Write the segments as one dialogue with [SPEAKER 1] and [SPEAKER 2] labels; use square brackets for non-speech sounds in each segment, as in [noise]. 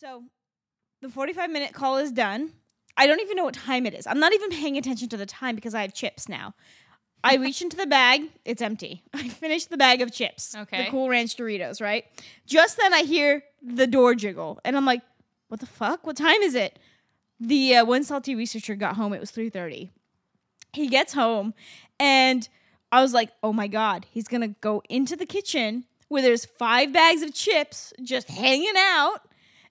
[SPEAKER 1] So the 45 minute call is done. I don't even know what time it is. I'm not even paying attention to the time because I have chips now. I reach into the bag, it's empty. [laughs] I finish the bag of chips.
[SPEAKER 2] Okay.
[SPEAKER 1] The Cool Ranch Doritos, right? Just then I hear the door jiggle and I'm like, what the fuck? What time is it? The uh, one salty researcher got home. It was 3:30. He gets home and I was like, "Oh my god, he's going to go into the kitchen where there's five bags of chips just hanging out."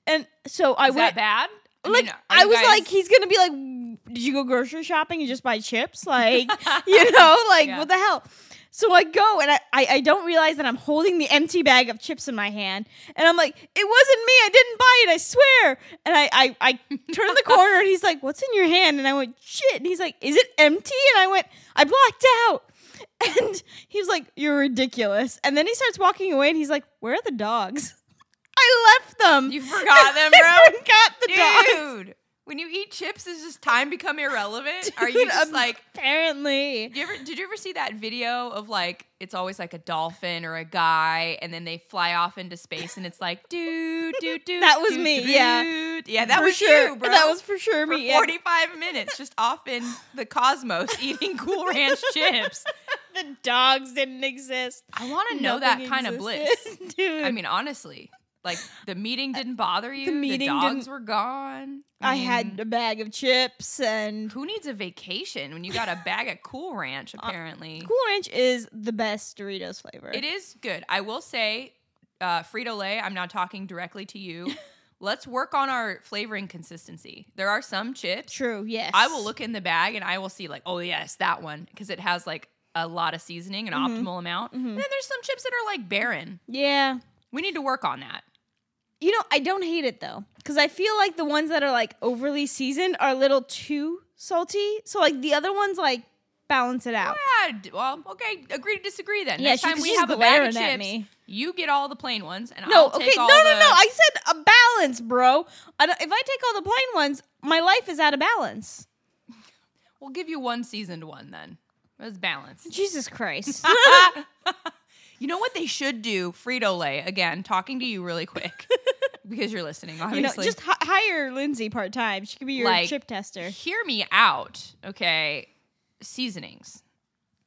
[SPEAKER 1] And so I
[SPEAKER 2] Is
[SPEAKER 1] went
[SPEAKER 2] that bad? I
[SPEAKER 1] like
[SPEAKER 2] mean, are
[SPEAKER 1] I
[SPEAKER 2] you
[SPEAKER 1] was
[SPEAKER 2] guys-
[SPEAKER 1] like, he's gonna be like, did you go grocery shopping and just buy chips? Like,
[SPEAKER 2] [laughs]
[SPEAKER 1] you know, like
[SPEAKER 2] Yeah.
[SPEAKER 1] what the hell? So I go and I, I I don't realize that I'm holding the empty bag of chips in my hand, and I'm like, it wasn't me. I didn't buy it. I swear. And I I,
[SPEAKER 2] [laughs]
[SPEAKER 1] I turn the corner and he's like, what's in your hand? And I went, shit. And he's like, is it empty? And I went, I blacked out. [laughs] And he was like, you're ridiculous. And then he starts walking away and he's like, where are the dogs? [laughs] I left them.
[SPEAKER 2] You forgot
[SPEAKER 1] [laughs]
[SPEAKER 2] them, bro.
[SPEAKER 1] I forgot
[SPEAKER 2] [laughs]
[SPEAKER 1] the dogs.
[SPEAKER 2] Dude, when you eat chips, does just time become irrelevant? Are you
[SPEAKER 1] [laughs] Dude,
[SPEAKER 2] just
[SPEAKER 1] um,
[SPEAKER 2] like?
[SPEAKER 1] apparently
[SPEAKER 2] Did you, ever, did you ever see that video of like it's always like a dolphin or a guy, and then they fly off into space, and it's like do
[SPEAKER 1] [laughs]
[SPEAKER 2] do do.
[SPEAKER 1] That was
[SPEAKER 2] do,
[SPEAKER 1] me,
[SPEAKER 2] do,
[SPEAKER 1] yeah.
[SPEAKER 2] do. yeah, that
[SPEAKER 1] For
[SPEAKER 2] was
[SPEAKER 1] sure
[SPEAKER 2] you, bro.
[SPEAKER 1] that was for sure
[SPEAKER 2] for
[SPEAKER 1] me yeah.
[SPEAKER 2] forty-five minutes, just off in the cosmos eating
[SPEAKER 1] [laughs]
[SPEAKER 2] Cool Ranch chips.
[SPEAKER 1] the dogs didn't exist
[SPEAKER 2] I want to know that kind of bliss.
[SPEAKER 1] [laughs] dude
[SPEAKER 2] I mean, honestly, like the meeting didn't bother you. The
[SPEAKER 1] meeting
[SPEAKER 2] dogs
[SPEAKER 1] didn't-
[SPEAKER 2] were gone.
[SPEAKER 1] i
[SPEAKER 2] mean,
[SPEAKER 1] had a bag of chips and
[SPEAKER 2] Who needs a vacation when you got a bag of
[SPEAKER 1] [laughs]
[SPEAKER 2] Cool Ranch? Apparently,
[SPEAKER 1] Uh, cool ranch is the best doritos flavor
[SPEAKER 2] it is good. I will say, uh, Frito Lay. I'm not talking directly
[SPEAKER 1] [laughs]
[SPEAKER 2] to you. Let's work on our flavoring consistency. There are some chips.
[SPEAKER 1] true yes
[SPEAKER 2] I will look in the bag and I will see like, oh yes, that one because it has like a lot of seasoning, an
[SPEAKER 1] Mhm.
[SPEAKER 2] optimal amount.
[SPEAKER 1] Mhm.
[SPEAKER 2] And then there's some chips that are like barren.
[SPEAKER 1] yeah
[SPEAKER 2] We need to work on that.
[SPEAKER 1] you know i don't hate it though because i feel like the ones that are like overly seasoned are a little too salty so like the other ones like balance it out
[SPEAKER 2] Yeah, d- well, okay, agree to disagree then.
[SPEAKER 1] Yeah,
[SPEAKER 2] Next
[SPEAKER 1] she-
[SPEAKER 2] time we
[SPEAKER 1] she's
[SPEAKER 2] have a bag of
[SPEAKER 1] glaring at
[SPEAKER 2] chips,
[SPEAKER 1] me.
[SPEAKER 2] you get all the plain ones, and
[SPEAKER 1] No,
[SPEAKER 2] I'll
[SPEAKER 1] okay,
[SPEAKER 2] take
[SPEAKER 1] no,
[SPEAKER 2] all
[SPEAKER 1] no,
[SPEAKER 2] the-
[SPEAKER 1] no. I said a balance, bro. I don't, if I take all the plain ones, my life is out of balance.
[SPEAKER 2] We'll give you one seasoned one then. It's balanced.
[SPEAKER 1] Jesus Christ.
[SPEAKER 2] you know what they should do? Frito Lay again. Talking to you really
[SPEAKER 1] [laughs]
[SPEAKER 2] quick because you're listening.
[SPEAKER 1] [laughs] you
[SPEAKER 2] Obviously,
[SPEAKER 1] know, just hi- hire Lindsay part time. She could be your
[SPEAKER 2] Like-
[SPEAKER 1] chip tester.
[SPEAKER 2] hear me out, okay? Seasonings.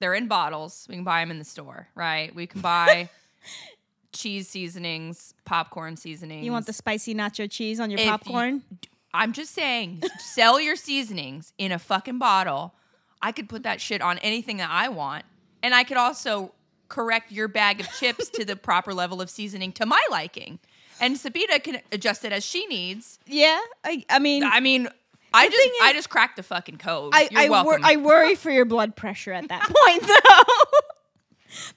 [SPEAKER 2] They're in bottles. We can buy them in the store, right? We can
[SPEAKER 1] [laughs]
[SPEAKER 2] buy cheese seasonings, popcorn seasonings.
[SPEAKER 1] You want the spicy nacho cheese on your
[SPEAKER 2] If you-
[SPEAKER 1] popcorn?
[SPEAKER 2] I'm just saying, sell your seasonings in a fucking bottle. I could put that shit on anything that I want. And I could also correct your bag of chips to the proper level of seasoning to my liking. And Sabita can adjust it as she needs.
[SPEAKER 1] yeah. I, I mean, I,
[SPEAKER 2] I mean, I just
[SPEAKER 1] thing
[SPEAKER 2] I
[SPEAKER 1] is-
[SPEAKER 2] just cracked the fucking code.
[SPEAKER 1] I,
[SPEAKER 2] You're welcome.
[SPEAKER 1] wor- I worry for your blood pressure at that [laughs] point, though.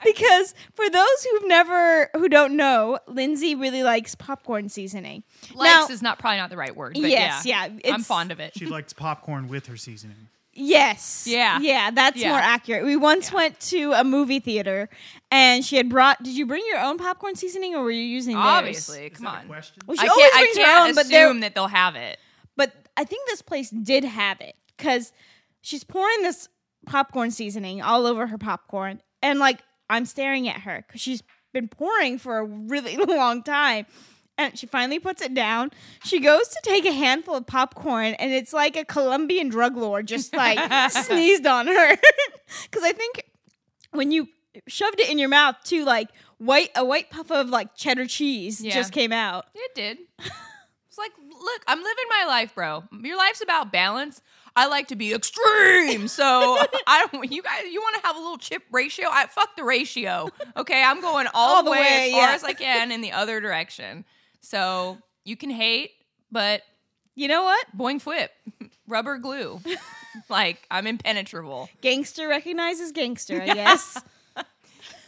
[SPEAKER 1] because for those who've never, who don't know, Lindsay really likes popcorn seasoning.
[SPEAKER 2] Likes
[SPEAKER 1] Now-
[SPEAKER 2] is not probably not the right word. But
[SPEAKER 1] Yes, yeah,
[SPEAKER 2] yeah, I'm
[SPEAKER 1] it's-
[SPEAKER 2] fond of it.
[SPEAKER 3] She likes popcorn with her seasoning.
[SPEAKER 1] Yes.
[SPEAKER 2] Yeah.
[SPEAKER 1] Yeah, that's
[SPEAKER 2] Yeah.
[SPEAKER 1] more accurate. We once
[SPEAKER 2] Yeah.
[SPEAKER 1] went to a movie theater and she had brought did you bring your own popcorn seasoning or were you using theirs?
[SPEAKER 2] Obviously, come
[SPEAKER 3] that a
[SPEAKER 2] on.
[SPEAKER 3] question?
[SPEAKER 1] Well, she
[SPEAKER 2] I
[SPEAKER 1] always
[SPEAKER 2] can't, I
[SPEAKER 1] brings her
[SPEAKER 2] can't
[SPEAKER 1] own, but they're-
[SPEAKER 2] assume that they'll have it.
[SPEAKER 1] but I think this place did have it because she's pouring this popcorn seasoning all over her popcorn, and like I'm staring at her because she's been pouring for a really [laughs] long time. And she finally puts it down. She goes to take a handful of popcorn, and it's like a Colombian drug lord just like sneezed on her. [laughs] Because I think when you shoved it in your mouth, too, like white a white puff of like cheddar cheese
[SPEAKER 2] Yeah.
[SPEAKER 1] just came out.
[SPEAKER 2] It did. It's like, look, I'm living my life, bro. Your life's about balance. I like to be extreme, [laughs] so I don't. You guys, you want to have a little chip ratio? I fuck the ratio. Okay, I'm going all, the way, as far
[SPEAKER 1] yeah.
[SPEAKER 2] as I can in the other direction. So you can hate, but
[SPEAKER 1] You know what?
[SPEAKER 2] boing flip, [laughs] rubber [laughs] glue. like I'm impenetrable.
[SPEAKER 1] Gangster recognizes gangster,
[SPEAKER 2] [laughs]
[SPEAKER 1] I guess.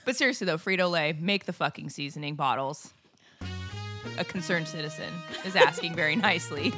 [SPEAKER 2] But seriously though, Frito Lay, make the fucking seasoning bottles. A concerned citizen is asking very [laughs] nicely.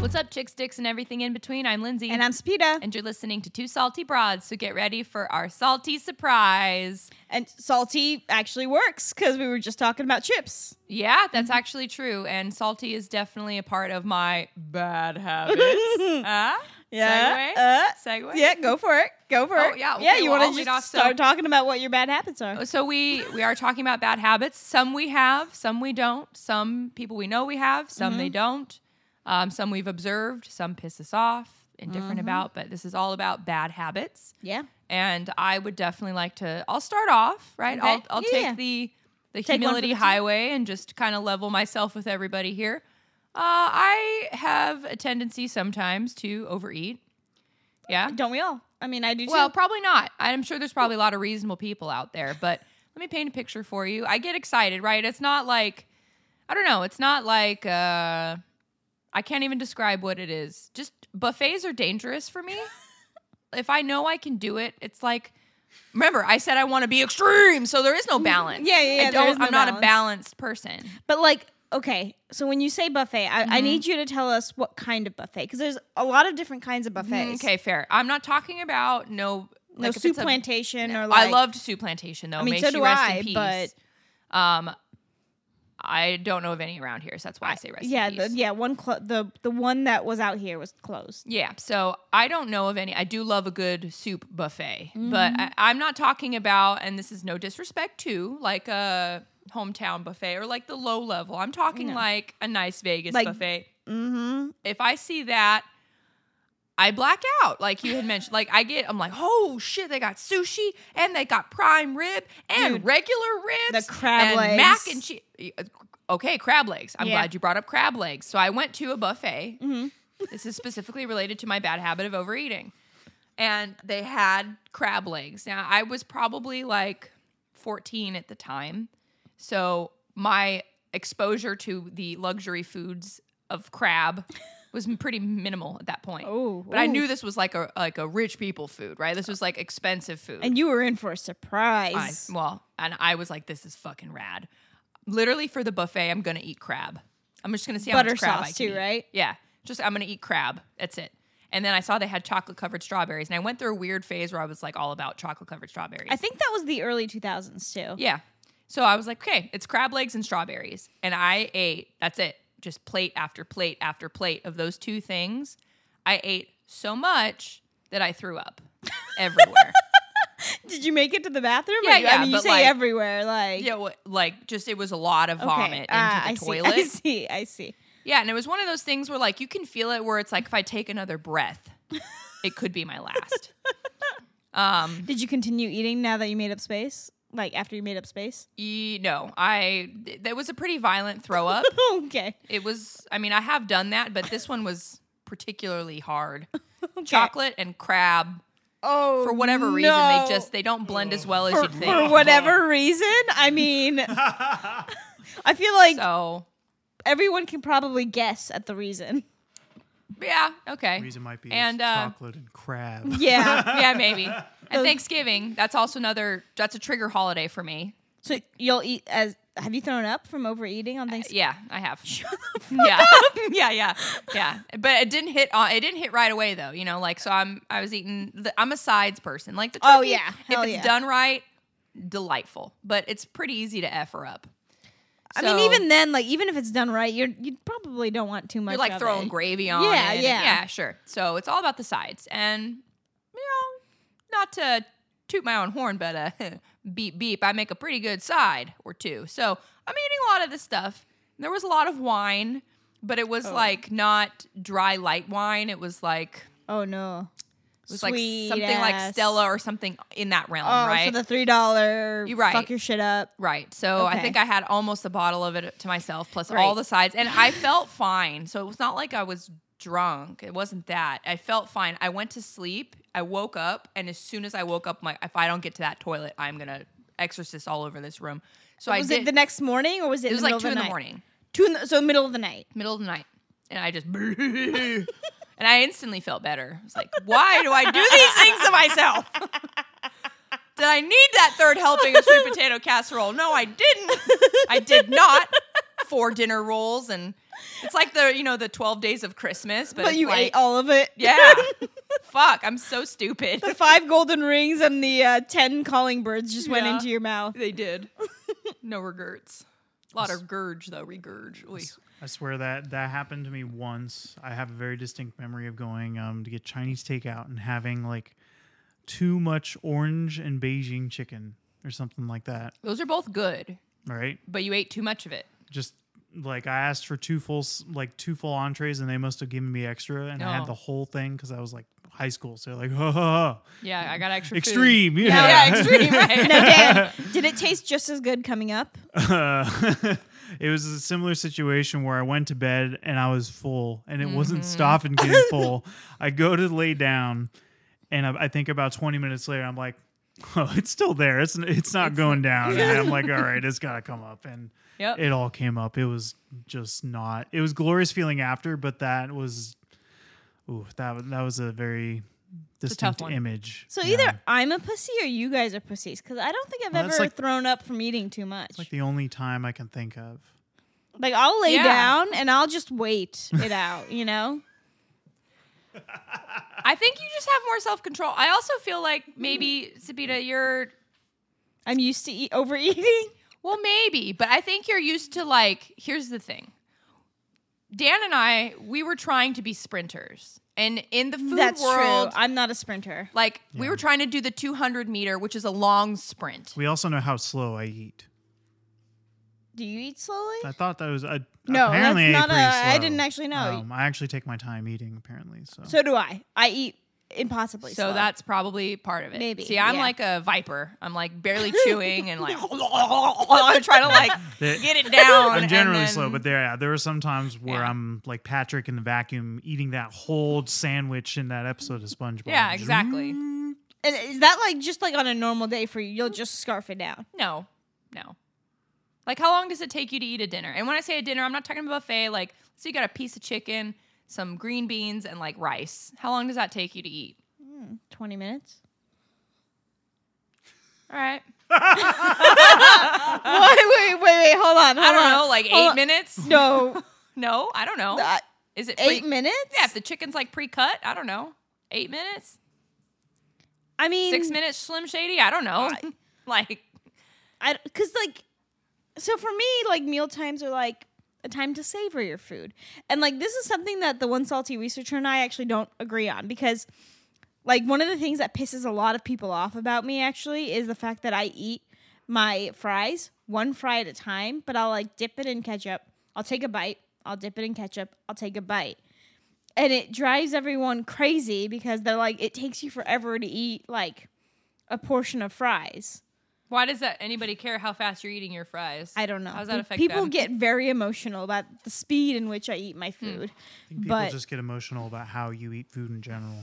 [SPEAKER 2] What's up, chicks, dicks, and everything in between? I'm Lindsay.
[SPEAKER 1] And I'm Spita.
[SPEAKER 2] and you're listening to Two Salty Broads, so get ready for our salty surprise.
[SPEAKER 1] And salty actually works because we were just talking about chips.
[SPEAKER 2] Yeah, that's
[SPEAKER 1] Mm-hmm. [laughs]
[SPEAKER 2] actually true. And salty is definitely a part of my bad habits. Huh?
[SPEAKER 1] Yeah. Uh,
[SPEAKER 2] Uh, Segue? Segue?
[SPEAKER 1] yeah, go for it. Go for
[SPEAKER 2] Oh,
[SPEAKER 1] it.
[SPEAKER 2] yeah,
[SPEAKER 1] yeah,
[SPEAKER 2] okay,
[SPEAKER 1] you
[SPEAKER 2] well, I'll
[SPEAKER 1] want
[SPEAKER 2] lead
[SPEAKER 1] to
[SPEAKER 2] off,
[SPEAKER 1] just
[SPEAKER 2] so- Oh,
[SPEAKER 1] start talking about what your bad habits are.
[SPEAKER 2] So we we are talking about bad habits. Some we have, some we don't. Some people we know we have, some
[SPEAKER 1] Mm-hmm.
[SPEAKER 2] they don't. Um, some we've observed, some piss us off, indifferent
[SPEAKER 1] Mm-hmm.
[SPEAKER 2] about. But this is all about bad habits.
[SPEAKER 1] Yeah.
[SPEAKER 2] And I would definitely like to. I'll start off right.
[SPEAKER 1] Okay.
[SPEAKER 2] I'll I'll
[SPEAKER 1] Yeah, yeah.
[SPEAKER 2] take the the
[SPEAKER 1] Take one for
[SPEAKER 2] humility
[SPEAKER 1] the team.
[SPEAKER 2] highway and just kind of level myself with everybody here. Uh, I have a tendency sometimes to overeat. Yeah.
[SPEAKER 1] Don't we all? I mean, I do too.
[SPEAKER 2] Well, probably not. I'm sure there's probably a lot of reasonable people out there, but let me paint a picture for you. I get excited, right? It's not like I don't know, it's not like uh I can't even describe what it is. Just buffets are dangerous for
[SPEAKER 1] [laughs]
[SPEAKER 2] me. if I know I can do it, it's like remember, I said I want to be extreme, so there is no balance.
[SPEAKER 1] Mm-hmm. Yeah, yeah,
[SPEAKER 2] I
[SPEAKER 1] yeah, there
[SPEAKER 2] don't
[SPEAKER 1] is no
[SPEAKER 2] I'm not a
[SPEAKER 1] balance.
[SPEAKER 2] balanced person.
[SPEAKER 1] But like, okay, so when you say buffet, I,
[SPEAKER 2] Mm-hmm.
[SPEAKER 1] I need you to tell us what kind of buffet because there's a lot of different kinds of buffets.
[SPEAKER 2] Mm-hmm, Okay, fair. I'm not talking about no
[SPEAKER 1] no
[SPEAKER 2] like if
[SPEAKER 1] soup
[SPEAKER 2] it's a-
[SPEAKER 1] plantation or like
[SPEAKER 2] I loved Sue Plantation though.
[SPEAKER 1] I mean,
[SPEAKER 2] May
[SPEAKER 1] so
[SPEAKER 2] she
[SPEAKER 1] do
[SPEAKER 2] rest
[SPEAKER 1] I,
[SPEAKER 2] in peace. But um, I don't know of any around here, so that's why I say rest
[SPEAKER 1] yeah
[SPEAKER 2] in peace.
[SPEAKER 1] the, yeah one clo- the the one that was out here was closed.
[SPEAKER 2] Yeah, so I don't know of any. I do love a good soup buffet, but
[SPEAKER 1] Mm-hmm.
[SPEAKER 2] I, I'm not talking about, and this is no disrespect to, like a hometown buffet or like the low level. I'm talking like a nice Vegas
[SPEAKER 1] Like-
[SPEAKER 2] buffet.
[SPEAKER 1] Mm-hmm.
[SPEAKER 2] If I see that, I black out, like you had mentioned. Like I get, I'm like, oh shit, they got sushi and they got prime rib and
[SPEAKER 1] Dude,
[SPEAKER 2] regular ribs,
[SPEAKER 1] the crab
[SPEAKER 2] and
[SPEAKER 1] legs.
[SPEAKER 2] mac and cheese. Okay, crab legs. I'm
[SPEAKER 1] Yeah.
[SPEAKER 2] glad you brought up crab legs. So I went to a buffet.
[SPEAKER 1] Mhm.
[SPEAKER 2] this is specifically related to my bad habit of overeating, and they had crab legs. Now I was probably like 14 at the time, so my exposure to the luxury foods of
[SPEAKER 1] [laughs]
[SPEAKER 2] crab was pretty minimal at that point.
[SPEAKER 1] Oh,
[SPEAKER 2] But I knew this was like a like a rich people food, right? This was like expensive food.
[SPEAKER 1] and you were in for a
[SPEAKER 2] I,
[SPEAKER 1] surprise.
[SPEAKER 2] well, and I was like, this is fucking rad. Literally for the buffet, I'm gonna eat crab. I'm just gonna see how
[SPEAKER 1] Butter
[SPEAKER 2] much crab I
[SPEAKER 1] sauce
[SPEAKER 2] can
[SPEAKER 1] too,
[SPEAKER 2] eat.
[SPEAKER 1] right?
[SPEAKER 2] Yeah, just I'm gonna eat crab. That's it. And then I saw they had chocolate covered strawberries, and I went through a weird phase where I was like all about chocolate covered strawberries.
[SPEAKER 1] I think that was the early 2000s too.
[SPEAKER 2] Yeah. So I was like, okay, it's crab legs and strawberries. And I ate, that's it, just plate after plate after plate of those two things. I ate so much that I threw up [laughs]
[SPEAKER 1] [laughs]
[SPEAKER 2] everywhere.
[SPEAKER 1] Did you make it to the bathroom? Or
[SPEAKER 2] Yeah,
[SPEAKER 1] you-
[SPEAKER 2] yeah,
[SPEAKER 1] I mean, you
[SPEAKER 2] but,
[SPEAKER 1] say
[SPEAKER 2] like-
[SPEAKER 1] everywhere, like
[SPEAKER 2] yeah, well, like just it was a lot of
[SPEAKER 1] okay,
[SPEAKER 2] vomit into
[SPEAKER 1] ah,
[SPEAKER 2] the
[SPEAKER 1] I see, [laughs]
[SPEAKER 2] toilet.
[SPEAKER 1] I see. I see.
[SPEAKER 2] Yeah, and it was one of those things where like you can feel it where it's like if I take another breath, it could be
[SPEAKER 1] [laughs]
[SPEAKER 2] my last. Um,
[SPEAKER 1] Did you continue eating now that you made up space? Like after you made up space? [laughs]
[SPEAKER 2] you know, I th- that was a pretty violent throw up.
[SPEAKER 1] okay.
[SPEAKER 2] It was. I mean, I have done that, but this one was particularly hard.
[SPEAKER 1] Okay.
[SPEAKER 2] Chocolate and crab,
[SPEAKER 1] Oh,
[SPEAKER 2] for whatever reason, they
[SPEAKER 1] no.
[SPEAKER 2] just they don't blend as well as
[SPEAKER 1] for,
[SPEAKER 2] you'd
[SPEAKER 1] for
[SPEAKER 2] think.
[SPEAKER 1] whatever reason. I mean, I feel like
[SPEAKER 2] so
[SPEAKER 1] everyone can probably guess at the reason.
[SPEAKER 2] yeah, okay.
[SPEAKER 3] reason might be
[SPEAKER 2] And,
[SPEAKER 3] and,
[SPEAKER 2] uh,
[SPEAKER 3] chocolate and crab.
[SPEAKER 1] Yeah.
[SPEAKER 2] yeah, maybe. And Thanksgiving, that's also another that's a trigger holiday for me.
[SPEAKER 1] so you'll eat as have you thrown up from overeating on Thanksgiving?
[SPEAKER 2] Yeah, I have. [laughs] yeah. Uh, yeah, yeah, yeah. But it didn't hit on it didn't hit right away though, you know, like so I'm I was eating the, I'm a sides person. Like the turkey,
[SPEAKER 1] Oh, yeah. Hell
[SPEAKER 2] if it's
[SPEAKER 1] yeah.
[SPEAKER 2] done right, delightful. But it's pretty easy to F her up.
[SPEAKER 1] I
[SPEAKER 2] So-
[SPEAKER 1] mean, even then, like even if it's done right, you're you probably don't want too much.
[SPEAKER 2] You're like
[SPEAKER 1] of
[SPEAKER 2] throwing
[SPEAKER 1] it.
[SPEAKER 2] gravy on.
[SPEAKER 1] Yeah,
[SPEAKER 2] it.
[SPEAKER 1] yeah.
[SPEAKER 2] yeah, sure. So it's all about the sides, and you know, not to toot my own horn, but uh, [laughs] beep beep, I make a pretty good side or two. So I'm eating a lot of this stuff. There was a lot of wine, but it was like not dry light wine. It was like
[SPEAKER 1] Oh no,
[SPEAKER 2] it was like something like Stella or something in that realm,
[SPEAKER 1] Oh,
[SPEAKER 2] right?
[SPEAKER 1] so the three dollar.
[SPEAKER 2] You're right.
[SPEAKER 1] Fuck your shit up.
[SPEAKER 2] Right. So I
[SPEAKER 1] Okay.
[SPEAKER 2] think I had almost a bottle of it to myself, plus all
[SPEAKER 1] Right.
[SPEAKER 2] the sides. And I felt fine. So it was not like I was drunk. It wasn't that. I felt fine. I went to sleep. I woke up. And as soon as I woke up, I'm like, if I don't get to that toilet, I'm going to exorcist all over this room. So I
[SPEAKER 1] was
[SPEAKER 2] did.
[SPEAKER 1] it the next morning or was it?
[SPEAKER 2] it was
[SPEAKER 1] in the
[SPEAKER 2] like 2
[SPEAKER 1] middle
[SPEAKER 2] in
[SPEAKER 1] of
[SPEAKER 2] the
[SPEAKER 1] night?
[SPEAKER 2] morning,
[SPEAKER 1] Two in the so middle of the night.
[SPEAKER 2] middle of the night. And I just, [laughs] and I instantly felt better. I was like, why do I do these things to myself? [laughs] Did I need that third helping of sweet potato casserole? No, I didn't. I did not. Four dinner rolls and it's like the you know the twelve days of Christmas, but,
[SPEAKER 1] But
[SPEAKER 2] it's
[SPEAKER 1] you
[SPEAKER 2] like,
[SPEAKER 1] ate all of it.
[SPEAKER 2] yeah. [laughs] Fuck, I'm so stupid. [laughs]
[SPEAKER 1] the [laughs] five golden rings and the uh, ten calling birds just went
[SPEAKER 2] Yeah.
[SPEAKER 1] into your mouth.
[SPEAKER 2] They did. No regrets. A lot of gurge though. Regurge. Oy.
[SPEAKER 3] I swear that that happened to me once. I have a very distinct memory of going um, to get Chinese takeout and having like too much orange and Beijing chicken or something like that.
[SPEAKER 2] Those are both good,
[SPEAKER 3] Right?
[SPEAKER 2] but you ate too much of it.
[SPEAKER 3] Just like I asked for two full s- like two full entrees and they must have given me extra and I
[SPEAKER 2] Oh.
[SPEAKER 3] had the whole thing because I was like high school. So like, [laughs] ha ha, ha.
[SPEAKER 2] Yeah, I got extra. food.
[SPEAKER 3] extreme.
[SPEAKER 2] Yeah, Oh, yeah,
[SPEAKER 1] [laughs]
[SPEAKER 2] extreme. Right?
[SPEAKER 1] No,
[SPEAKER 3] [laughs]
[SPEAKER 1] Dan, did it taste just as good coming up?
[SPEAKER 3] Uh, [laughs] it was a similar situation where I went to bed and I was full, and it wasn't stopping getting full. I go to lay down, and I, I think about 20 minutes later, I'm like, oh, it's still there. It's it's not going down. And I'm like, all right, it's got to come up. And
[SPEAKER 2] Yep.
[SPEAKER 3] it all came up. It was just not. It was glorious feeling after, but that was, ooh, that was- that was a very
[SPEAKER 2] a tough
[SPEAKER 3] distinct
[SPEAKER 2] one.
[SPEAKER 3] image.
[SPEAKER 1] So
[SPEAKER 3] Yeah.
[SPEAKER 1] either I'm a pussy or you guys are pussies because I don't think I've
[SPEAKER 3] Well,
[SPEAKER 1] ever
[SPEAKER 3] that's like-
[SPEAKER 1] thrown up from eating too much.
[SPEAKER 3] like
[SPEAKER 1] Like,
[SPEAKER 3] the only time I can think of.
[SPEAKER 1] I'll lay
[SPEAKER 2] Yeah.
[SPEAKER 1] down and I'll just wait it out, you know?
[SPEAKER 2] I think you just have more self control. I also feel like
[SPEAKER 1] Hmm.
[SPEAKER 2] maybe Sabita, you're
[SPEAKER 1] I'm used to eat, overeating.
[SPEAKER 2] Well, maybe, but I think you're used to like, here's the thing. Dan and I, we were trying to be sprinters. And in the [laughs] food
[SPEAKER 1] That's
[SPEAKER 2] world,
[SPEAKER 1] true. I'm not a sprinter.
[SPEAKER 2] like we were trying to do the 200 meter, which is a long sprint.
[SPEAKER 3] We also know how slow I eat.
[SPEAKER 1] Do you eat slowly?
[SPEAKER 3] I thought that was. I,
[SPEAKER 1] No,
[SPEAKER 3] apparently
[SPEAKER 1] that's
[SPEAKER 3] I
[SPEAKER 1] not
[SPEAKER 3] ate pretty
[SPEAKER 1] a- I
[SPEAKER 3] slow.
[SPEAKER 1] didn't actually know.
[SPEAKER 3] Um, I actually take my time eating. Apparently, so,
[SPEAKER 1] so do I. I eat impossibly
[SPEAKER 2] So
[SPEAKER 1] slow. [laughs]
[SPEAKER 2] that's probably part of it.
[SPEAKER 1] Maybe,
[SPEAKER 2] See, I'm
[SPEAKER 1] yeah.
[SPEAKER 2] like a viper. I'm like
[SPEAKER 1] [laughs]
[SPEAKER 2] barely chewing and like I'm trying to [laughs] like
[SPEAKER 3] There-
[SPEAKER 2] get it down.
[SPEAKER 3] I'm
[SPEAKER 2] and
[SPEAKER 3] generally
[SPEAKER 2] then-
[SPEAKER 3] slow, but there, yeah, there are some times where
[SPEAKER 2] Yeah.
[SPEAKER 3] I'm like Patrick in the vacuum eating that whole sandwich in that episode of SpongeBob.
[SPEAKER 2] yeah, exactly.
[SPEAKER 1] And is that like just like on a normal day for you? You'll just scarf it down.
[SPEAKER 2] No, no. Like, how long does it take you to eat a dinner? And when I say a dinner, I'm not talking about buffet. Like, so you got a piece of chicken, some green beans, and like rice. How long does that take you to eat?
[SPEAKER 1] 20 minutes.
[SPEAKER 2] All right.
[SPEAKER 1] wait, wait, wait, wait. Hold on. Hold
[SPEAKER 2] Uh, I don't
[SPEAKER 1] on.
[SPEAKER 2] know, like
[SPEAKER 1] Hold
[SPEAKER 2] eight
[SPEAKER 1] on.
[SPEAKER 2] minutes? [laughs]
[SPEAKER 1] No.
[SPEAKER 2] No, I don't know.
[SPEAKER 1] Uh,
[SPEAKER 2] Is it
[SPEAKER 1] eight
[SPEAKER 2] pre-
[SPEAKER 1] minutes?
[SPEAKER 2] Yeah, if the chicken's like pre cut, I don't know. Eight minutes?
[SPEAKER 1] I mean,
[SPEAKER 2] Six minutes, Slim Shady? I don't know. [laughs] like,
[SPEAKER 1] I because like, so for me, like meal times are like a time to savor your food, and like this is something that the one salty researcher and I actually don't agree on because, like, one of the things that pisses a lot of people off about me actually is the fact that I eat my fries one fry at a time, but I'll like dip it in ketchup. I'll take a bite. I'll dip it in ketchup. I'll take a bite. And it drives everyone crazy because they're like, it takes you forever to eat like a portion of fries.
[SPEAKER 2] why does that anybody care how fast you're eating your fries?
[SPEAKER 1] I don't know.
[SPEAKER 2] How does that
[SPEAKER 1] Pe-
[SPEAKER 2] affect
[SPEAKER 1] people
[SPEAKER 2] them? Hmm.
[SPEAKER 1] get very emotional about the speed in which I eat my food.
[SPEAKER 3] I think people
[SPEAKER 1] But
[SPEAKER 3] just get emotional about how you eat food
[SPEAKER 1] [laughs]
[SPEAKER 3] in general.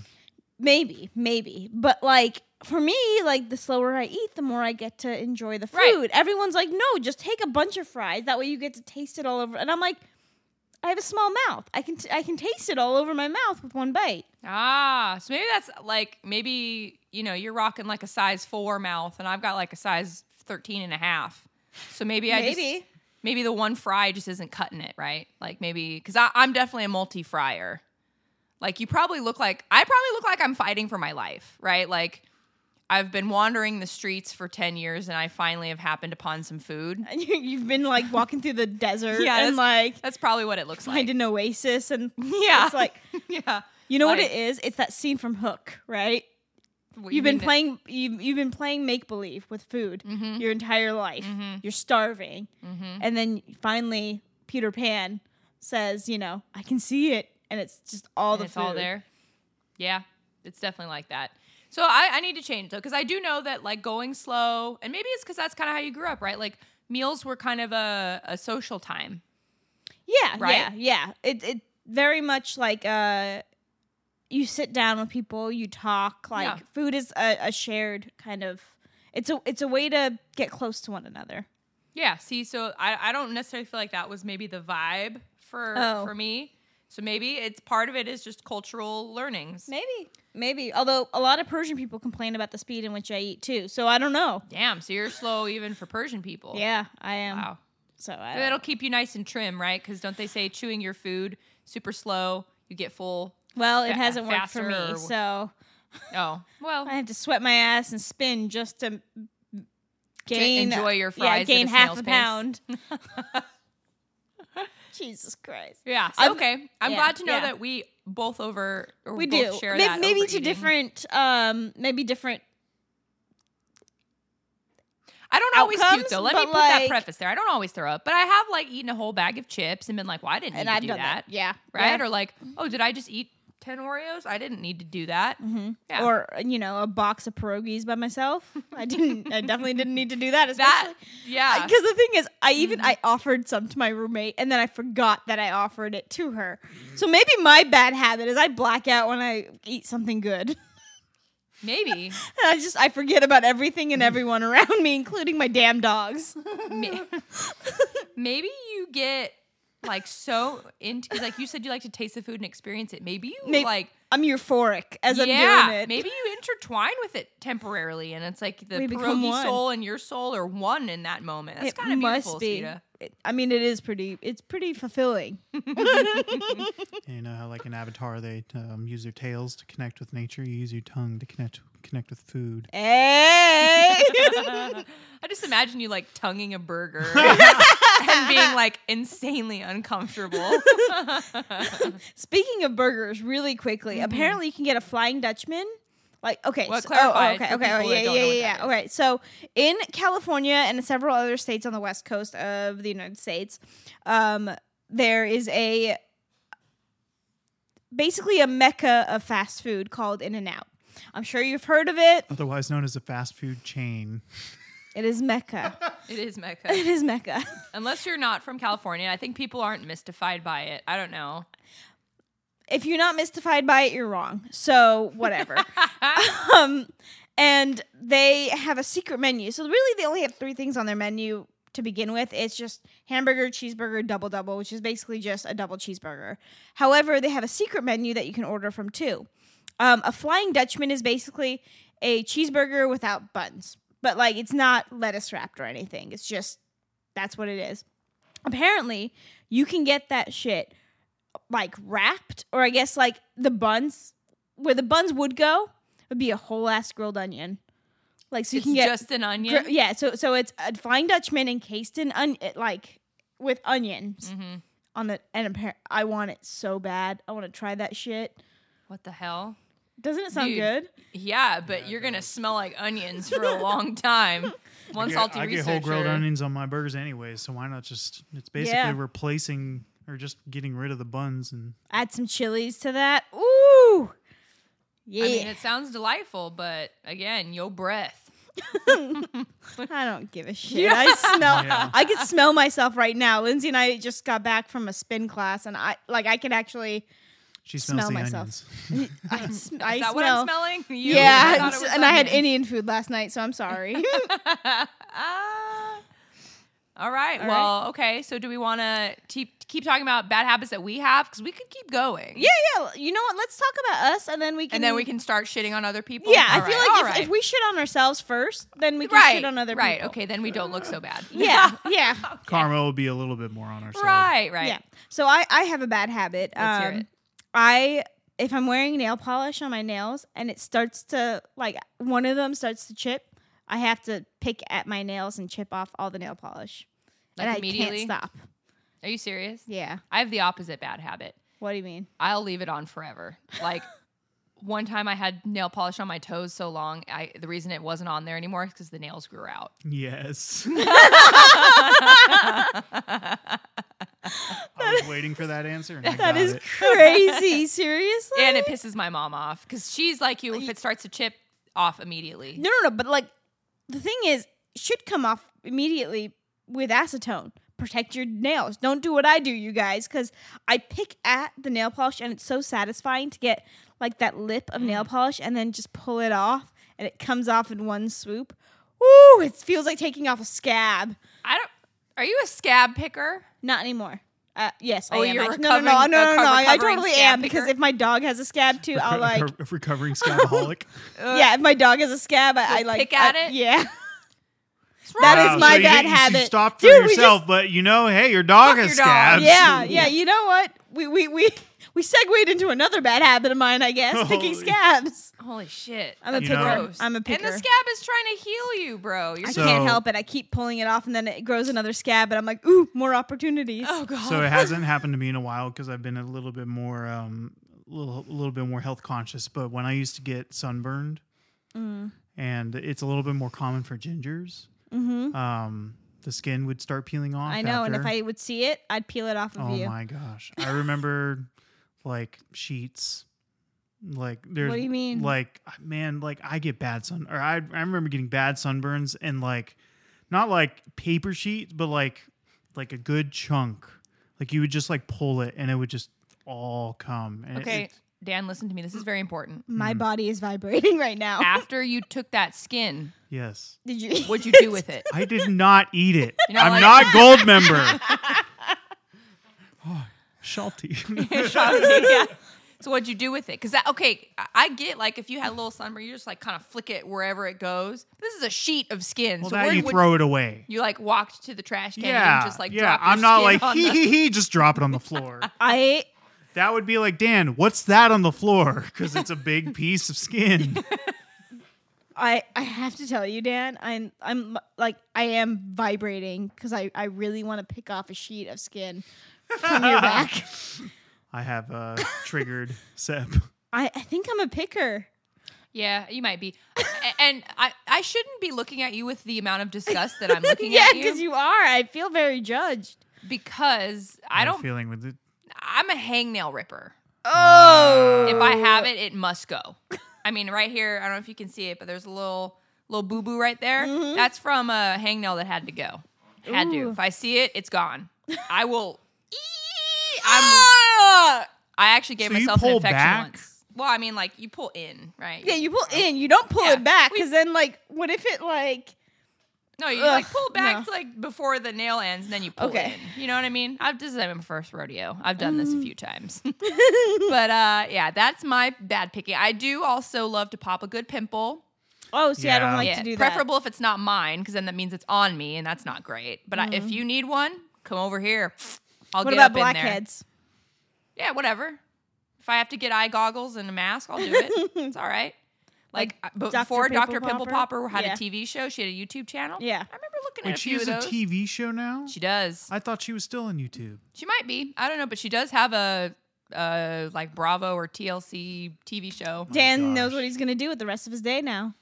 [SPEAKER 1] maybe, maybe. But like for me, like the slower I eat, the more I get to enjoy the food.
[SPEAKER 2] Right.
[SPEAKER 1] Everyone's like, "No, just take a bunch of fries. That way you get to taste it all over." And I'm like, "I have a small mouth. I can t- I can taste it all over my mouth with one bite."
[SPEAKER 2] Ah, so maybe that's like maybe you know you're rocking like a size four mouth, and I've got like a size 13 and a half. So maybe I just
[SPEAKER 1] maybe.
[SPEAKER 2] maybe the one fry just isn't cutting it right. Like maybe because I'm definitely a multi fryer. Like you probably look like I probably look like I'm fighting for my life, right? Like I've been wandering the streets for 10 years, and I finally have happened upon some food.
[SPEAKER 1] And you- You've been like walking through the desert
[SPEAKER 2] [laughs] Yeah,
[SPEAKER 1] and
[SPEAKER 2] that's-
[SPEAKER 1] like
[SPEAKER 2] That's probably what it
[SPEAKER 1] [laughs]
[SPEAKER 2] looks
[SPEAKER 1] find
[SPEAKER 2] like.
[SPEAKER 1] an oasis and
[SPEAKER 2] Yeah,
[SPEAKER 1] it's like
[SPEAKER 2] [laughs] yeah.
[SPEAKER 1] [laughs] you know what
[SPEAKER 2] Like-
[SPEAKER 1] it is? It's that scene from Hook, right?
[SPEAKER 2] What, you
[SPEAKER 1] You've been
[SPEAKER 2] mean that-
[SPEAKER 1] playing. You've, you've been playing make believe with food your entire life. You're starving, and then finally Peter Pan says, "You know, I can see it, and it's just all
[SPEAKER 2] and
[SPEAKER 1] the
[SPEAKER 2] it's
[SPEAKER 1] food."
[SPEAKER 2] all there. Yeah, it's definitely like that. So I, I need to change though, because I do know that like going slow, and maybe it's because that's kind of how you grew up, right? Like meals were kind of a, a social time.
[SPEAKER 1] Yeah,
[SPEAKER 2] Right?
[SPEAKER 1] yeah, yeah. It it very much like uh, you sit down with people, you talk. Like
[SPEAKER 2] Yeah.
[SPEAKER 1] food is a, a shared kind of. It's a it's a way to get close to one another.
[SPEAKER 2] Yeah. See, so I, I don't necessarily feel like that was maybe the vibe for
[SPEAKER 1] Oh.
[SPEAKER 2] for me. So maybe it's part of it is just cultural learnings.
[SPEAKER 1] Maybe maybe. Although a lot of Persian people complain about the speed in which I eat too, so I don't know.
[SPEAKER 2] Damn. So you're slow even for Persian people.
[SPEAKER 1] Yeah, I am.
[SPEAKER 2] Wow.
[SPEAKER 1] So I
[SPEAKER 2] But
[SPEAKER 1] don't-
[SPEAKER 2] That'll keep you nice and trim, right? Because don't they say chewing your food super slow, you get full.
[SPEAKER 1] Well, it
[SPEAKER 2] fa-
[SPEAKER 1] hasn't worked for
[SPEAKER 2] faster
[SPEAKER 1] me,
[SPEAKER 2] or-
[SPEAKER 1] so
[SPEAKER 2] Oh well.
[SPEAKER 1] I have to sweat my ass and spin just to gain
[SPEAKER 2] enjoy your
[SPEAKER 1] yeah,
[SPEAKER 2] fries at
[SPEAKER 1] gain
[SPEAKER 2] a [laughs]
[SPEAKER 1] half
[SPEAKER 2] snail's
[SPEAKER 1] a
[SPEAKER 2] pace.
[SPEAKER 1] pound. Jesus Christ.
[SPEAKER 2] Yeah. so,
[SPEAKER 1] I'm-
[SPEAKER 2] okay. I'm
[SPEAKER 1] yeah,
[SPEAKER 2] glad to know
[SPEAKER 1] yeah.
[SPEAKER 2] that we both over or
[SPEAKER 1] We
[SPEAKER 2] both
[SPEAKER 1] do.
[SPEAKER 2] share
[SPEAKER 1] May-
[SPEAKER 2] that
[SPEAKER 1] maybe to
[SPEAKER 2] overeating.
[SPEAKER 1] different um maybe different
[SPEAKER 2] I don't always puke
[SPEAKER 1] outcomes,
[SPEAKER 2] though. Let me
[SPEAKER 1] but,
[SPEAKER 2] put that
[SPEAKER 1] like-
[SPEAKER 2] preface there. I don't always throw up, but I have like eaten a whole bag of chips and been like, "Well, I didn't need
[SPEAKER 1] and
[SPEAKER 2] to
[SPEAKER 1] I've
[SPEAKER 2] do
[SPEAKER 1] done
[SPEAKER 2] that,
[SPEAKER 1] that. Yeah.
[SPEAKER 2] right?" Or like, "Oh, did I just eat ten Oreos? I didn't need to do that."
[SPEAKER 1] hmm
[SPEAKER 2] Yeah.
[SPEAKER 1] Or you know, a box of pierogies by myself. I didn't. I definitely didn't need to do that.
[SPEAKER 2] [laughs] That,
[SPEAKER 1] Especially
[SPEAKER 2] yeah, Mm-hmm.
[SPEAKER 1] because the thing is, I even I offered some to my roommate, and then I forgot that I offered it to her.
[SPEAKER 2] Mm.
[SPEAKER 1] So maybe my bad habit is I black out when I eat something good. [laughs]
[SPEAKER 2] maybe.
[SPEAKER 1] I just I forget about everything
[SPEAKER 2] Mm.
[SPEAKER 1] and everyone [laughs] around me, including my damn dogs. [laughs]
[SPEAKER 2] May- maybe you get like so into 'cause, like you said you like to taste the food and experience it maybe you
[SPEAKER 1] May-
[SPEAKER 2] like
[SPEAKER 1] I'm euphoric as
[SPEAKER 2] yeah
[SPEAKER 1] I'm doing it.
[SPEAKER 2] maybe you intertwine with it temporarily and it's like the
[SPEAKER 1] We become
[SPEAKER 2] pierogi
[SPEAKER 1] one.
[SPEAKER 2] soul and your soul are one in that moment that's
[SPEAKER 1] it
[SPEAKER 2] kind of beautiful
[SPEAKER 1] must be.
[SPEAKER 2] Sita.
[SPEAKER 1] It- I mean, it is pretty. It's pretty fulfilling.
[SPEAKER 3] You know how, like in Avatar, they um, use their tails to connect with nature. You use your tongue to connect connect with food.
[SPEAKER 1] Hey. [laughs]
[SPEAKER 2] i just imagine you like tonguing a burger
[SPEAKER 1] [laughs]
[SPEAKER 2] and being like insanely uncomfortable
[SPEAKER 1] Speaking of burgers, really quickly, apparently you can get a Flying Dutchman. Like okay,
[SPEAKER 2] Mm-hmm. Well,
[SPEAKER 1] so-
[SPEAKER 2] clarify
[SPEAKER 1] oh, okay,
[SPEAKER 2] for
[SPEAKER 1] okay, oh,
[SPEAKER 2] people that
[SPEAKER 1] yeah,
[SPEAKER 2] don't
[SPEAKER 1] yeah,
[SPEAKER 2] know what
[SPEAKER 1] yeah,
[SPEAKER 2] that
[SPEAKER 1] yeah. Okay, so in California and several other states on the west coast of the United States, um, there is a basically a mecca of fast food called In and Out. I'm sure you've heard of it.
[SPEAKER 3] Otherwise known as a fast food chain.
[SPEAKER 1] It is
[SPEAKER 2] [laughs]
[SPEAKER 1] mecca.
[SPEAKER 2] it is mecca
[SPEAKER 1] it is mecca.
[SPEAKER 2] unless you're not from california i think people aren't mystified by it i don't know
[SPEAKER 1] If you're not mystified by it, you're wrong. So whatever. um, and they have a secret menu. So really, they only have three things on their menu to begin with. It's just hamburger, cheeseburger, double double, which is basically just a double cheeseburger. However, they have a secret menu that you can order from too. Um, a flying Dutchman is basically a cheeseburger without buns, but like it's not lettuce wrapped or anything. It's just that's what it is. Apparently, you can get that shit like wrapped, or I guess like the buns where the buns would go would be a whole ass grilled onion. Like so you
[SPEAKER 2] it's
[SPEAKER 1] can get
[SPEAKER 2] just an onion
[SPEAKER 1] Gr- yeah, so so it's a flying Dutchman encased in on it, like with onions
[SPEAKER 2] mm-hmm.
[SPEAKER 1] on the and appar- I want it so bad. I want to try that shit.
[SPEAKER 2] What the hell?
[SPEAKER 1] Doesn't it sound
[SPEAKER 2] Dude.
[SPEAKER 1] good?
[SPEAKER 2] Yeah, but you're gonna smell like onions for
[SPEAKER 1] [laughs]
[SPEAKER 2] a long time. One
[SPEAKER 3] I get,
[SPEAKER 2] salty
[SPEAKER 3] I get
[SPEAKER 2] researcher.
[SPEAKER 3] whole grilled onions on my burgers anyway, so why not just? It's basically
[SPEAKER 1] Yeah.
[SPEAKER 3] replacing or just getting rid of the
[SPEAKER 1] [laughs]
[SPEAKER 3] buns and
[SPEAKER 1] Add some chilies to that. Ooh.
[SPEAKER 2] I
[SPEAKER 1] Yeah. I,
[SPEAKER 2] mean, it sounds delightful, but again, your breath.
[SPEAKER 1] don't
[SPEAKER 2] [laughs]
[SPEAKER 1] give a shit. I smell
[SPEAKER 3] Yeah.
[SPEAKER 1] I can smell myself right now. Lindsay and I just got back from a spin class and I like I can actually
[SPEAKER 3] she smells
[SPEAKER 1] Smell
[SPEAKER 3] the
[SPEAKER 1] myself.
[SPEAKER 3] onions.
[SPEAKER 1] I, sm-
[SPEAKER 2] [laughs] Is
[SPEAKER 1] I
[SPEAKER 2] that
[SPEAKER 1] smell
[SPEAKER 2] what I'm smelling? [laughs] You,
[SPEAKER 1] Yeah,
[SPEAKER 2] I thought
[SPEAKER 1] and,
[SPEAKER 2] it was
[SPEAKER 1] and I had
[SPEAKER 2] onions.
[SPEAKER 1] Indian food last night, so I'm sorry. [laughs]
[SPEAKER 2] Ah. all right.
[SPEAKER 1] All
[SPEAKER 2] well, okay. So, do we want to keep keep talking about bad habits that we have? Because we could keep going.
[SPEAKER 1] Yeah, yeah. You know what? Let's talk about us, and then we can.
[SPEAKER 2] And then we can start shitting on other people.
[SPEAKER 1] Yeah, I
[SPEAKER 2] All
[SPEAKER 1] feel
[SPEAKER 2] right,
[SPEAKER 1] like
[SPEAKER 2] all
[SPEAKER 1] if,
[SPEAKER 2] right.
[SPEAKER 1] if we shit on ourselves first, then we can
[SPEAKER 2] right,
[SPEAKER 1] shit on other
[SPEAKER 2] right.
[SPEAKER 1] people.
[SPEAKER 2] Okay, then we don't look so bad.
[SPEAKER 1] [laughs]
[SPEAKER 2] [laughs]
[SPEAKER 1] Yeah, yeah,
[SPEAKER 3] Karma will be a little bit more on our side.
[SPEAKER 2] right. Right.
[SPEAKER 1] yeah. So I I have a bad habit.
[SPEAKER 2] Let's hear
[SPEAKER 1] Um,
[SPEAKER 2] it.
[SPEAKER 1] I if I'm wearing nail polish on my nails and it starts to like one of them starts to chip, I have to pick at my nails and chip off all the nail polish,
[SPEAKER 2] Like
[SPEAKER 1] and I
[SPEAKER 2] immediately?
[SPEAKER 1] can't stop.
[SPEAKER 2] Are you serious?
[SPEAKER 1] Yeah.
[SPEAKER 2] I have the opposite bad habit.
[SPEAKER 1] What do you
[SPEAKER 2] [laughs]
[SPEAKER 1] mean?
[SPEAKER 2] I'll leave it on forever. Like [laughs] one time I had nail polish on my toes so long, I the reason it wasn't on there anymore is because the nails grew out.
[SPEAKER 1] [laughs]
[SPEAKER 3] Yes. [laughs]
[SPEAKER 1] [laughs]
[SPEAKER 3] I was waiting for that answer. And I
[SPEAKER 1] That
[SPEAKER 3] got
[SPEAKER 1] is
[SPEAKER 3] it.
[SPEAKER 1] crazy. Seriously?
[SPEAKER 2] And it pisses my mom off because she's like you if it starts to chip off immediately.
[SPEAKER 1] No, no, no. But like, the thing is, it should come off immediately with acetone. Protect your nails. Don't do what I do, you guys, because I pick at the nail polish, and it's so satisfying to get like that lip of
[SPEAKER 2] Mm.
[SPEAKER 1] nail polish, and then just pull it off, and it comes off in one swoop. Ooh, it feels like taking off a scab.
[SPEAKER 2] I don't are you a scab picker?
[SPEAKER 1] Not anymore. Uh, yes,
[SPEAKER 2] Oh,
[SPEAKER 1] I am.
[SPEAKER 2] you're
[SPEAKER 1] actually. No, no, no, no,
[SPEAKER 2] recovering-
[SPEAKER 1] no, no,
[SPEAKER 2] reco-
[SPEAKER 1] I, I
[SPEAKER 2] recovering
[SPEAKER 1] totally
[SPEAKER 2] scab
[SPEAKER 1] am because
[SPEAKER 2] picker?
[SPEAKER 1] if my dog has a scab
[SPEAKER 2] [laughs]
[SPEAKER 1] too, I'll like.
[SPEAKER 3] Reco- recovering scabaholic.
[SPEAKER 1] Yeah, if my dog has a scab, I, I like
[SPEAKER 2] pick at
[SPEAKER 1] I-
[SPEAKER 2] it?
[SPEAKER 1] Yeah.
[SPEAKER 2] What's
[SPEAKER 1] [laughs]
[SPEAKER 2] wrong
[SPEAKER 1] That
[SPEAKER 2] with
[SPEAKER 1] is
[SPEAKER 2] you?
[SPEAKER 1] my
[SPEAKER 3] so you
[SPEAKER 1] bad
[SPEAKER 3] didn't- You
[SPEAKER 1] habit.
[SPEAKER 3] stopped for
[SPEAKER 1] Dude, we
[SPEAKER 3] yourself, but you know, hey, your dog
[SPEAKER 2] Fuck
[SPEAKER 3] has
[SPEAKER 2] your dog.
[SPEAKER 3] scabs.
[SPEAKER 1] Yeah, yeah. You know what? We we we we segued into another bad habit of mine, I guess, picking
[SPEAKER 3] Holy-
[SPEAKER 1] scabs.
[SPEAKER 2] Holy shit.
[SPEAKER 1] I'm a
[SPEAKER 2] That's
[SPEAKER 3] picker.
[SPEAKER 2] gross.
[SPEAKER 1] I'm a
[SPEAKER 2] And the
[SPEAKER 1] picker.
[SPEAKER 2] scab is trying to heal you, bro. You're
[SPEAKER 1] I
[SPEAKER 3] So-
[SPEAKER 1] can't help it. I keep pulling it off, and then it grows another scab, and I'm like, ooh, more opportunities.
[SPEAKER 2] Oh god.
[SPEAKER 3] So it hasn't happened to me in a while because I've been a little bit more, um, little, little bit more health conscious. But when I used to get sunburned, and it's a little bit more common for gingers,
[SPEAKER 1] Mm-hmm.
[SPEAKER 3] um, the skin would start peeling off.
[SPEAKER 1] I know, and if
[SPEAKER 3] after.
[SPEAKER 1] I would see it, I'd peel it off of
[SPEAKER 3] oh
[SPEAKER 1] you.
[SPEAKER 3] my gosh, I remember like sheets. Like there's
[SPEAKER 1] What do you mean?
[SPEAKER 3] Like man, like I get bad sun or I I remember getting bad sunburns and like not like paper sheets, but like like a good chunk. Like you would just like pull it and it would just all come. And it-
[SPEAKER 2] Okay,
[SPEAKER 3] it-
[SPEAKER 2] Dan, listen to me. This is very important.
[SPEAKER 1] My
[SPEAKER 3] Mm.
[SPEAKER 1] body is vibrating [laughs] right now.
[SPEAKER 2] After you took that skin,
[SPEAKER 3] yes.
[SPEAKER 1] Did [laughs] you?
[SPEAKER 2] what'd you do
[SPEAKER 3] [laughs]
[SPEAKER 2] with it? [laughs]
[SPEAKER 3] I did not eat it.
[SPEAKER 2] You're not
[SPEAKER 3] I'm
[SPEAKER 2] like-
[SPEAKER 3] not gold member.
[SPEAKER 2] [laughs]
[SPEAKER 3] oh, Shalty.
[SPEAKER 2] yeah. So what'd you do with it? Because okay, I- I get like if you had a little sunburn, you just like kind of flick it wherever it goes. This is a sheet of skin.
[SPEAKER 3] well,
[SPEAKER 2] so
[SPEAKER 3] that
[SPEAKER 2] where
[SPEAKER 3] you
[SPEAKER 2] would-
[SPEAKER 3] throw it away.
[SPEAKER 2] you like walked to the trash can
[SPEAKER 3] yeah,
[SPEAKER 2] and just like
[SPEAKER 3] yeah.
[SPEAKER 2] dropped your
[SPEAKER 3] I'm not
[SPEAKER 2] skin
[SPEAKER 3] like
[SPEAKER 2] on
[SPEAKER 3] hee [laughs]
[SPEAKER 2] the- [laughs]
[SPEAKER 3] hee hee. Just drop it on the floor.
[SPEAKER 1] I
[SPEAKER 3] That would be like, Dan, what's that on the floor? [laughs] Because it's a big piece
[SPEAKER 2] [laughs]
[SPEAKER 3] of skin.
[SPEAKER 1] I I have to tell you, Dan, I'm I'm like I am vibrating because I I really want to pick off a sheet of skin from
[SPEAKER 3] [laughs]
[SPEAKER 1] your back.
[SPEAKER 3] I have uh, triggered Sep.
[SPEAKER 1] I, I think I'm a picker.
[SPEAKER 2] Yeah, you might be. A- and I, I shouldn't be looking at you with the amount of disgust that
[SPEAKER 3] [laughs]
[SPEAKER 2] I'm looking
[SPEAKER 1] yeah,
[SPEAKER 2] at you,
[SPEAKER 1] because you are. I feel very judged.
[SPEAKER 2] because I
[SPEAKER 3] I'm
[SPEAKER 2] don't.
[SPEAKER 3] feeling with it.
[SPEAKER 2] I'm a hangnail ripper.
[SPEAKER 1] Oh,
[SPEAKER 2] If I have it, it must go. I mean, right here, I don't know if you can see it, but there's a little little boo boo right there. That's from a hangnail that had to go. Had to.
[SPEAKER 1] Mm-hmm. Ooh.
[SPEAKER 2] If I see it, it's gone. I
[SPEAKER 1] [laughs]
[SPEAKER 2] will. I'm,
[SPEAKER 1] ah!
[SPEAKER 2] I actually gave
[SPEAKER 3] So you
[SPEAKER 2] myself an
[SPEAKER 3] pull
[SPEAKER 2] infection
[SPEAKER 3] back?
[SPEAKER 2] once. Well, I mean, like you pull in, right?
[SPEAKER 1] yeah, you pull in. You don't pull
[SPEAKER 2] Yeah,
[SPEAKER 1] it back
[SPEAKER 2] we-
[SPEAKER 1] because then, like, what if it like?
[SPEAKER 2] No, you like
[SPEAKER 1] Ugh,
[SPEAKER 2] pull back
[SPEAKER 1] no.
[SPEAKER 2] to like before the nail ends, and then you pull
[SPEAKER 1] Okay. Mm.
[SPEAKER 2] it in. You know what I mean? I've this is my first rodeo. I've done this a few
[SPEAKER 1] [laughs]
[SPEAKER 2] times, but uh, yeah, that's my bad picking. I do also love to pop a good pimple.
[SPEAKER 1] Oh, see, I don't
[SPEAKER 3] Yeah.
[SPEAKER 1] like
[SPEAKER 2] Yeah,
[SPEAKER 1] to do that.
[SPEAKER 2] preferable if it's not mine, because then that means it's on me, and that's not great. But I, if you need one, come over here. I'll
[SPEAKER 1] Mm. What
[SPEAKER 2] get
[SPEAKER 1] about
[SPEAKER 2] up in there.
[SPEAKER 1] blackheads?
[SPEAKER 2] Yeah, whatever. If I have to get eye goggles and a mask, I'll
[SPEAKER 1] [laughs]
[SPEAKER 2] do it. it's all right. Like,
[SPEAKER 1] Like
[SPEAKER 2] but
[SPEAKER 1] Dr.
[SPEAKER 2] before
[SPEAKER 1] Pimple
[SPEAKER 2] Dr. Pimple
[SPEAKER 1] Popper?
[SPEAKER 2] Popper, had
[SPEAKER 1] Yeah.
[SPEAKER 2] a TV show. She had a YouTube channel.
[SPEAKER 1] Yeah.
[SPEAKER 2] I remember looking at
[SPEAKER 3] Wait,
[SPEAKER 2] a
[SPEAKER 3] she
[SPEAKER 2] few
[SPEAKER 3] has
[SPEAKER 2] of
[SPEAKER 3] a
[SPEAKER 2] those.
[SPEAKER 3] TV show now?
[SPEAKER 2] She does.
[SPEAKER 3] I thought she was still on YouTube.
[SPEAKER 2] She might be. I don't know, but she does have a uh like Bravo or TLC TV show.
[SPEAKER 1] Dan knows
[SPEAKER 3] gosh.
[SPEAKER 1] what he's gonna do with the rest of his day now.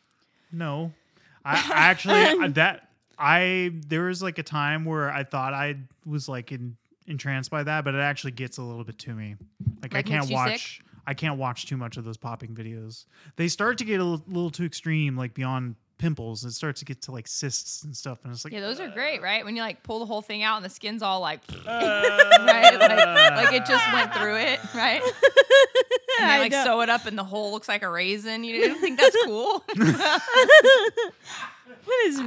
[SPEAKER 3] No,
[SPEAKER 2] [laughs]
[SPEAKER 3] I, I actually I- that I there was like a time where I thought I was like in, entranced by that, but it actually gets a little bit to me. Like, I
[SPEAKER 2] Like, makes
[SPEAKER 3] can't
[SPEAKER 2] you
[SPEAKER 3] watch. I can't watch too much of those popping videos. They start to get a li- little too extreme, like beyond pimples. It starts to get to like cysts and stuff, and it's like
[SPEAKER 2] Yeah, those are great, right? When you like pull the whole thing out and the skin's all
[SPEAKER 3] [laughs]
[SPEAKER 2] like, [laughs]
[SPEAKER 3] uh,
[SPEAKER 2] right? like, like it just went through it,
[SPEAKER 1] [laughs]
[SPEAKER 2] right? And
[SPEAKER 1] I
[SPEAKER 2] they like
[SPEAKER 1] don't-
[SPEAKER 2] [laughs] sew it up and the hole looks like a raisin. You don't think that's cool?
[SPEAKER 1] What is?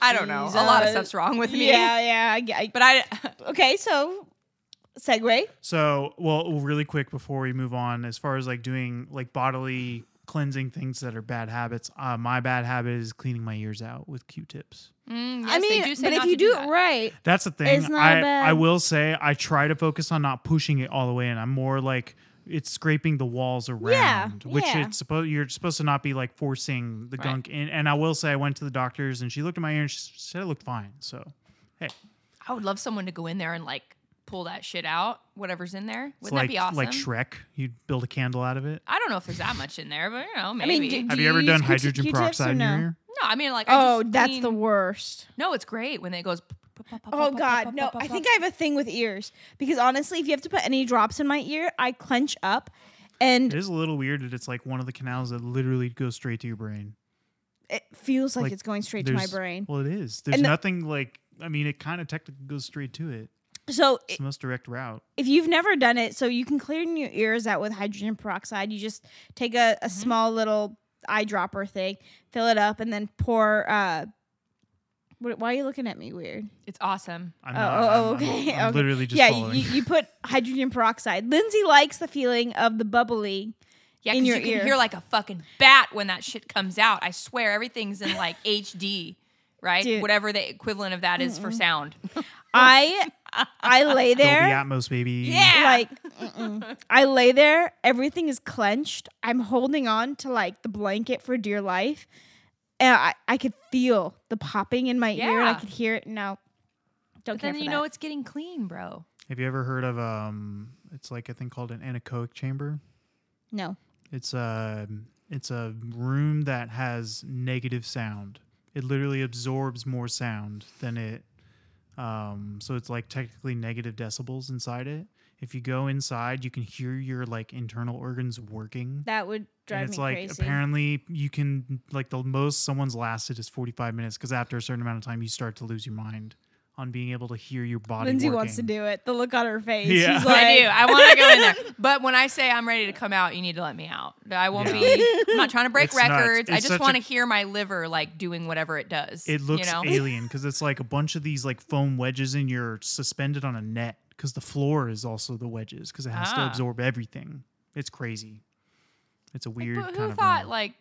[SPEAKER 2] I don't know. A lot of
[SPEAKER 1] Jesus.
[SPEAKER 2] stuff's
[SPEAKER 1] [laughs]
[SPEAKER 2] wrong with me.
[SPEAKER 1] yeah, yeah. I, I,
[SPEAKER 2] But I
[SPEAKER 1] okay, so segue.
[SPEAKER 3] So, well, really quick before we move on, as far as like doing like bodily cleansing things that are bad habits, uh, my bad habit is cleaning my ears out with Q-tips.
[SPEAKER 2] Mm,
[SPEAKER 1] I
[SPEAKER 2] yes, they
[SPEAKER 1] mean,
[SPEAKER 2] do say
[SPEAKER 1] but if
[SPEAKER 2] not
[SPEAKER 1] you
[SPEAKER 2] to do
[SPEAKER 1] do
[SPEAKER 2] that.
[SPEAKER 1] it right,
[SPEAKER 3] That's the thing.
[SPEAKER 1] It's not
[SPEAKER 3] I
[SPEAKER 1] bad.
[SPEAKER 3] I will say I try to focus on not pushing it all the way, and I'm more like it's scraping the walls around, which
[SPEAKER 1] yeah.
[SPEAKER 3] it's supposed you're supposed to not be like forcing the
[SPEAKER 2] Right.
[SPEAKER 3] gunk in. And I will say I went to the doctors and she looked at my ear and she said it looked fine. So hey,
[SPEAKER 2] I would love someone to go in there and like pull that shit out, whatever's in there.
[SPEAKER 3] it's
[SPEAKER 2] Wouldn't
[SPEAKER 3] like
[SPEAKER 2] that be awesome?
[SPEAKER 3] like Shrek, you'd build a candle out of it.
[SPEAKER 2] I don't know if there's that much in there, but you know,
[SPEAKER 1] I
[SPEAKER 2] maybe.
[SPEAKER 1] mean, do-
[SPEAKER 3] Have you ever
[SPEAKER 1] use
[SPEAKER 3] done
[SPEAKER 1] Q-ti-
[SPEAKER 3] hydrogen
[SPEAKER 1] Q-tips or
[SPEAKER 3] peroxide in
[SPEAKER 1] no?
[SPEAKER 3] your ear?
[SPEAKER 2] No, I mean like I
[SPEAKER 1] oh,
[SPEAKER 2] just
[SPEAKER 1] that's
[SPEAKER 2] clean-
[SPEAKER 1] the worst.
[SPEAKER 2] No, it's great when it goes.
[SPEAKER 1] Oh God, no! I think I have a thing with ears because honestly, if you have to put any drops in my ear, I clench up, and
[SPEAKER 3] It is a little weird that it's like one of the canals that literally goes straight to your brain.
[SPEAKER 1] it feels like,
[SPEAKER 3] Like,
[SPEAKER 1] it's going straight to my
[SPEAKER 3] There's-
[SPEAKER 1] brain.
[SPEAKER 3] Well, it is. There's
[SPEAKER 1] And the-
[SPEAKER 3] nothing like. I mean, it kind of technically goes straight to it.
[SPEAKER 1] So
[SPEAKER 3] It's the most direct route.
[SPEAKER 1] if you've never done it, so you can clean your ears out with hydrogen peroxide. You just take a, a
[SPEAKER 3] Mm-hmm.
[SPEAKER 1] small little eyedropper thing, fill it up, and then pour. Uh, what, why are you looking at me weird?
[SPEAKER 2] it's awesome.
[SPEAKER 3] I'm
[SPEAKER 1] Oh,
[SPEAKER 3] not-
[SPEAKER 1] oh, oh,
[SPEAKER 3] I'm- I'm-
[SPEAKER 1] okay,
[SPEAKER 3] I'm
[SPEAKER 1] okay.
[SPEAKER 3] literally just
[SPEAKER 1] yeah,
[SPEAKER 3] following.
[SPEAKER 1] you, you
[SPEAKER 3] [laughs]
[SPEAKER 1] put hydrogen peroxide. Lindsay likes the feeling of the
[SPEAKER 3] [laughs]
[SPEAKER 1] bubbly.
[SPEAKER 2] Yeah,
[SPEAKER 1] In
[SPEAKER 2] 'cause
[SPEAKER 1] your
[SPEAKER 2] you can
[SPEAKER 1] ear.
[SPEAKER 2] hear like a fucking bat when that shit comes out. I swear everything's in like HD, right?
[SPEAKER 1] Dude.
[SPEAKER 2] Whatever the equivalent of that is for sound.
[SPEAKER 1] I I lay there.
[SPEAKER 3] Dolby Atmos, baby.
[SPEAKER 2] Yeah.
[SPEAKER 1] Like,
[SPEAKER 2] [laughs]
[SPEAKER 1] mm-mm. I lay there, everything is clenched. I'm holding on to like the blanket for dear life. And I, I could feel the popping in my ear. I
[SPEAKER 2] Yeah.
[SPEAKER 1] could hear it. No, don't
[SPEAKER 2] But
[SPEAKER 1] care.
[SPEAKER 2] then
[SPEAKER 1] for
[SPEAKER 2] you
[SPEAKER 1] that.
[SPEAKER 2] know it's getting clean, bro.
[SPEAKER 3] Have you ever heard of um? It's like a thing called an anechoic chamber.
[SPEAKER 1] no.
[SPEAKER 3] It's a it's a room that has negative sound. It literally absorbs more sound than it. Um, so it's like technically negative decibels inside it. If you go inside, you can hear your like internal organs working.
[SPEAKER 1] That would drive
[SPEAKER 3] and it's
[SPEAKER 1] me
[SPEAKER 3] like
[SPEAKER 1] crazy.
[SPEAKER 3] apparently you can like the most someone's lasted is 45 minutes because after a certain amount of time you start to lose your mind on being able to hear your body
[SPEAKER 1] Lindsay
[SPEAKER 3] working.
[SPEAKER 1] wants to do it. The look on her face.
[SPEAKER 3] Yeah.
[SPEAKER 1] She's
[SPEAKER 2] But
[SPEAKER 1] like,
[SPEAKER 2] [laughs] I do. I want to go
[SPEAKER 1] [laughs]
[SPEAKER 2] in there. But when I say I'm ready to come out, you need to let me out. I won't
[SPEAKER 3] Yeah.
[SPEAKER 2] be. I'm not trying to break
[SPEAKER 3] It's nuts.
[SPEAKER 2] records. I
[SPEAKER 3] It's
[SPEAKER 2] just
[SPEAKER 3] such
[SPEAKER 2] want
[SPEAKER 3] a-
[SPEAKER 2] to hear my liver like doing whatever it does.
[SPEAKER 3] It looks
[SPEAKER 2] you know?
[SPEAKER 3] alien because it's like a bunch of these like foam wedges and you're suspended on a net because the floor is also the wedges because it has to
[SPEAKER 2] Ah.
[SPEAKER 3] absorb everything. It's crazy. It's a weird
[SPEAKER 2] But
[SPEAKER 3] kind
[SPEAKER 2] who
[SPEAKER 3] of um,
[SPEAKER 2] thought
[SPEAKER 3] room.
[SPEAKER 2] like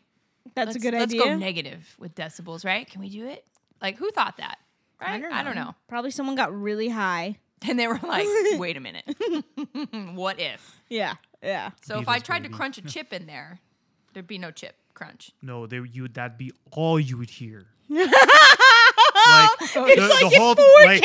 [SPEAKER 1] that's
[SPEAKER 2] let's,
[SPEAKER 1] a good
[SPEAKER 2] let's
[SPEAKER 1] idea.
[SPEAKER 2] go negative with decibels, right? Can we do it? Like who thought that? Right? I don't know. [laughs]
[SPEAKER 1] Probably someone got really high.
[SPEAKER 2] And they were
[SPEAKER 1] [laughs]
[SPEAKER 2] like, "Wait a minute, [laughs] what if?"
[SPEAKER 1] Yeah.
[SPEAKER 2] [laughs]
[SPEAKER 1] Yeah.
[SPEAKER 2] So if I
[SPEAKER 3] Beatles,
[SPEAKER 2] tried
[SPEAKER 3] baby.
[SPEAKER 2] to crunch a chip in there, there'd be no chip crunch.
[SPEAKER 3] no, they, you would that'd be all you would hear. like
[SPEAKER 1] It's
[SPEAKER 3] the,
[SPEAKER 1] like
[SPEAKER 3] the whole
[SPEAKER 1] in 4K.
[SPEAKER 3] like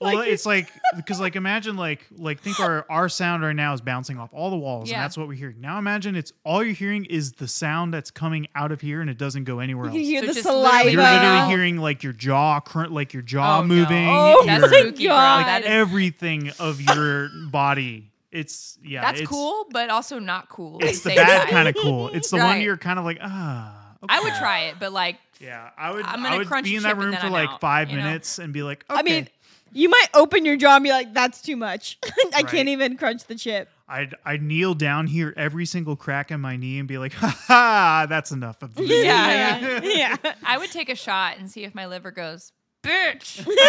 [SPEAKER 1] Like,
[SPEAKER 3] Well, it's like because like imagine like like think our our sound right now is bouncing off all the walls
[SPEAKER 2] Yeah.
[SPEAKER 3] and that's what we're hearing. Now imagine it's all you're hearing is the sound that's coming out of here and it doesn't go anywhere
[SPEAKER 1] you
[SPEAKER 3] else.
[SPEAKER 1] can hear
[SPEAKER 2] So
[SPEAKER 1] the
[SPEAKER 2] just literally
[SPEAKER 1] saliva.
[SPEAKER 3] you're
[SPEAKER 2] Wow.
[SPEAKER 3] literally hearing like your jaw current, like your jaw
[SPEAKER 2] Oh, no.
[SPEAKER 3] moving,
[SPEAKER 1] Oh,
[SPEAKER 3] your-
[SPEAKER 2] That's spooky, bro.
[SPEAKER 1] God.
[SPEAKER 2] That is,
[SPEAKER 3] everything of your body. It's yeah,
[SPEAKER 2] that's
[SPEAKER 3] it's,
[SPEAKER 2] cool, but also not cool. at
[SPEAKER 3] It's the
[SPEAKER 2] same
[SPEAKER 3] bad
[SPEAKER 2] time. [laughs]
[SPEAKER 3] kind of cool. It's the one
[SPEAKER 2] Right.
[SPEAKER 3] you're kind of like ah.
[SPEAKER 2] I would
[SPEAKER 3] okay.
[SPEAKER 2] try it, but like,
[SPEAKER 3] Yeah, I would.
[SPEAKER 2] I'm
[SPEAKER 3] i
[SPEAKER 2] gonna
[SPEAKER 3] would
[SPEAKER 2] crunch
[SPEAKER 3] be in
[SPEAKER 2] a
[SPEAKER 3] that
[SPEAKER 2] chip and
[SPEAKER 3] room
[SPEAKER 2] then
[SPEAKER 3] for
[SPEAKER 2] I'm
[SPEAKER 3] like
[SPEAKER 2] out,
[SPEAKER 3] five
[SPEAKER 2] you know?
[SPEAKER 3] minutes and be like, okay.
[SPEAKER 1] I mean, you might open your jaw and be like, that's too much. [laughs] I
[SPEAKER 3] Right.
[SPEAKER 1] can't even crunch the chip.
[SPEAKER 3] I'd I'd kneel down here every single crack in my knee and be like, [laughs] ha ha, that's enough of
[SPEAKER 1] [laughs]
[SPEAKER 3] you.
[SPEAKER 2] Yeah,
[SPEAKER 1] yeah. yeah.
[SPEAKER 2] I would take a shot and see if my liver goes, bitch.
[SPEAKER 1] [laughs]
[SPEAKER 2] [laughs]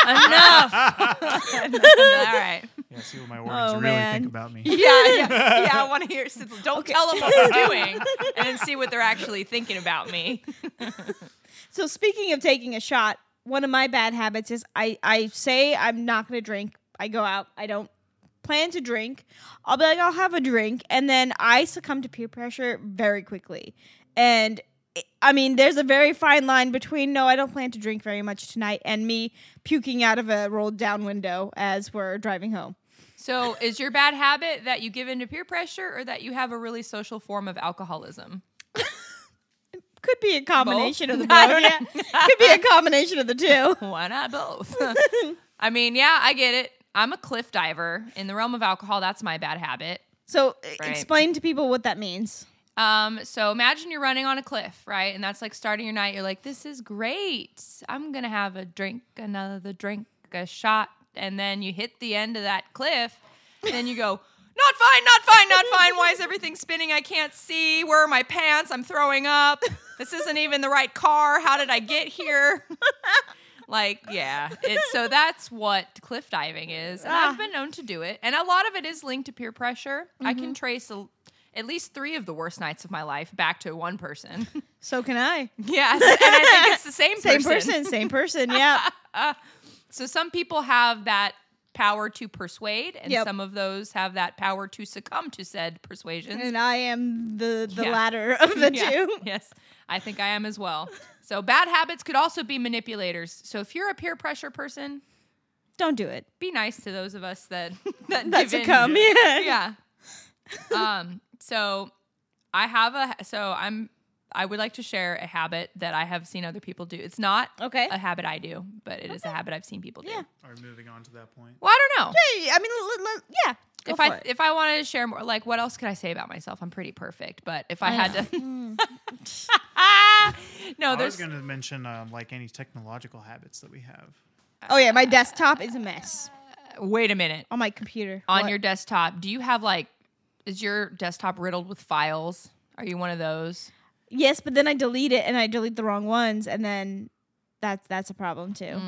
[SPEAKER 3] [laughs]
[SPEAKER 2] Enough. [laughs] All right.
[SPEAKER 3] Yeah, see what my organs
[SPEAKER 1] Oh,
[SPEAKER 3] really
[SPEAKER 1] man.
[SPEAKER 3] think
[SPEAKER 1] [laughs]
[SPEAKER 3] about me.
[SPEAKER 2] Yeah, [laughs] yeah, yeah. I want to hear. so Don't tell them what [laughs] I'm doing, and then see what they're actually thinking about me.
[SPEAKER 1] [laughs] So speaking of taking a shot, one of my bad habits is I, I say I'm not gonna drink. I go out. I don't plan to drink. I'll be like, I'll have a drink, and then I succumb to peer pressure very quickly. And it- I mean, there's a very fine line between no, I don't plan to drink very much tonight, and me puking out of a rolled down window as we're driving home.
[SPEAKER 2] So, is your bad habit that you give in to peer pressure, or that you have a really social form of alcoholism?
[SPEAKER 1] Could be a combination of the
[SPEAKER 2] I
[SPEAKER 1] both.
[SPEAKER 2] don't [laughs]
[SPEAKER 1] Yeah. Could be a combination of the two.
[SPEAKER 2] Why not [laughs] both? I mean, yeah, I get it. I'm a cliff diver in the realm of alcohol. That's my bad habit.
[SPEAKER 1] So uh,
[SPEAKER 2] Right.
[SPEAKER 1] explain to people what that means.
[SPEAKER 2] Um, so imagine you're running on a cliff, right? And that's like starting your night. You're like, this is great. I'm gonna have a drink, another drink, a shot, and then you hit the end of that cliff, and then you go, not fine, not fine, not fine. Why is everything spinning? I can't see. Where are my pants? I'm throwing up. This isn't even the right car. How did I get here? like, yeah.
[SPEAKER 1] [laughs]
[SPEAKER 2] It's, so that's what cliff diving is. And
[SPEAKER 1] Ah.
[SPEAKER 2] I've been known to do it. And a lot of it is linked to peer pressure. I
[SPEAKER 1] Mm-hmm.
[SPEAKER 2] can trace a, at least three of the worst nights of my life back to one
[SPEAKER 1] [laughs]
[SPEAKER 2] person.
[SPEAKER 1] So can I.
[SPEAKER 2] yeah, and I think it's the same,
[SPEAKER 1] Same person, same
[SPEAKER 2] [laughs]
[SPEAKER 1] person. Yeah.
[SPEAKER 2] So some people have that power to persuade, and
[SPEAKER 1] Yep.
[SPEAKER 2] some of those have that power to succumb to said persuasions.
[SPEAKER 1] and I am the the
[SPEAKER 2] Yeah.
[SPEAKER 1] latter of the [laughs]
[SPEAKER 2] Yeah,
[SPEAKER 1] two.
[SPEAKER 2] [laughs] Yes, I think I am as well. So bad habits could also be manipulators. So if you're a peer pressure person,
[SPEAKER 1] Don't do it.
[SPEAKER 2] be nice to those of us that [laughs] that
[SPEAKER 1] That's
[SPEAKER 2] give
[SPEAKER 1] a
[SPEAKER 2] in.
[SPEAKER 1] come. Yeah.
[SPEAKER 2] yeah. Um, so I have a so I'm I would like to share a habit that I have seen other people do. It's not
[SPEAKER 1] Okay.
[SPEAKER 2] a habit I do, but it is a habit I've seen people do.
[SPEAKER 1] Yeah.
[SPEAKER 3] Are moving on to that
[SPEAKER 1] Oh,
[SPEAKER 3] point.
[SPEAKER 2] Well, I don't know.
[SPEAKER 1] Hey, I mean, l- l- l- yeah. Go
[SPEAKER 2] if
[SPEAKER 1] for
[SPEAKER 2] I
[SPEAKER 1] it.
[SPEAKER 2] if I wanted to share more, like what else could I say about myself? I'm pretty perfect, but if I, had
[SPEAKER 1] [laughs] Hmm.
[SPEAKER 2] [laughs] to No,
[SPEAKER 3] I was
[SPEAKER 2] there's
[SPEAKER 3] going to mention um, like any technological habits that we have.
[SPEAKER 1] oh yeah, my desktop is a mess
[SPEAKER 2] wait a minute.
[SPEAKER 1] on my computer.
[SPEAKER 2] On
[SPEAKER 1] What?
[SPEAKER 2] your desktop, do you have like is your desktop riddled with files? Are you one of those?
[SPEAKER 1] yes, but then I delete it and I delete the wrong ones, and then that's that's a problem too.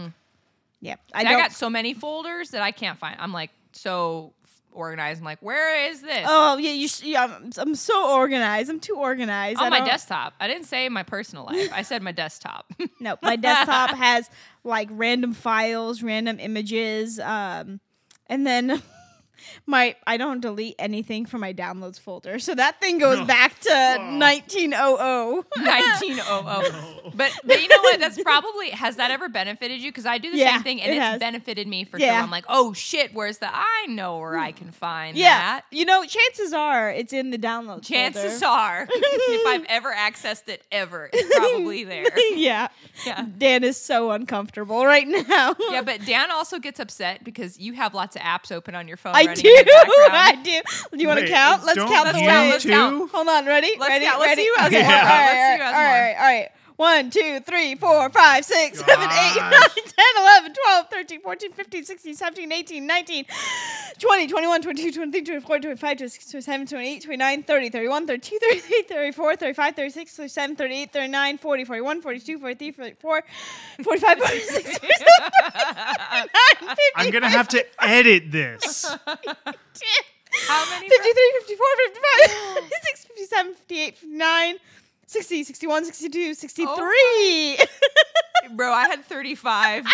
[SPEAKER 1] Yeah, I
[SPEAKER 2] Mm. I,
[SPEAKER 1] don't.
[SPEAKER 2] got so many folders that I can't find. I'm like, so f- organized. I'm like, where is this?
[SPEAKER 1] Oh yeah, you. Sh- yeah, I'm, I'm so organized. I'm too organized. I
[SPEAKER 2] on my
[SPEAKER 1] don't-
[SPEAKER 2] desktop. I didn't say my personal life. I said
[SPEAKER 1] [laughs]
[SPEAKER 2] my desktop. [laughs]
[SPEAKER 1] No, my desktop has like random files, random images, um, and then [laughs] my I don't delete anything from my downloads folder, so that thing goes
[SPEAKER 3] No.
[SPEAKER 1] back to nineteen oh oh.
[SPEAKER 2] 1900. But but you know what? That's probably has that ever benefited you? Because I do the
[SPEAKER 1] Yeah,
[SPEAKER 2] same thing, and
[SPEAKER 1] it
[SPEAKER 2] it's
[SPEAKER 1] has.
[SPEAKER 2] benefited me for
[SPEAKER 1] Yeah. Hmm.
[SPEAKER 2] sure. I'm like, oh shit, where's the? I know where I can find
[SPEAKER 1] Yeah,
[SPEAKER 2] that.
[SPEAKER 1] you know, chances are it's in the downloads.
[SPEAKER 2] Chances
[SPEAKER 1] folder. [laughs]
[SPEAKER 2] are, if I've ever accessed it ever, it's probably there.
[SPEAKER 1] [laughs] yeah.
[SPEAKER 2] Yeah.
[SPEAKER 1] Dan is so uncomfortable right [laughs] now.
[SPEAKER 2] Yeah, but Dan also gets upset because you have lots of apps open on your phone.
[SPEAKER 1] I
[SPEAKER 2] running
[SPEAKER 1] do. [laughs]
[SPEAKER 2] In the background.
[SPEAKER 1] I do. Do you want to
[SPEAKER 3] Wait,
[SPEAKER 1] count? Let's
[SPEAKER 3] don't
[SPEAKER 1] count the
[SPEAKER 3] you
[SPEAKER 2] count.
[SPEAKER 1] ways.
[SPEAKER 2] Let's count.
[SPEAKER 3] two?
[SPEAKER 1] Hold on, ready?
[SPEAKER 2] Let's
[SPEAKER 1] ready?
[SPEAKER 2] count. Let's
[SPEAKER 1] ready?
[SPEAKER 2] see who has
[SPEAKER 3] more.
[SPEAKER 1] all right,
[SPEAKER 2] Let's see who has
[SPEAKER 1] all right, all right. One, two, three, four, five, six, seven, eight,
[SPEAKER 3] Gosh.
[SPEAKER 1] nine, [laughs] 10, 11, 12, 13, 14, 15, 16, 17, 18, 19, 20, 21, 22, 23, 24, 25, 26, 27, 28, 29, 30, 31, 32, 33, 34, 35, 36, 37, 38, 39, 40, 41, 42, 43, 44, 45, 46, 47, 49, 50.
[SPEAKER 3] I'm gonna have
[SPEAKER 1] [laughs]
[SPEAKER 3] to edit this.
[SPEAKER 2] How many?
[SPEAKER 1] 53, 54, 55,
[SPEAKER 2] [gasps]
[SPEAKER 1] 56, 57, 58, 59, 60, 61, 62, 63.
[SPEAKER 2] Oh bro, bro, I
[SPEAKER 1] [laughs]
[SPEAKER 2] had 35.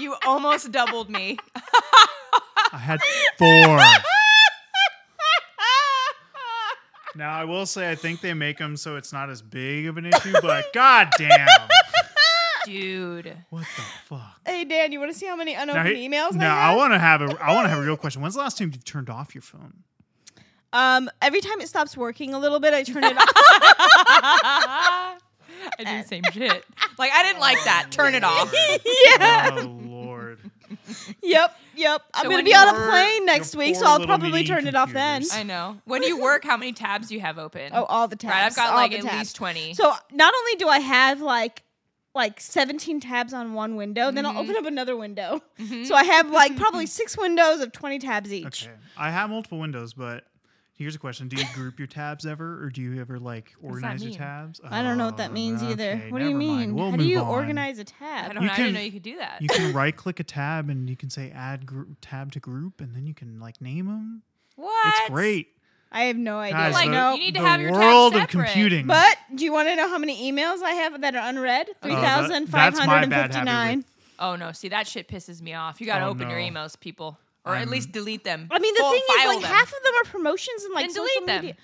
[SPEAKER 2] You almost doubled me.
[SPEAKER 3] I had four. Now I will say I think they make them so it's not as big of an issue,
[SPEAKER 1] [laughs]
[SPEAKER 3] but goddamn,
[SPEAKER 2] Dude.
[SPEAKER 3] what the fuck?
[SPEAKER 1] [laughs] hey, Dan, you want to see how many
[SPEAKER 3] Now,
[SPEAKER 1] unopened
[SPEAKER 3] he-
[SPEAKER 1] emails I
[SPEAKER 3] now
[SPEAKER 1] have?
[SPEAKER 3] I want to have a I want to have a real question. When's the last time you turned off
[SPEAKER 1] [laughs]
[SPEAKER 3] your phone?
[SPEAKER 1] um, every time it stops working a little bit, I turn it
[SPEAKER 2] [laughs]
[SPEAKER 1] off.
[SPEAKER 2] I do the same shit. Like I didn't like that. Turn it off.
[SPEAKER 1] [laughs] yeah.
[SPEAKER 3] Oh lord.
[SPEAKER 1] Yep. Yep. I'm
[SPEAKER 2] So
[SPEAKER 1] going
[SPEAKER 2] when
[SPEAKER 1] to be on a
[SPEAKER 3] your-
[SPEAKER 1] plane
[SPEAKER 3] your
[SPEAKER 1] next week, so
[SPEAKER 3] poor
[SPEAKER 1] I'll
[SPEAKER 3] little
[SPEAKER 1] probably
[SPEAKER 3] mini
[SPEAKER 1] turn it off then.
[SPEAKER 3] computers.
[SPEAKER 2] I know. When you work, how many tabs you have open?
[SPEAKER 1] Oh, all the tabs.
[SPEAKER 2] right. I've got
[SPEAKER 1] all
[SPEAKER 2] like
[SPEAKER 1] the
[SPEAKER 2] at
[SPEAKER 1] tabs.
[SPEAKER 2] least twenty.
[SPEAKER 1] So not only do I have like like 17 tabs on one window, then I'll
[SPEAKER 2] Mm-hmm.
[SPEAKER 1] open up another window. So I have
[SPEAKER 2] [laughs]
[SPEAKER 1] like probably six windows of 20 tabs each.
[SPEAKER 3] Okay. I have multiple windows, but here's a question:
[SPEAKER 1] [laughs]
[SPEAKER 3] Do you group your tabs ever, or do you ever like
[SPEAKER 2] does that
[SPEAKER 3] organize your
[SPEAKER 2] mean?
[SPEAKER 3] tabs?
[SPEAKER 1] I don't know what that
[SPEAKER 3] Oh,
[SPEAKER 1] means either.
[SPEAKER 3] okay,
[SPEAKER 1] What do you
[SPEAKER 3] never mind.
[SPEAKER 1] mean?
[SPEAKER 3] We'll
[SPEAKER 1] How do you
[SPEAKER 3] move on.
[SPEAKER 1] organize a
[SPEAKER 2] I
[SPEAKER 1] tab?
[SPEAKER 2] don't.
[SPEAKER 3] You
[SPEAKER 2] know. I didn't
[SPEAKER 3] can-
[SPEAKER 2] know you could do that.
[SPEAKER 3] You
[SPEAKER 1] [laughs]
[SPEAKER 3] can right click a tab, and you can say add gr- tab to group, and then you can like name them.
[SPEAKER 2] what?
[SPEAKER 3] It's great.
[SPEAKER 1] I have no idea.
[SPEAKER 3] Guys,
[SPEAKER 2] Like,
[SPEAKER 3] the,
[SPEAKER 1] no.
[SPEAKER 2] you need to
[SPEAKER 3] the
[SPEAKER 2] have your tabs
[SPEAKER 3] world of
[SPEAKER 2] separate.
[SPEAKER 3] computing.
[SPEAKER 1] But do you want to know how many emails I have that are unread?
[SPEAKER 2] Oh,
[SPEAKER 1] Three
[SPEAKER 3] that-
[SPEAKER 1] thousand five
[SPEAKER 3] that's my
[SPEAKER 1] hundred and
[SPEAKER 3] bad habit
[SPEAKER 1] fifty-nine.
[SPEAKER 3] with-
[SPEAKER 2] Oh no! See that shit pisses me off. You gotta
[SPEAKER 3] Oh,
[SPEAKER 2] open your
[SPEAKER 3] no.
[SPEAKER 2] emails, people, or at
[SPEAKER 3] I'm-
[SPEAKER 2] least delete them.
[SPEAKER 1] I mean, the
[SPEAKER 2] Full
[SPEAKER 1] thing is,
[SPEAKER 2] file
[SPEAKER 1] like
[SPEAKER 2] them.
[SPEAKER 1] half of them are promotions and like
[SPEAKER 2] Then
[SPEAKER 1] social
[SPEAKER 2] delete them.
[SPEAKER 1] media.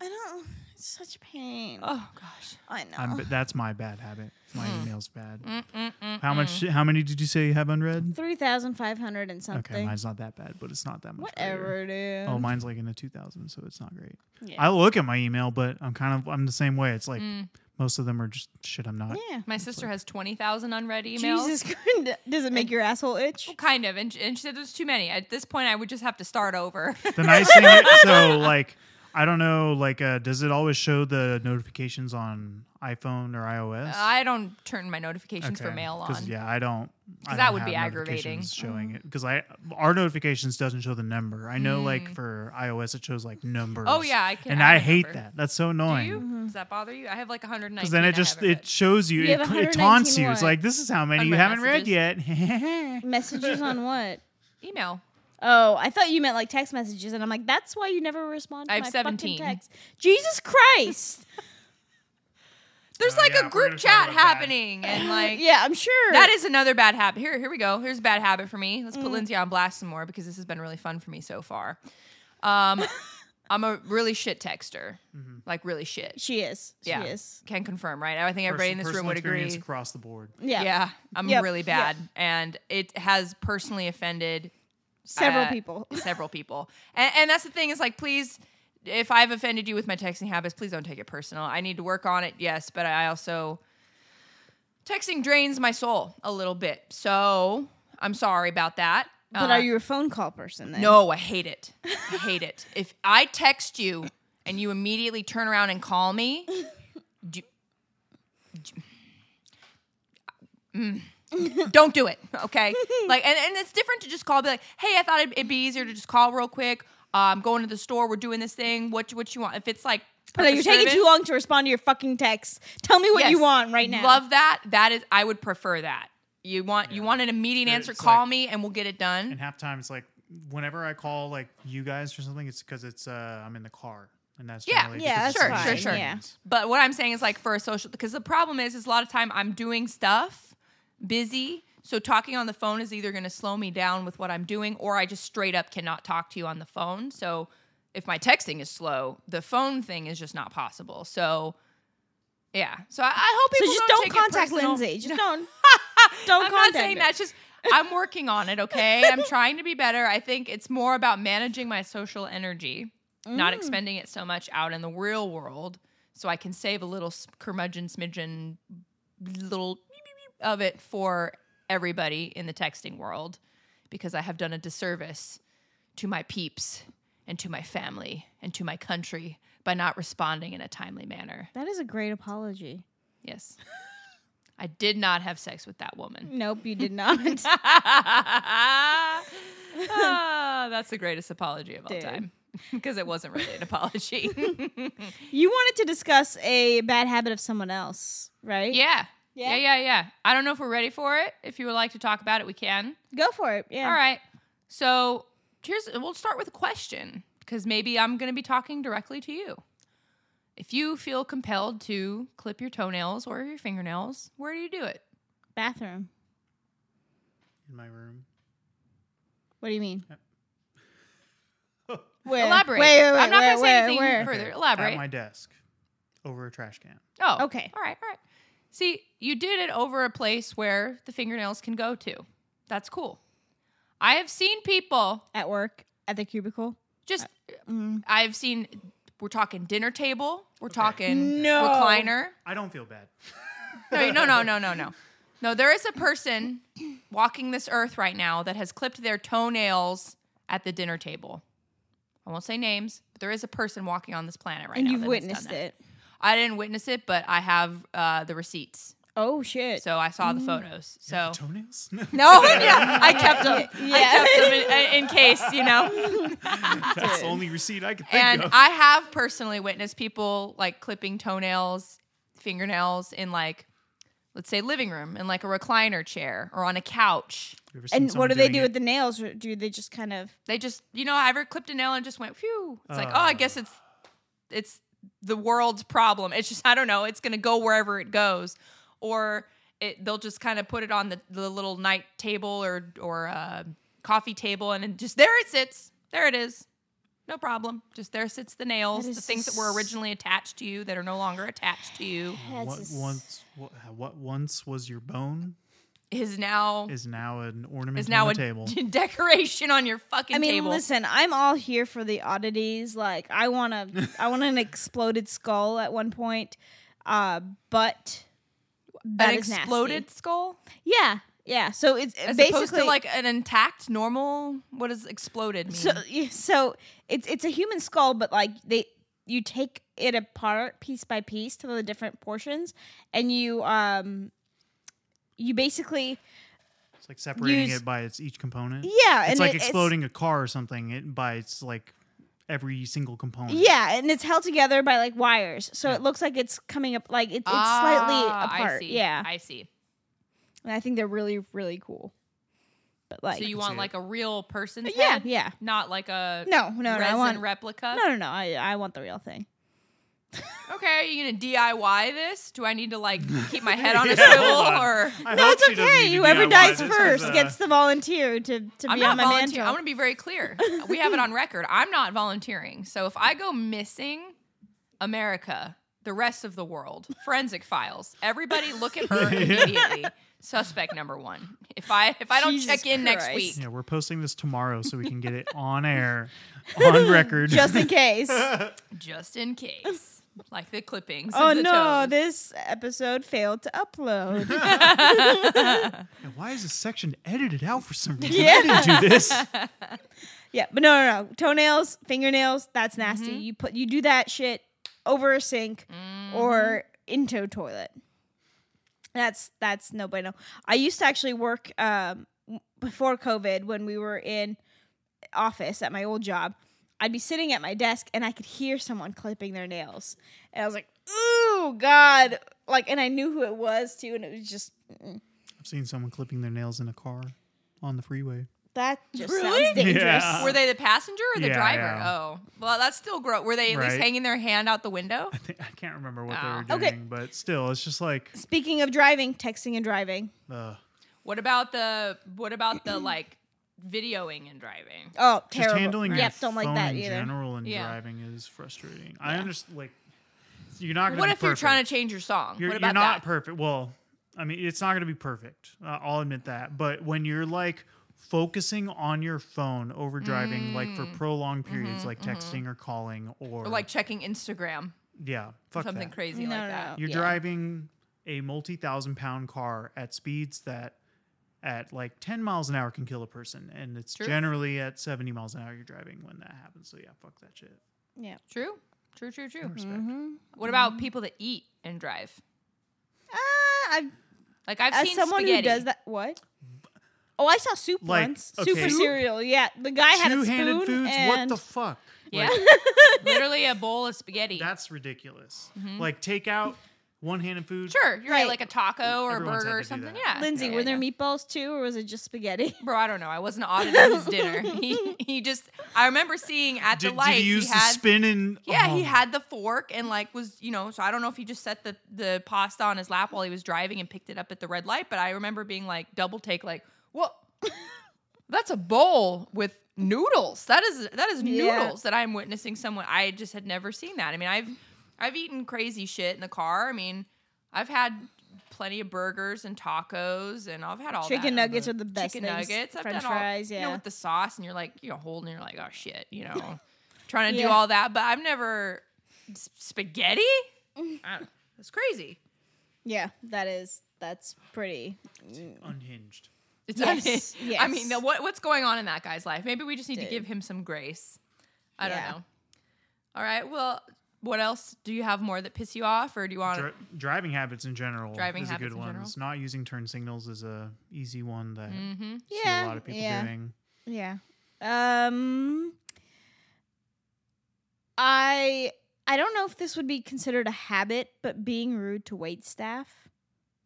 [SPEAKER 1] I don't. It's such a pain.
[SPEAKER 2] Oh gosh.
[SPEAKER 1] I know.
[SPEAKER 3] I'm, but that's my bad habit. My
[SPEAKER 1] Hmm.
[SPEAKER 3] email's bad.
[SPEAKER 1] Mm,
[SPEAKER 3] How much? How many did you say you have unread?
[SPEAKER 1] Three thousand five hundred and
[SPEAKER 3] Okay,
[SPEAKER 1] something.
[SPEAKER 3] mine's not that bad, but it's not that much. greater.
[SPEAKER 1] Whatever, dude.
[SPEAKER 3] Oh, mine's like in the 2000s, so it's not great.
[SPEAKER 1] Yeah.
[SPEAKER 3] I look at my email, but I'm kind of I'm the same way. It's like
[SPEAKER 2] Mm.
[SPEAKER 3] most of them are just shit. I'm not.
[SPEAKER 1] yeah.
[SPEAKER 2] [laughs] My sister has twenty thousand unread emails. [laughs]
[SPEAKER 1] Jesus, Christ. does it make your asshole itch?
[SPEAKER 2] Kind of, and, and she said there's too many. At this point, I would just have to start over. [laughs]
[SPEAKER 3] The nice thing, so like I don't know, like uh, does it always show the notifications on iPhone or iOS?
[SPEAKER 2] Uh, I don't turn my notifications for
[SPEAKER 3] Okay,
[SPEAKER 2] mail on.
[SPEAKER 3] 'cause, Yeah, I don't. I
[SPEAKER 2] that
[SPEAKER 3] don't
[SPEAKER 2] would be
[SPEAKER 3] have
[SPEAKER 2] aggravating. Mm.
[SPEAKER 3] notifications Showing it because I our notifications doesn't show the number. I know like for iOS it shows like numbers.
[SPEAKER 2] Mm. Oh, yeah, I can
[SPEAKER 3] and
[SPEAKER 2] add
[SPEAKER 3] I
[SPEAKER 2] a
[SPEAKER 3] hate
[SPEAKER 2] number.
[SPEAKER 3] that. That's so
[SPEAKER 2] Do
[SPEAKER 3] annoying.
[SPEAKER 2] you?
[SPEAKER 1] Mm-hmm.
[SPEAKER 2] Does that bother you? I have like 119.
[SPEAKER 3] Because then
[SPEAKER 2] I
[SPEAKER 3] it just
[SPEAKER 2] haven't
[SPEAKER 3] it
[SPEAKER 2] read.
[SPEAKER 3] shows you,
[SPEAKER 1] You
[SPEAKER 3] it,
[SPEAKER 1] have
[SPEAKER 3] cl- it taunts
[SPEAKER 1] 119
[SPEAKER 3] you. It's
[SPEAKER 1] what?
[SPEAKER 3] like this is how many you
[SPEAKER 2] Unread
[SPEAKER 3] haven't read [laughs] yet.
[SPEAKER 1] Messages on what?
[SPEAKER 2] email.
[SPEAKER 1] Oh, I thought you meant like text messages, and I'm like, that's why you never respond to
[SPEAKER 2] I have
[SPEAKER 1] my
[SPEAKER 2] 17.
[SPEAKER 1] fucking text. Jesus Christ!
[SPEAKER 2] There's
[SPEAKER 3] Oh,
[SPEAKER 2] like
[SPEAKER 3] yeah,
[SPEAKER 2] a
[SPEAKER 3] we're
[SPEAKER 2] group
[SPEAKER 3] gonna talk
[SPEAKER 2] chat
[SPEAKER 3] about that.
[SPEAKER 1] [laughs]
[SPEAKER 2] happening, and [laughs] like
[SPEAKER 1] yeah, I'm sure
[SPEAKER 2] that is another bad habit. Here, here we go. Here's a bad habit for me. Let's put
[SPEAKER 1] Mm.
[SPEAKER 2] Lindsay on blast some more because this has been really fun for me so far.
[SPEAKER 1] [laughs]
[SPEAKER 2] Um, I'm a really shit texter,
[SPEAKER 3] Mm-hmm.
[SPEAKER 2] like really shit.
[SPEAKER 1] She is. She
[SPEAKER 2] Yeah.
[SPEAKER 1] is.
[SPEAKER 2] Can confirm, right? I think everybody in this room
[SPEAKER 3] Personal
[SPEAKER 2] would
[SPEAKER 3] experience
[SPEAKER 2] agree.
[SPEAKER 3] across the board.
[SPEAKER 1] Yeah.
[SPEAKER 2] Yeah, I'm
[SPEAKER 1] Yep,
[SPEAKER 2] really
[SPEAKER 1] yeah.
[SPEAKER 2] bad, and it has personally offended
[SPEAKER 1] Several
[SPEAKER 2] uh, [laughs]
[SPEAKER 1] people.
[SPEAKER 2] several people. And, and that's the thing is like, please, if I've offended you with my texting habits, please don't take it personal. I need to work on it, yes, but I also texting drains my soul a little bit. So I'm sorry about that.
[SPEAKER 1] But
[SPEAKER 2] Uh,
[SPEAKER 1] are you a phone call person then?
[SPEAKER 2] No, I hate it. I hate it. If I text you and you immediately turn around and call me, do, do- mm, don't do it. Okay, like, and, and it's different to just call. Be like, hey, I thought it'd, it'd be easier to just call real quick. Uh, I'm going to the store. We're doing this thing. What you- what you want? If it's like,
[SPEAKER 1] No, you're taking
[SPEAKER 2] purpose-driven,
[SPEAKER 1] too long to respond to your fucking text. Tell me what you
[SPEAKER 2] Yes.
[SPEAKER 1] want right now.
[SPEAKER 2] Love that. That is, I would prefer that. You want you
[SPEAKER 3] Yeah.
[SPEAKER 2] want an immediate answer.
[SPEAKER 3] It's
[SPEAKER 2] Call
[SPEAKER 3] like-
[SPEAKER 2] me and we'll get it done.
[SPEAKER 3] And half time it's like whenever I call like you guys for something, it's because it's uh, I'm in the car, and that's
[SPEAKER 2] Yeah,
[SPEAKER 3] generally
[SPEAKER 1] yeah,
[SPEAKER 3] because
[SPEAKER 1] that's
[SPEAKER 3] it's
[SPEAKER 2] fine,
[SPEAKER 3] those
[SPEAKER 2] sure, sure.
[SPEAKER 3] things.
[SPEAKER 2] But what I'm saying is like for a social because the problem is is a lot of time I'm doing stuff, busy. So talking on the phone is either going to slow me down with what I'm doing or I just straight up cannot talk to you on the phone. So if my texting is slow, the phone thing is just not possible. So yeah. So I, I hope
[SPEAKER 1] So
[SPEAKER 2] people
[SPEAKER 1] just
[SPEAKER 2] don't,
[SPEAKER 1] don't
[SPEAKER 2] take it
[SPEAKER 1] contact
[SPEAKER 2] personal.
[SPEAKER 1] Lindsay. Just
[SPEAKER 2] [laughs]
[SPEAKER 1] don't. Don't
[SPEAKER 2] I'm
[SPEAKER 1] contact
[SPEAKER 2] not saying
[SPEAKER 1] her.
[SPEAKER 2] that. It's just I'm working on it. Okay, I'm trying to be better. I think it's more about managing my social energy, not expending it so much out in the real world, so I can save a little s- curmudgeon smidgen, little of it for everybody in the texting world, because I have done a disservice to my peeps and to my family and to my country by not responding in a timely manner.
[SPEAKER 1] That is a great apology.
[SPEAKER 2] Yes. I did not have sex with that woman.
[SPEAKER 1] Nope, you did not. [laughs]
[SPEAKER 2] Ah, that's the greatest apology of all
[SPEAKER 1] Dude.
[SPEAKER 2] time [laughs] because it wasn't really
[SPEAKER 1] [laughs]
[SPEAKER 2] an apology. [laughs]
[SPEAKER 1] you wanted to discuss a bad habit of someone else, right?
[SPEAKER 2] yeah.
[SPEAKER 1] Yeah?
[SPEAKER 2] Yeah, yeah, yeah. I don't know if we're ready for it. If you would like to talk about it, we can.
[SPEAKER 1] Go for it. Yeah.
[SPEAKER 2] All right. So, here's we'll start with a question because maybe I'm going to be talking directly to you. If you feel compelled to clip your toenails or your fingernails, where do you do it?
[SPEAKER 1] Bathroom.
[SPEAKER 3] in my room.
[SPEAKER 1] What do you
[SPEAKER 2] [laughs]
[SPEAKER 1] mean? Where?
[SPEAKER 2] Elaborate.
[SPEAKER 1] Wait, wait, wait,
[SPEAKER 2] I'm not
[SPEAKER 1] where,
[SPEAKER 2] going to say
[SPEAKER 1] where,
[SPEAKER 2] anything
[SPEAKER 1] where?
[SPEAKER 2] further.
[SPEAKER 3] At
[SPEAKER 2] Elaborate.
[SPEAKER 3] my desk, over a trash can.
[SPEAKER 2] Oh,
[SPEAKER 1] Okay.
[SPEAKER 2] All right, all right. See, you did it over a place where the fingernails can go to. That's cool. I have seen people
[SPEAKER 1] At work, at the cubicle.
[SPEAKER 2] just.
[SPEAKER 1] Mm.
[SPEAKER 2] I've seen. We're talking dinner table. We're talking
[SPEAKER 1] No.
[SPEAKER 2] recliner.
[SPEAKER 3] I don't feel bad.
[SPEAKER 2] No, no, no, no, no,
[SPEAKER 1] [laughs]
[SPEAKER 2] no. No, there is a person walking this earth right now that has clipped their toenails at the dinner table. I won't say names, but there is a person walking on this planet right
[SPEAKER 1] and
[SPEAKER 2] now.
[SPEAKER 1] you've
[SPEAKER 2] that has done
[SPEAKER 1] witnessed
[SPEAKER 2] that.
[SPEAKER 1] it.
[SPEAKER 2] I didn't witness it, but I have uh, the receipts.
[SPEAKER 1] Oh [laughs] shit.
[SPEAKER 2] So I saw the photos. So
[SPEAKER 3] [laughs] Toenails?
[SPEAKER 2] No, [laughs] yeah, I kept them. I
[SPEAKER 1] Oh, Yeah.
[SPEAKER 2] kept them in, in case, you know.
[SPEAKER 3] That's the only receipt I can think
[SPEAKER 2] And
[SPEAKER 3] of.
[SPEAKER 2] I have personally witnessed people like clipping toenails, fingernails in like, let's say, living room in like a recliner chair or on a couch.
[SPEAKER 3] You ever seen
[SPEAKER 1] and what
[SPEAKER 3] someone
[SPEAKER 1] do they
[SPEAKER 3] doing
[SPEAKER 1] do
[SPEAKER 3] it?
[SPEAKER 1] with the nails? Or do they just kind of
[SPEAKER 2] They just, you know, I ever clipped a nail and just went, phew. It's like, oh, I guess it's, it's the world's problem. It's just, I don't know. It's gonna go wherever it goes, or it, they'll just kind of put it on the, the little night table or or uh, coffee table, and then just there it sits. There it is. No problem. Just there sits the nails,
[SPEAKER 1] That
[SPEAKER 2] the
[SPEAKER 1] is
[SPEAKER 2] things that were originally attached to you that are no longer attached to you
[SPEAKER 3] What
[SPEAKER 1] That's-
[SPEAKER 3] once what, what once was your bone
[SPEAKER 2] is now is,
[SPEAKER 3] is now an ornament
[SPEAKER 2] now
[SPEAKER 3] on
[SPEAKER 2] a
[SPEAKER 3] the [laughs] table.
[SPEAKER 2] [laughs] decoration on your fucking
[SPEAKER 1] I mean,
[SPEAKER 2] table.
[SPEAKER 1] listen, I'm all here for the oddities. Like, I want
[SPEAKER 2] [laughs]
[SPEAKER 1] a, I want an exploded skull at one point, uh, but that
[SPEAKER 2] An
[SPEAKER 1] is nasty.
[SPEAKER 2] exploded skull.
[SPEAKER 1] Yeah, yeah. So it's
[SPEAKER 2] As opposed
[SPEAKER 1] basically
[SPEAKER 2] to like an intact, normal. What does exploded mean?
[SPEAKER 1] so. yeah, So it's it's a human skull, but like they you take it apart piece by piece to the different portions, and you um you basically
[SPEAKER 3] It's like separating
[SPEAKER 1] Use-
[SPEAKER 3] it by its each component.
[SPEAKER 1] yeah,
[SPEAKER 3] it's
[SPEAKER 1] and
[SPEAKER 3] like
[SPEAKER 1] it-
[SPEAKER 3] exploding a car or something it, by its like every single
[SPEAKER 2] Uh-huh.
[SPEAKER 3] component.
[SPEAKER 1] Yeah, and it's held together by like wires, so it looks like it's coming up like it, it's slightly
[SPEAKER 2] Ah, I
[SPEAKER 1] apart.
[SPEAKER 2] see.
[SPEAKER 1] Yeah,
[SPEAKER 2] I see.
[SPEAKER 1] and I think they're really really cool. But like,
[SPEAKER 2] so you
[SPEAKER 3] can
[SPEAKER 2] want
[SPEAKER 3] see
[SPEAKER 2] like a real person's
[SPEAKER 1] yeah,
[SPEAKER 2] head,
[SPEAKER 1] yeah.
[SPEAKER 2] not like a
[SPEAKER 1] No, no, no.
[SPEAKER 2] resin
[SPEAKER 1] I want
[SPEAKER 2] replica.
[SPEAKER 1] no, no, no. I I want the real thing.
[SPEAKER 2] Okay, are you gonna DIY this? Do I need to like keep
[SPEAKER 1] [laughs]
[SPEAKER 2] my head on a
[SPEAKER 3] Yeah, hold
[SPEAKER 2] swivel
[SPEAKER 3] on.
[SPEAKER 2] or?
[SPEAKER 3] I
[SPEAKER 1] No,
[SPEAKER 3] hope
[SPEAKER 1] it's
[SPEAKER 3] she doesn't
[SPEAKER 1] okay.
[SPEAKER 3] need to
[SPEAKER 1] Whoever
[SPEAKER 3] DIY
[SPEAKER 1] dies
[SPEAKER 3] this
[SPEAKER 1] first
[SPEAKER 2] [laughs]
[SPEAKER 3] with, uh,
[SPEAKER 1] gets the volunteer to to
[SPEAKER 2] I'm
[SPEAKER 1] be on
[SPEAKER 2] not
[SPEAKER 1] my
[SPEAKER 2] volunteering.
[SPEAKER 1] mantle.
[SPEAKER 2] I'm gonna be very clear. We have it on record. I'm not volunteering. So if I go missing, America, the rest of the world, forensic files, everybody look at
[SPEAKER 3] [laughs]
[SPEAKER 2] her immediately. Suspect number one. If I if I don't
[SPEAKER 1] Jesus
[SPEAKER 2] check in next
[SPEAKER 1] Christ.
[SPEAKER 2] week,
[SPEAKER 3] Yeah, we're posting this tomorrow so we can get it on air,
[SPEAKER 1] [laughs]
[SPEAKER 3] on record.
[SPEAKER 1] just
[SPEAKER 2] [laughs]
[SPEAKER 1] in case.
[SPEAKER 2] just in case, like the clippings.
[SPEAKER 1] oh
[SPEAKER 2] of the
[SPEAKER 1] no,
[SPEAKER 2] toes.
[SPEAKER 1] this episode failed to
[SPEAKER 2] [laughs]
[SPEAKER 1] upload.
[SPEAKER 3] And [laughs] why is this section edited out for some reason?
[SPEAKER 1] Yeah.
[SPEAKER 3] I didn't
[SPEAKER 1] [laughs]
[SPEAKER 3] do this.
[SPEAKER 1] yeah, but no, no, no. Toenails, fingernails. That's nasty. You put you do that shit over a sink or into a toilet. That's that's no bueno. I used to actually work um, w- before COVID when we were in office at my old job. I'd be sitting at my desk and I could hear someone clipping their nails, and I was like, "Ooh, God!" Like, and I knew who it was too, and it was just
[SPEAKER 3] I've seen someone clipping their nails in a car on the freeway.
[SPEAKER 1] That just
[SPEAKER 2] Really?
[SPEAKER 1] sounds dangerous.
[SPEAKER 3] Yeah.
[SPEAKER 2] Were they the passenger or the
[SPEAKER 3] Yeah,
[SPEAKER 2] driver?
[SPEAKER 3] yeah.
[SPEAKER 2] Oh, well, that's still gross. Were they at least
[SPEAKER 3] Right.
[SPEAKER 2] hanging their hand out the window?
[SPEAKER 3] I, think, [laughs] I can't remember what
[SPEAKER 2] Oh.
[SPEAKER 3] they were doing,
[SPEAKER 1] Okay.
[SPEAKER 3] but still, it's just like,
[SPEAKER 1] Speaking of driving, texting and driving.
[SPEAKER 3] uh,
[SPEAKER 2] What about the what about the like videoing and driving?
[SPEAKER 1] Oh,
[SPEAKER 3] just
[SPEAKER 1] terrible.
[SPEAKER 3] handling your
[SPEAKER 1] yep, don't like
[SPEAKER 3] phone
[SPEAKER 1] that
[SPEAKER 3] in
[SPEAKER 1] either.
[SPEAKER 3] general and
[SPEAKER 2] Yeah.
[SPEAKER 3] driving is frustrating. I understand, like, you're not. Gonna
[SPEAKER 2] What
[SPEAKER 3] be
[SPEAKER 2] if you're
[SPEAKER 3] perfect.
[SPEAKER 2] trying to change your song?
[SPEAKER 3] You're,
[SPEAKER 2] what
[SPEAKER 3] you're
[SPEAKER 2] about
[SPEAKER 3] not
[SPEAKER 2] that?
[SPEAKER 3] perfect. Well, I mean, it's not going to be perfect. Uh, I'll admit that. But when you're like focusing on your phone over driving, like for prolonged periods, like texting or calling or,
[SPEAKER 2] Mm. Mm-hmm, or like checking Instagram,
[SPEAKER 3] yeah, fuck
[SPEAKER 2] something
[SPEAKER 3] that.
[SPEAKER 2] crazy
[SPEAKER 1] No,
[SPEAKER 2] like
[SPEAKER 1] no,
[SPEAKER 2] that.
[SPEAKER 1] no.
[SPEAKER 3] You're
[SPEAKER 1] Yeah.
[SPEAKER 3] driving a multi thousand pound car at speeds that at like 10 miles an hour can kill a person. And it's
[SPEAKER 2] True.
[SPEAKER 3] generally at 70 miles an hour you're driving when that happens. So yeah, fuck that shit.
[SPEAKER 1] Yeah.
[SPEAKER 2] True, true, true, true.
[SPEAKER 3] Respect.
[SPEAKER 2] What
[SPEAKER 1] Mm-hmm.
[SPEAKER 2] about people that eat and drive?
[SPEAKER 1] Uh, I've,
[SPEAKER 2] Like I've
[SPEAKER 1] as
[SPEAKER 2] seen
[SPEAKER 1] someone
[SPEAKER 2] spaghetti.
[SPEAKER 1] who does that, what? Oh, I saw soup
[SPEAKER 3] Like,
[SPEAKER 1] once.
[SPEAKER 3] okay.
[SPEAKER 1] Soup or
[SPEAKER 3] Soup?
[SPEAKER 1] cereal. Yeah, the guy had a
[SPEAKER 3] Two-handed
[SPEAKER 1] spoon.
[SPEAKER 3] foods.
[SPEAKER 1] and
[SPEAKER 3] what the fuck?
[SPEAKER 2] Yeah, [laughs]
[SPEAKER 3] Like,
[SPEAKER 2] literally a bowl of spaghetti.
[SPEAKER 3] That's ridiculous. Like take out one-handed food.
[SPEAKER 2] Mm-hmm. sure, you're right.
[SPEAKER 1] Right.
[SPEAKER 2] like a taco or
[SPEAKER 3] Everyone's
[SPEAKER 2] a burger
[SPEAKER 3] had
[SPEAKER 2] or
[SPEAKER 3] to do
[SPEAKER 2] something.
[SPEAKER 3] that.
[SPEAKER 2] Yeah,
[SPEAKER 1] Lindsay,
[SPEAKER 2] Yeah, yeah,
[SPEAKER 1] were there
[SPEAKER 2] yeah.
[SPEAKER 1] meatballs too, or was it just spaghetti? [laughs]
[SPEAKER 2] Bro, I don't know. I wasn't auditing his dinner. He he just. I remember seeing at the
[SPEAKER 3] Did,
[SPEAKER 2] light
[SPEAKER 3] did he use
[SPEAKER 2] had.
[SPEAKER 3] the spin and?
[SPEAKER 2] yeah,
[SPEAKER 3] oh
[SPEAKER 2] he
[SPEAKER 3] my-
[SPEAKER 1] Uh-huh.
[SPEAKER 2] had the fork and like was you know. So I don't know if he just set the the pasta on his lap while he was driving and picked it up at the red light. But I remember being like double take, like, "What? [laughs] That's a bowl with noodles. That is that is
[SPEAKER 1] Yeah.
[SPEAKER 2] noodles that I'm witnessing. Someone I just had never seen that. I mean, I've I've eaten crazy shit in the car. I mean, I've had plenty of burgers and tacos and I've had all that.
[SPEAKER 1] Chicken
[SPEAKER 2] on
[SPEAKER 1] nuggets are the best
[SPEAKER 2] chicken
[SPEAKER 1] things.
[SPEAKER 2] nuggets. I've
[SPEAKER 1] French
[SPEAKER 2] done all,
[SPEAKER 1] fries,
[SPEAKER 2] you know,
[SPEAKER 1] yeah.
[SPEAKER 2] with the sauce, and you're like, you know, holding, you're like, oh shit, you know, trying to
[SPEAKER 1] Yeah.
[SPEAKER 2] do all that, but I've never s- spaghetti. I don't- That's crazy.
[SPEAKER 1] Yeah, that is. That's pretty.
[SPEAKER 3] unhinged.
[SPEAKER 2] It's [laughs]
[SPEAKER 1] Yes,
[SPEAKER 2] I
[SPEAKER 1] yes.
[SPEAKER 2] mean, the, what what's going on in that guy's life? Maybe we just need
[SPEAKER 1] Dude.
[SPEAKER 2] to give him some grace. I
[SPEAKER 1] Yeah.
[SPEAKER 2] don't know. All right. Well, what else do you have more that piss you off, or do you want?
[SPEAKER 3] Dri- driving habits in general
[SPEAKER 2] Driving
[SPEAKER 3] is a
[SPEAKER 2] habits
[SPEAKER 3] good
[SPEAKER 2] in
[SPEAKER 3] one.
[SPEAKER 2] general.
[SPEAKER 3] It's Not using turn signals is a easy one that
[SPEAKER 2] mm-hmm.
[SPEAKER 3] I see
[SPEAKER 1] Yeah,
[SPEAKER 3] a lot of people
[SPEAKER 1] yeah.
[SPEAKER 3] doing.
[SPEAKER 1] Yeah. Um I I don't know if this would be considered a habit, but being rude to wait staff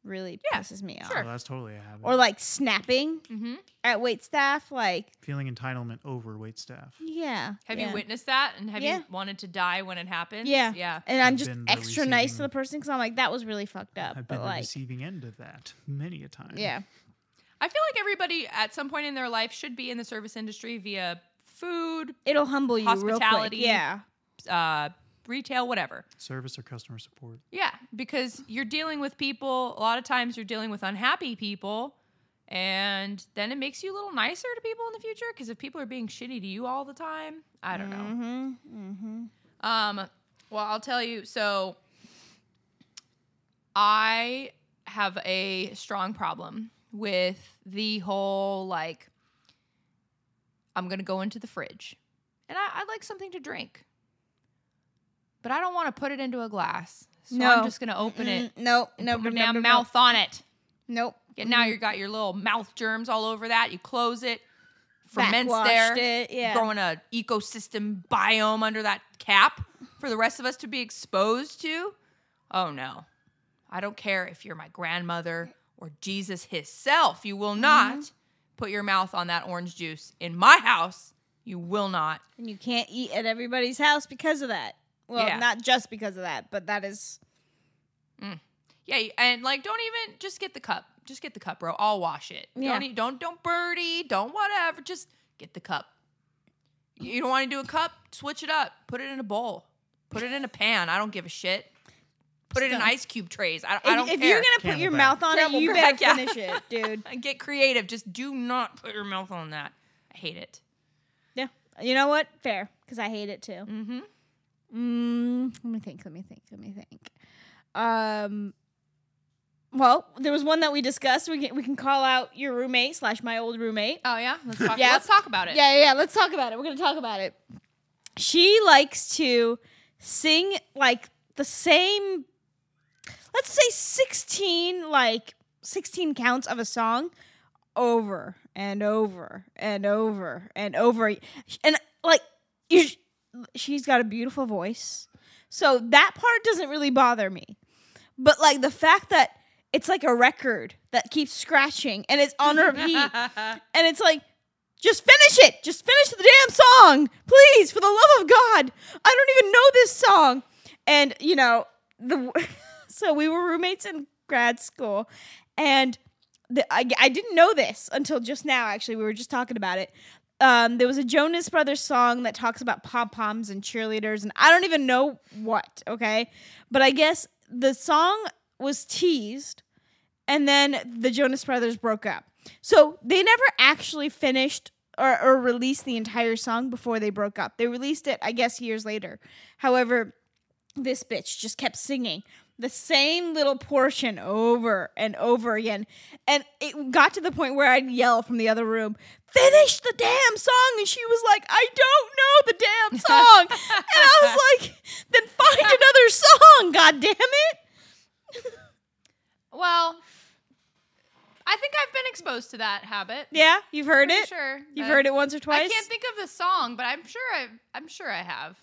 [SPEAKER 1] really
[SPEAKER 2] Yeah,
[SPEAKER 1] pisses me off.
[SPEAKER 2] sure.
[SPEAKER 3] Oh, that's totally a habit.
[SPEAKER 1] Or like snapping
[SPEAKER 2] Mm-hmm.
[SPEAKER 1] at wait staff, like
[SPEAKER 3] Feeling entitlement over wait staff.
[SPEAKER 1] yeah.
[SPEAKER 2] Have
[SPEAKER 1] yeah.
[SPEAKER 2] you witnessed that, and have
[SPEAKER 1] Yeah.
[SPEAKER 2] you wanted to die when it happens?
[SPEAKER 1] Yeah.
[SPEAKER 2] Yeah.
[SPEAKER 1] And I'm
[SPEAKER 3] I've
[SPEAKER 1] just
[SPEAKER 3] been the
[SPEAKER 1] extra nice to
[SPEAKER 3] receiving-
[SPEAKER 1] the person because I'm like, that was really fucked up.
[SPEAKER 3] I've been
[SPEAKER 1] but
[SPEAKER 3] the
[SPEAKER 1] like,
[SPEAKER 3] receiving end of that many a time.
[SPEAKER 1] yeah,
[SPEAKER 2] I feel like everybody at some point in their life should be in the service industry via food,
[SPEAKER 1] it'll humble you real quick.
[SPEAKER 2] Hospitality.
[SPEAKER 1] Yeah,
[SPEAKER 2] uh, retail, whatever.
[SPEAKER 3] Service or customer support.
[SPEAKER 2] Yeah, because you're dealing with people. A lot of times you're dealing with unhappy people, and then it makes you a little nicer to people in the future. Because if people are being shitty to you all the time, I don't know.
[SPEAKER 1] hmm hmm
[SPEAKER 2] Um, well, I'll tell you. So, I have a strong problem with the whole like, I'm gonna go into the fridge, and I, I'd like something to drink, but I don't want to put it into a glass. So
[SPEAKER 1] No.
[SPEAKER 2] I'm just gonna open it.
[SPEAKER 1] Mm, nope,
[SPEAKER 2] and
[SPEAKER 1] nope,
[SPEAKER 2] put my
[SPEAKER 1] nope,
[SPEAKER 2] damn
[SPEAKER 1] nope,
[SPEAKER 2] mouth on it.
[SPEAKER 1] Nope.
[SPEAKER 2] Yeah, now
[SPEAKER 1] Mm-hmm.
[SPEAKER 2] you got your little mouth germs all over that. You close it, ferments
[SPEAKER 1] Backwashed
[SPEAKER 2] there
[SPEAKER 1] It. Yeah.
[SPEAKER 2] growing a ecosystem biome under that cap for the rest of us to be exposed to. Oh no. I don't care if you're my grandmother or Jesus himself. You will not
[SPEAKER 1] Mm-hmm.
[SPEAKER 2] put your mouth on that orange juice in my house. You will not.
[SPEAKER 1] And you can't eat at everybody's house because of that. Well,
[SPEAKER 2] Yeah.
[SPEAKER 1] not just because of that, but that is
[SPEAKER 2] Yeah, you- and like don't even just get the cup. Just get the cup, bro. I'll wash it.
[SPEAKER 1] Yeah.
[SPEAKER 2] Don't e- don't don't birdie, don't whatever. Just get the cup. You don't want to do a cup? Switch it up. Put it in a bowl. Put it in a pan. I don't give a shit. Put it in
[SPEAKER 1] Still.
[SPEAKER 2] ice cube trays. I,
[SPEAKER 1] If,
[SPEAKER 2] I don't
[SPEAKER 1] if
[SPEAKER 2] care.
[SPEAKER 1] you're gonna put your
[SPEAKER 3] Camelback.
[SPEAKER 1] mouth on it, you better
[SPEAKER 2] Camelback, yeah.
[SPEAKER 1] finish it, dude.
[SPEAKER 2] get creative. Just do not put your mouth on that. I hate it.
[SPEAKER 1] Yeah. You know what? Fair, because I hate it too.
[SPEAKER 2] Mm-hmm.
[SPEAKER 1] Mm, let me think. Let me think. Let me think. Um. Well, there was one that we discussed. We can we can call out your roommate slash my old roommate.
[SPEAKER 2] Oh yeah. Let's talk.
[SPEAKER 1] Yeah.
[SPEAKER 2] Let's talk about it.
[SPEAKER 1] Yeah, yeah, yeah. Let's talk about it. We're gonna talk about it. She likes to sing like the same let's say 16 like 16 counts of a song over and over and over and over and like you, she's got a beautiful voice so that part doesn't really bother me but like the fact that
[SPEAKER 2] [laughs]
[SPEAKER 1] it's like a record that keeps scratching and it's on repeat and it's like Just finish it. Just finish the damn song, please, for the love of God. I don't even know this song. And you know the [laughs] so we were roommates in grad school, and the, I, I didn't know this until just now. Actually, we were just talking about it. Um, there was a Jonas Brothers song that talks about pom poms and cheerleaders, and I don't even know what. Okay, but I guess the song was teased and then the Jonas Brothers broke up. So they never actually finished or, or released the entire song before they broke up. They released it, I guess, years later. However, this bitch just kept singing the same little portion over and over again. And it got to the point where I'd yell from the other room, Finish the damn song! And she was like, I don't know the [laughs] damn song. and I was like, Then [laughs] find another song, god damn it.
[SPEAKER 2] Well, I think I've been exposed to that habit.
[SPEAKER 1] Yeah, you've heard
[SPEAKER 2] Pretty
[SPEAKER 1] it.
[SPEAKER 2] Sure.
[SPEAKER 1] You've
[SPEAKER 2] that-
[SPEAKER 1] heard it once or twice.
[SPEAKER 2] I can't think of the song, but I'm sure I I'm sure
[SPEAKER 1] [laughs]
[SPEAKER 2] I have.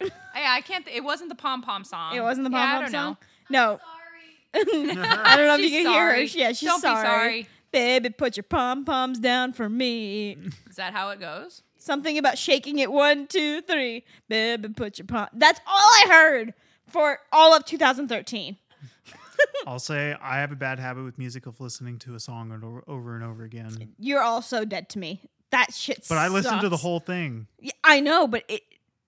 [SPEAKER 2] yeah, I can't. Th- it wasn't the pom pom song.
[SPEAKER 1] It wasn't the pom
[SPEAKER 2] Yeah, I
[SPEAKER 1] pom
[SPEAKER 2] don't
[SPEAKER 1] song.
[SPEAKER 2] know.
[SPEAKER 1] No,
[SPEAKER 2] [laughs]
[SPEAKER 1] I don't know if you can
[SPEAKER 2] She's
[SPEAKER 1] hear her.
[SPEAKER 2] sorry.
[SPEAKER 1] Yeah, she's
[SPEAKER 2] Don't be
[SPEAKER 1] sorry.
[SPEAKER 2] sorry.
[SPEAKER 1] Baby, put your pom poms down for me.
[SPEAKER 2] Is that how it goes?
[SPEAKER 1] Something about shaking it. One, two, three. Baby, put your pom. That's all I heard for all of 2013. Hmm.
[SPEAKER 3] I'll say I have a bad habit with music of listening to a song over, over and over again.
[SPEAKER 1] You're all so dead to me. That shit.
[SPEAKER 3] But I listen to the
[SPEAKER 1] sucks.
[SPEAKER 3] whole thing.
[SPEAKER 1] Yeah, I know, but it,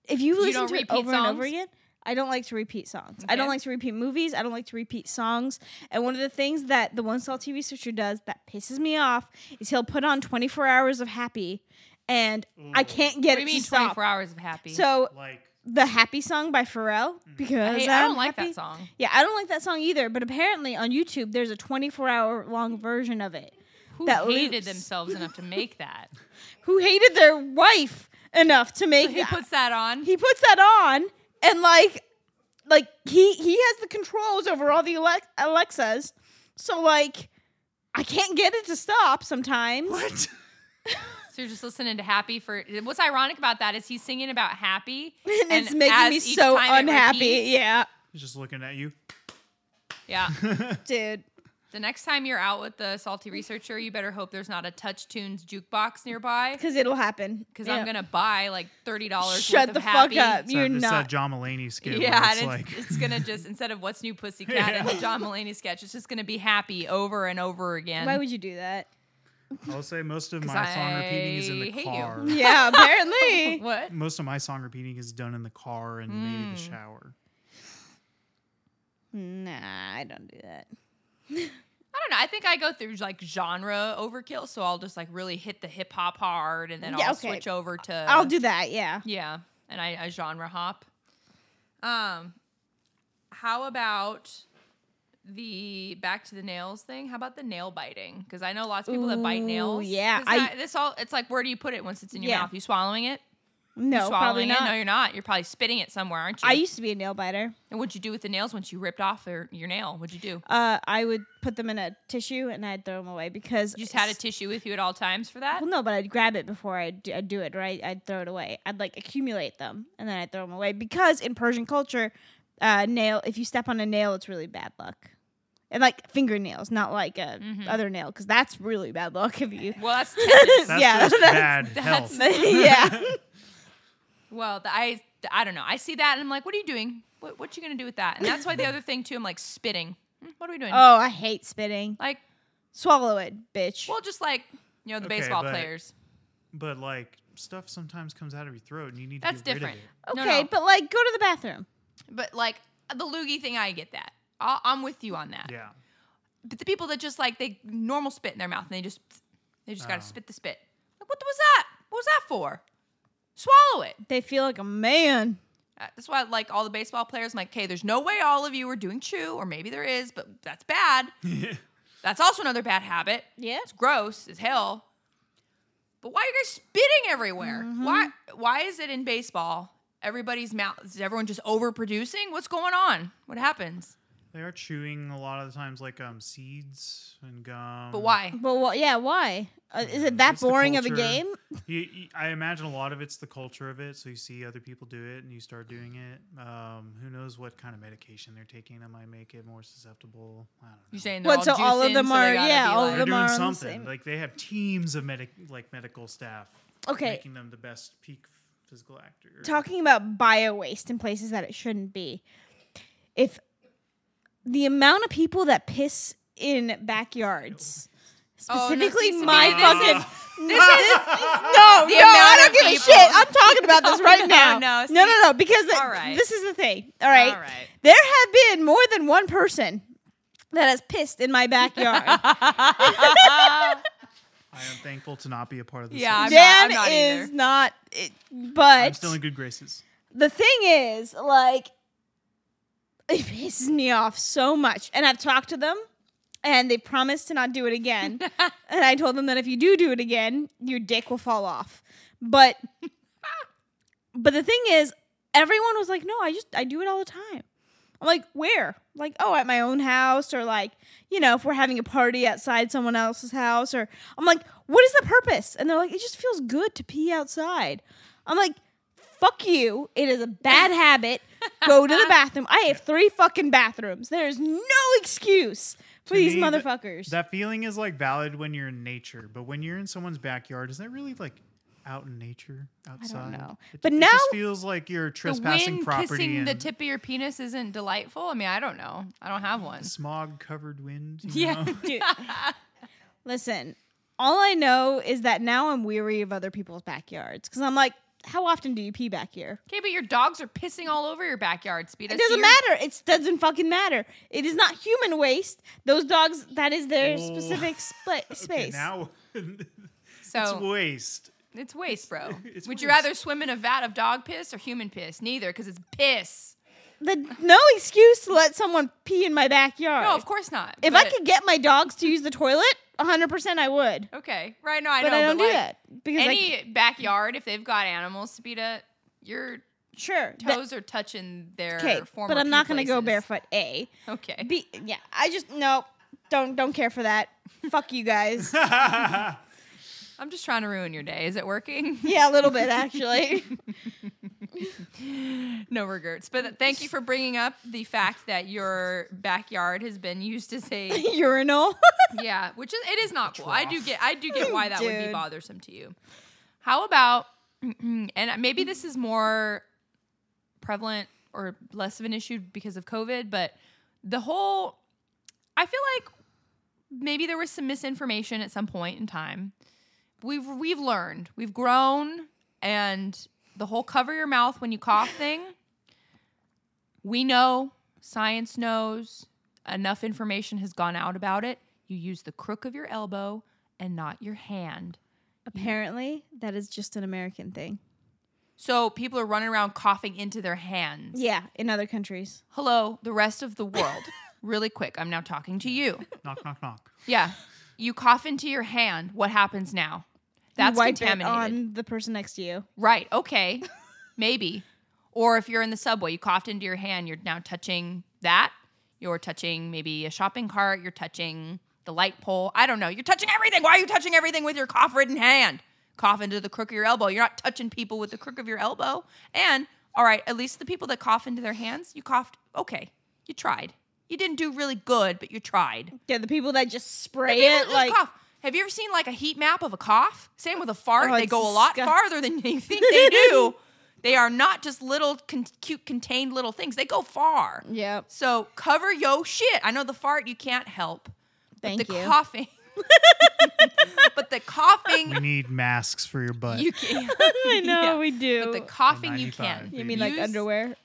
[SPEAKER 1] if you listen
[SPEAKER 2] don't
[SPEAKER 1] to it
[SPEAKER 2] repeat
[SPEAKER 1] over and over
[SPEAKER 2] songs?
[SPEAKER 1] again, I don't like to repeat songs. I don't
[SPEAKER 2] Okay.
[SPEAKER 1] like to repeat movies. I don't like to repeat songs. And one of the things that the One Salt TV switcher does that pisses me off is he'll put on 24 hours of happy, and I can't get
[SPEAKER 2] What
[SPEAKER 1] it
[SPEAKER 2] do you mean
[SPEAKER 1] to stop.
[SPEAKER 2] 24 hours of happy?
[SPEAKER 1] So [laughs]
[SPEAKER 3] Like
[SPEAKER 1] the happy song by Pharrell
[SPEAKER 2] Hmm. I,
[SPEAKER 1] because
[SPEAKER 2] hate-
[SPEAKER 1] I'm
[SPEAKER 2] I don't like
[SPEAKER 1] happy.
[SPEAKER 2] that song.
[SPEAKER 1] Yeah, I don't like that song either. But apparently on YouTube, there's a 24 hour long version of it.
[SPEAKER 2] Who
[SPEAKER 1] That
[SPEAKER 2] hated
[SPEAKER 1] loops.
[SPEAKER 2] themselves enough
[SPEAKER 1] [laughs]
[SPEAKER 2] to make that?
[SPEAKER 1] Who hated their wife enough to make
[SPEAKER 2] So he
[SPEAKER 1] that?
[SPEAKER 2] puts that on.
[SPEAKER 1] he puts that on and like like he he has the controls over all the Alex- alexas so like i can't get it to stop sometimes [laughs]
[SPEAKER 3] what?
[SPEAKER 2] So you're just listening to Happy for. What's ironic about that is he's singing about Happy,
[SPEAKER 1] [laughs] and it's
[SPEAKER 2] and
[SPEAKER 1] making
[SPEAKER 2] as
[SPEAKER 1] me
[SPEAKER 2] each
[SPEAKER 1] so
[SPEAKER 2] time it
[SPEAKER 1] unhappy
[SPEAKER 2] repeats-
[SPEAKER 1] yeah
[SPEAKER 3] He's just looking at you.
[SPEAKER 1] [laughs]
[SPEAKER 2] Yeah.
[SPEAKER 1] dude
[SPEAKER 2] The next time you're out with the salty researcher, you better hope there's not a Touch Tunes jukebox nearby
[SPEAKER 1] because it'll happen
[SPEAKER 2] because
[SPEAKER 1] Yeah.
[SPEAKER 2] I'm gonna buy like thirty dollars.
[SPEAKER 1] shut
[SPEAKER 2] worth
[SPEAKER 1] the
[SPEAKER 2] of happy.
[SPEAKER 1] fuck
[SPEAKER 3] [laughs]
[SPEAKER 1] up
[SPEAKER 3] It's
[SPEAKER 1] you're
[SPEAKER 3] that, It's that
[SPEAKER 1] not
[SPEAKER 3] John Mulaney skit.
[SPEAKER 2] Yeah,
[SPEAKER 3] where
[SPEAKER 2] and
[SPEAKER 3] it's
[SPEAKER 2] it's,
[SPEAKER 1] [laughs]
[SPEAKER 3] like
[SPEAKER 2] it's gonna just instead of what's new
[SPEAKER 3] [laughs]
[SPEAKER 2] pussycat and the John Mulaney sketch, it's just gonna be happy over and over again.
[SPEAKER 1] why would you do that
[SPEAKER 3] I'll say most of
[SPEAKER 2] 'Cause
[SPEAKER 3] my song repeating is in
[SPEAKER 2] I
[SPEAKER 3] the
[SPEAKER 2] hate you.
[SPEAKER 3] car.
[SPEAKER 1] [laughs] yeah apparently
[SPEAKER 2] [laughs] what?
[SPEAKER 3] Most of my song repeating is done in the car and maybe
[SPEAKER 1] Hmm.
[SPEAKER 3] the shower.
[SPEAKER 1] nah i don't do that
[SPEAKER 2] I don't know. I think I go through like genre overkill, so I'll just like really hit the hip hop hard, and then
[SPEAKER 1] Yeah,
[SPEAKER 2] I'll
[SPEAKER 1] okay.
[SPEAKER 2] switch over to
[SPEAKER 1] i'll do that yeah
[SPEAKER 2] Yeah, and I, I genre hop. Um, how about the back to the nails thing? How about the nail biting? Because I know lots of people that bite
[SPEAKER 1] Ooh,
[SPEAKER 2] nails.
[SPEAKER 1] yeah,
[SPEAKER 2] 'Cause
[SPEAKER 1] I-
[SPEAKER 2] I- this all it's like where do you put it once it's in your
[SPEAKER 1] Yeah.
[SPEAKER 2] mouth? You swallowing it? You
[SPEAKER 1] no probably
[SPEAKER 2] swallowing
[SPEAKER 1] not
[SPEAKER 2] It? No, you're not. You're probably spitting it somewhere, aren't you?
[SPEAKER 1] i used to be a nail biter
[SPEAKER 2] and what'd you do with the nails once you ripped off your, your nail? What'd you do?
[SPEAKER 1] uh, i would put them in a tissue and i'd throw them away because
[SPEAKER 2] You just had a tissue with you at all times for that.
[SPEAKER 1] Well, no, but I'd grab it before I'd do, I'd do it, right? I'd throw it away. I'd like accumulate them and then I'd throw them away because in Persian culture, uh, nail if you step on a nail, it's really bad luck. And like fingernails, not like a
[SPEAKER 2] Mm-hmm.
[SPEAKER 1] other nail, because that's really bad luck if
[SPEAKER 2] [laughs]
[SPEAKER 1] you.
[SPEAKER 2] Well, that's Texas.
[SPEAKER 3] That's
[SPEAKER 1] Yeah, [laughs]
[SPEAKER 3] just
[SPEAKER 1] that's-
[SPEAKER 3] bad health.
[SPEAKER 1] [laughs] yeah,
[SPEAKER 2] Well, the, I the- I don't know. I see that and I'm like, what are you doing? What what you gonna do with that? And that's
[SPEAKER 1] [laughs]
[SPEAKER 2] why the other thing too. I'm like spitting. Hmm, What are we doing?
[SPEAKER 1] Oh, I hate spitting.
[SPEAKER 2] Like
[SPEAKER 1] Swallow it, bitch.
[SPEAKER 2] Well, just like you know the
[SPEAKER 3] Okay,
[SPEAKER 2] baseball
[SPEAKER 3] but-
[SPEAKER 2] players.
[SPEAKER 3] But like stuff sometimes comes out of your throat and you need to
[SPEAKER 2] That's
[SPEAKER 3] get rid of
[SPEAKER 2] different.
[SPEAKER 3] it.
[SPEAKER 1] okay,
[SPEAKER 2] No, no.
[SPEAKER 1] but like, go to the bathroom.
[SPEAKER 2] but like the loogie thing, I get that. i I'm with you on that.
[SPEAKER 3] Yeah.
[SPEAKER 2] But the people that just like they normal spit in their mouth and they just they just got
[SPEAKER 3] Oh.
[SPEAKER 2] to spit the spit. Like what was that? What was that for? Swallow it.
[SPEAKER 1] They feel like a man.
[SPEAKER 2] Uh, That's why like all the baseball players. I'm like, okay, there's no way all of you are doing chew, or maybe there is, but that's
[SPEAKER 3] [laughs]
[SPEAKER 2] bad.
[SPEAKER 1] [laughs]
[SPEAKER 2] That's also another bad habit.
[SPEAKER 1] Yeah.
[SPEAKER 2] It's gross as hell. But why are you guys spitting everywhere?
[SPEAKER 1] Mm-hmm.
[SPEAKER 2] Why why is it in baseball? Everybody's mouth is everyone just overproducing? What's going on? What happens?
[SPEAKER 3] They are chewing a lot of the times, like um, seeds and gum.
[SPEAKER 4] But why?
[SPEAKER 1] But well, yeah, why? Uh, is it that
[SPEAKER 3] It's the
[SPEAKER 1] boring of a
[SPEAKER 3] culture.
[SPEAKER 1] game?
[SPEAKER 3] [laughs] You, you- I imagine a lot of it's the culture of it. So you see other people do it, and you start doing it. Um, who knows what kind of medication they're taking that might make it more susceptible? I don't know.
[SPEAKER 4] You're saying
[SPEAKER 1] What,
[SPEAKER 4] they're
[SPEAKER 1] so
[SPEAKER 4] all,
[SPEAKER 1] all of
[SPEAKER 4] juicing,
[SPEAKER 1] them
[SPEAKER 4] so
[SPEAKER 1] are-
[SPEAKER 4] they gotta
[SPEAKER 1] yeah,
[SPEAKER 4] be
[SPEAKER 1] all of
[SPEAKER 4] like-
[SPEAKER 3] they're
[SPEAKER 1] them
[SPEAKER 3] doing
[SPEAKER 1] are on the
[SPEAKER 3] something.
[SPEAKER 1] same-
[SPEAKER 3] Like they have teams of medic, like medical staff.
[SPEAKER 1] Okay.
[SPEAKER 3] making them the best peak physical actor.
[SPEAKER 1] talking about bio waste in places that it shouldn't be. If the amount of people that piss in backyards,
[SPEAKER 4] Oh, no,
[SPEAKER 1] specifically
[SPEAKER 4] see, see,
[SPEAKER 1] my
[SPEAKER 4] this
[SPEAKER 1] fucking.
[SPEAKER 3] is-
[SPEAKER 4] [laughs]
[SPEAKER 1] This is no, no. I
[SPEAKER 4] amount
[SPEAKER 1] don't
[SPEAKER 4] of
[SPEAKER 1] give a
[SPEAKER 4] people- Oh,
[SPEAKER 1] shit. I'm talking about
[SPEAKER 4] [laughs]
[SPEAKER 1] this
[SPEAKER 4] No,
[SPEAKER 1] right
[SPEAKER 4] no,
[SPEAKER 1] now.
[SPEAKER 4] no,
[SPEAKER 1] no,
[SPEAKER 4] see-
[SPEAKER 1] no, no, Because the-
[SPEAKER 4] All right.
[SPEAKER 1] this is the thing. All right.
[SPEAKER 4] All right.
[SPEAKER 1] There have been more than one person that has pissed in
[SPEAKER 4] [laughs]
[SPEAKER 1] my backyard.
[SPEAKER 3] I am thankful to not be a part of this.
[SPEAKER 4] Yeah,
[SPEAKER 3] list.
[SPEAKER 4] I'm- not-
[SPEAKER 1] Dan
[SPEAKER 4] not either.
[SPEAKER 1] is not. It, but
[SPEAKER 3] I'm still in good graces.
[SPEAKER 1] the thing is, like, it pisses me off so much. And I've talked to them, and they promised to not do it again. [laughs] and I told them that if you do do it again, your dick will fall off. But, [laughs] but the thing is, everyone was like, "No, I just I do it all the time." I'm like, "Where?" Like, "Oh, at my own house," or like, you know, if we're having a party outside someone else's house, or I'm like, "What is the purpose?" And they're like, "It just feels good to pee outside." I'm like, fuck you. It is a
[SPEAKER 3] [laughs]
[SPEAKER 1] bad habit. Go to the bathroom. I have three fucking bathrooms. There is no excuse for
[SPEAKER 3] To
[SPEAKER 1] these
[SPEAKER 3] me, that-
[SPEAKER 1] motherfuckers.
[SPEAKER 3] That feeling is like valid when you're in nature, but when you're in someone's backyard, is that really like out in nature outside?
[SPEAKER 1] know.
[SPEAKER 3] It,
[SPEAKER 1] But
[SPEAKER 3] it
[SPEAKER 1] now-
[SPEAKER 3] just feels like you're
[SPEAKER 2] The
[SPEAKER 3] trespassing
[SPEAKER 2] wind
[SPEAKER 3] property
[SPEAKER 2] kissing
[SPEAKER 3] and
[SPEAKER 2] the tip of your penis isn't delightful. I mean, I don't know. I don't have one.
[SPEAKER 3] smog-covered wind. You
[SPEAKER 2] [laughs] Yeah.
[SPEAKER 3] know?
[SPEAKER 1] Dude. [laughs] Listen, all I know is that now I'm weary of other people's backyards because I'm like, how often do you pee back here?
[SPEAKER 2] Okay, but your dogs are pissing all over your backyard, Speed. I
[SPEAKER 1] It
[SPEAKER 2] see
[SPEAKER 1] doesn't
[SPEAKER 2] your-
[SPEAKER 1] matter. It doesn't fucking matter. It is not human waste. Those dogs, that is their
[SPEAKER 2] Oh.
[SPEAKER 3] Whoa.
[SPEAKER 1] specific
[SPEAKER 2] [laughs]
[SPEAKER 1] split
[SPEAKER 3] Okay,
[SPEAKER 1] space.
[SPEAKER 3] now [laughs] it's
[SPEAKER 2] So
[SPEAKER 3] waste.
[SPEAKER 2] it's waste, bro.
[SPEAKER 3] [laughs] It's
[SPEAKER 2] Would you
[SPEAKER 3] waste.
[SPEAKER 2] rather swim in a vat of dog piss or human piss? Neither, because it's piss.
[SPEAKER 1] The, no excuse to let someone pee in my backyard.
[SPEAKER 2] No, of course not.
[SPEAKER 1] If I
[SPEAKER 2] but-
[SPEAKER 1] could get my dogs to use the toilet, 100% I would.
[SPEAKER 2] okay, right? No, I
[SPEAKER 1] but
[SPEAKER 2] know.
[SPEAKER 1] I don't
[SPEAKER 2] but
[SPEAKER 1] do
[SPEAKER 2] like,
[SPEAKER 1] that because
[SPEAKER 2] Any
[SPEAKER 1] like
[SPEAKER 2] backyard, if they've got animals, Speeda, your
[SPEAKER 1] sure. that-
[SPEAKER 2] toes are touching their
[SPEAKER 1] okay,
[SPEAKER 2] former.
[SPEAKER 1] but I'm
[SPEAKER 2] pee
[SPEAKER 1] not going to go
[SPEAKER 2] places.
[SPEAKER 1] barefoot. A.
[SPEAKER 2] Okay.
[SPEAKER 1] B. Yeah, I just no. Don't don't care for that. Fuck you guys.
[SPEAKER 2] I'm just trying to ruin your day. Is it working?
[SPEAKER 1] [laughs] Yeah, a little bit [laughs] actually.
[SPEAKER 2] [laughs] no regrets. But thank you for bringing up the fact that your backyard has been used as
[SPEAKER 1] [laughs]
[SPEAKER 2] a
[SPEAKER 1] Urinal.
[SPEAKER 2] yeah, which is it is not cool. I do get I do get why that would
[SPEAKER 1] Dude.
[SPEAKER 2] be bothersome to you. How about [clears throat] and maybe this is more prevalent or less of an issue because of COVID, but the whole I feel like maybe there was some misinformation at some point in time. We've we've learned, we've grown, and the whole cover your mouth when you cough thing. We know, science knows, enough information has gone out about it. You use the crook of your elbow and not your hand.
[SPEAKER 1] Apparently, that is just an American thing.
[SPEAKER 2] So people are running around coughing into their hands.
[SPEAKER 1] Yeah, in other countries.
[SPEAKER 2] Hello, the rest of
[SPEAKER 1] [laughs]
[SPEAKER 2] the world. really quick, I'm now talking to you.
[SPEAKER 3] knock, knock, knock.
[SPEAKER 2] Yeah. You cough into your hand. What happens now?
[SPEAKER 1] You
[SPEAKER 2] That's
[SPEAKER 1] wipe it
[SPEAKER 2] contaminated.
[SPEAKER 1] on the person next to you.
[SPEAKER 2] Right. Okay. [laughs] Maybe. Or if you're in the subway, you coughed into your hand, you're now touching that. You're touching maybe a shopping cart. You're touching the light pole. I don't know. You're touching everything. Why are you touching everything with your cough ridden hand? Cough into the crook of your elbow. You're not touching people with the crook of your elbow. And all right, at least the people that cough into their hands, you coughed. Okay. You tried. You didn't do really good, but you tried.
[SPEAKER 1] Yeah, the people that just spray
[SPEAKER 2] People
[SPEAKER 1] it
[SPEAKER 2] just
[SPEAKER 1] like
[SPEAKER 2] cough. Have you ever seen like a heat map of a cough? Same with a fart.
[SPEAKER 1] Oh,
[SPEAKER 2] they
[SPEAKER 1] it's
[SPEAKER 2] go a lot
[SPEAKER 1] disgust-
[SPEAKER 2] farther than [laughs] you think they do.
[SPEAKER 1] [laughs]
[SPEAKER 2] they are not just little con- cute contained little things. They go far.
[SPEAKER 1] yeah.
[SPEAKER 2] So cover yo shit. I know the fart you can't help.
[SPEAKER 1] Thank
[SPEAKER 2] the
[SPEAKER 1] you.
[SPEAKER 2] coughing. [laughs] but the
[SPEAKER 3] We
[SPEAKER 2] coughing
[SPEAKER 3] need masks for your
[SPEAKER 2] [laughs]
[SPEAKER 3] butt.
[SPEAKER 2] you can.
[SPEAKER 1] [laughs] I know
[SPEAKER 2] Yeah.
[SPEAKER 1] we do.
[SPEAKER 2] But
[SPEAKER 1] [laughs]
[SPEAKER 2] the coughing you
[SPEAKER 3] 95.
[SPEAKER 2] can.
[SPEAKER 1] you mean like
[SPEAKER 2] Use-
[SPEAKER 1] underwear?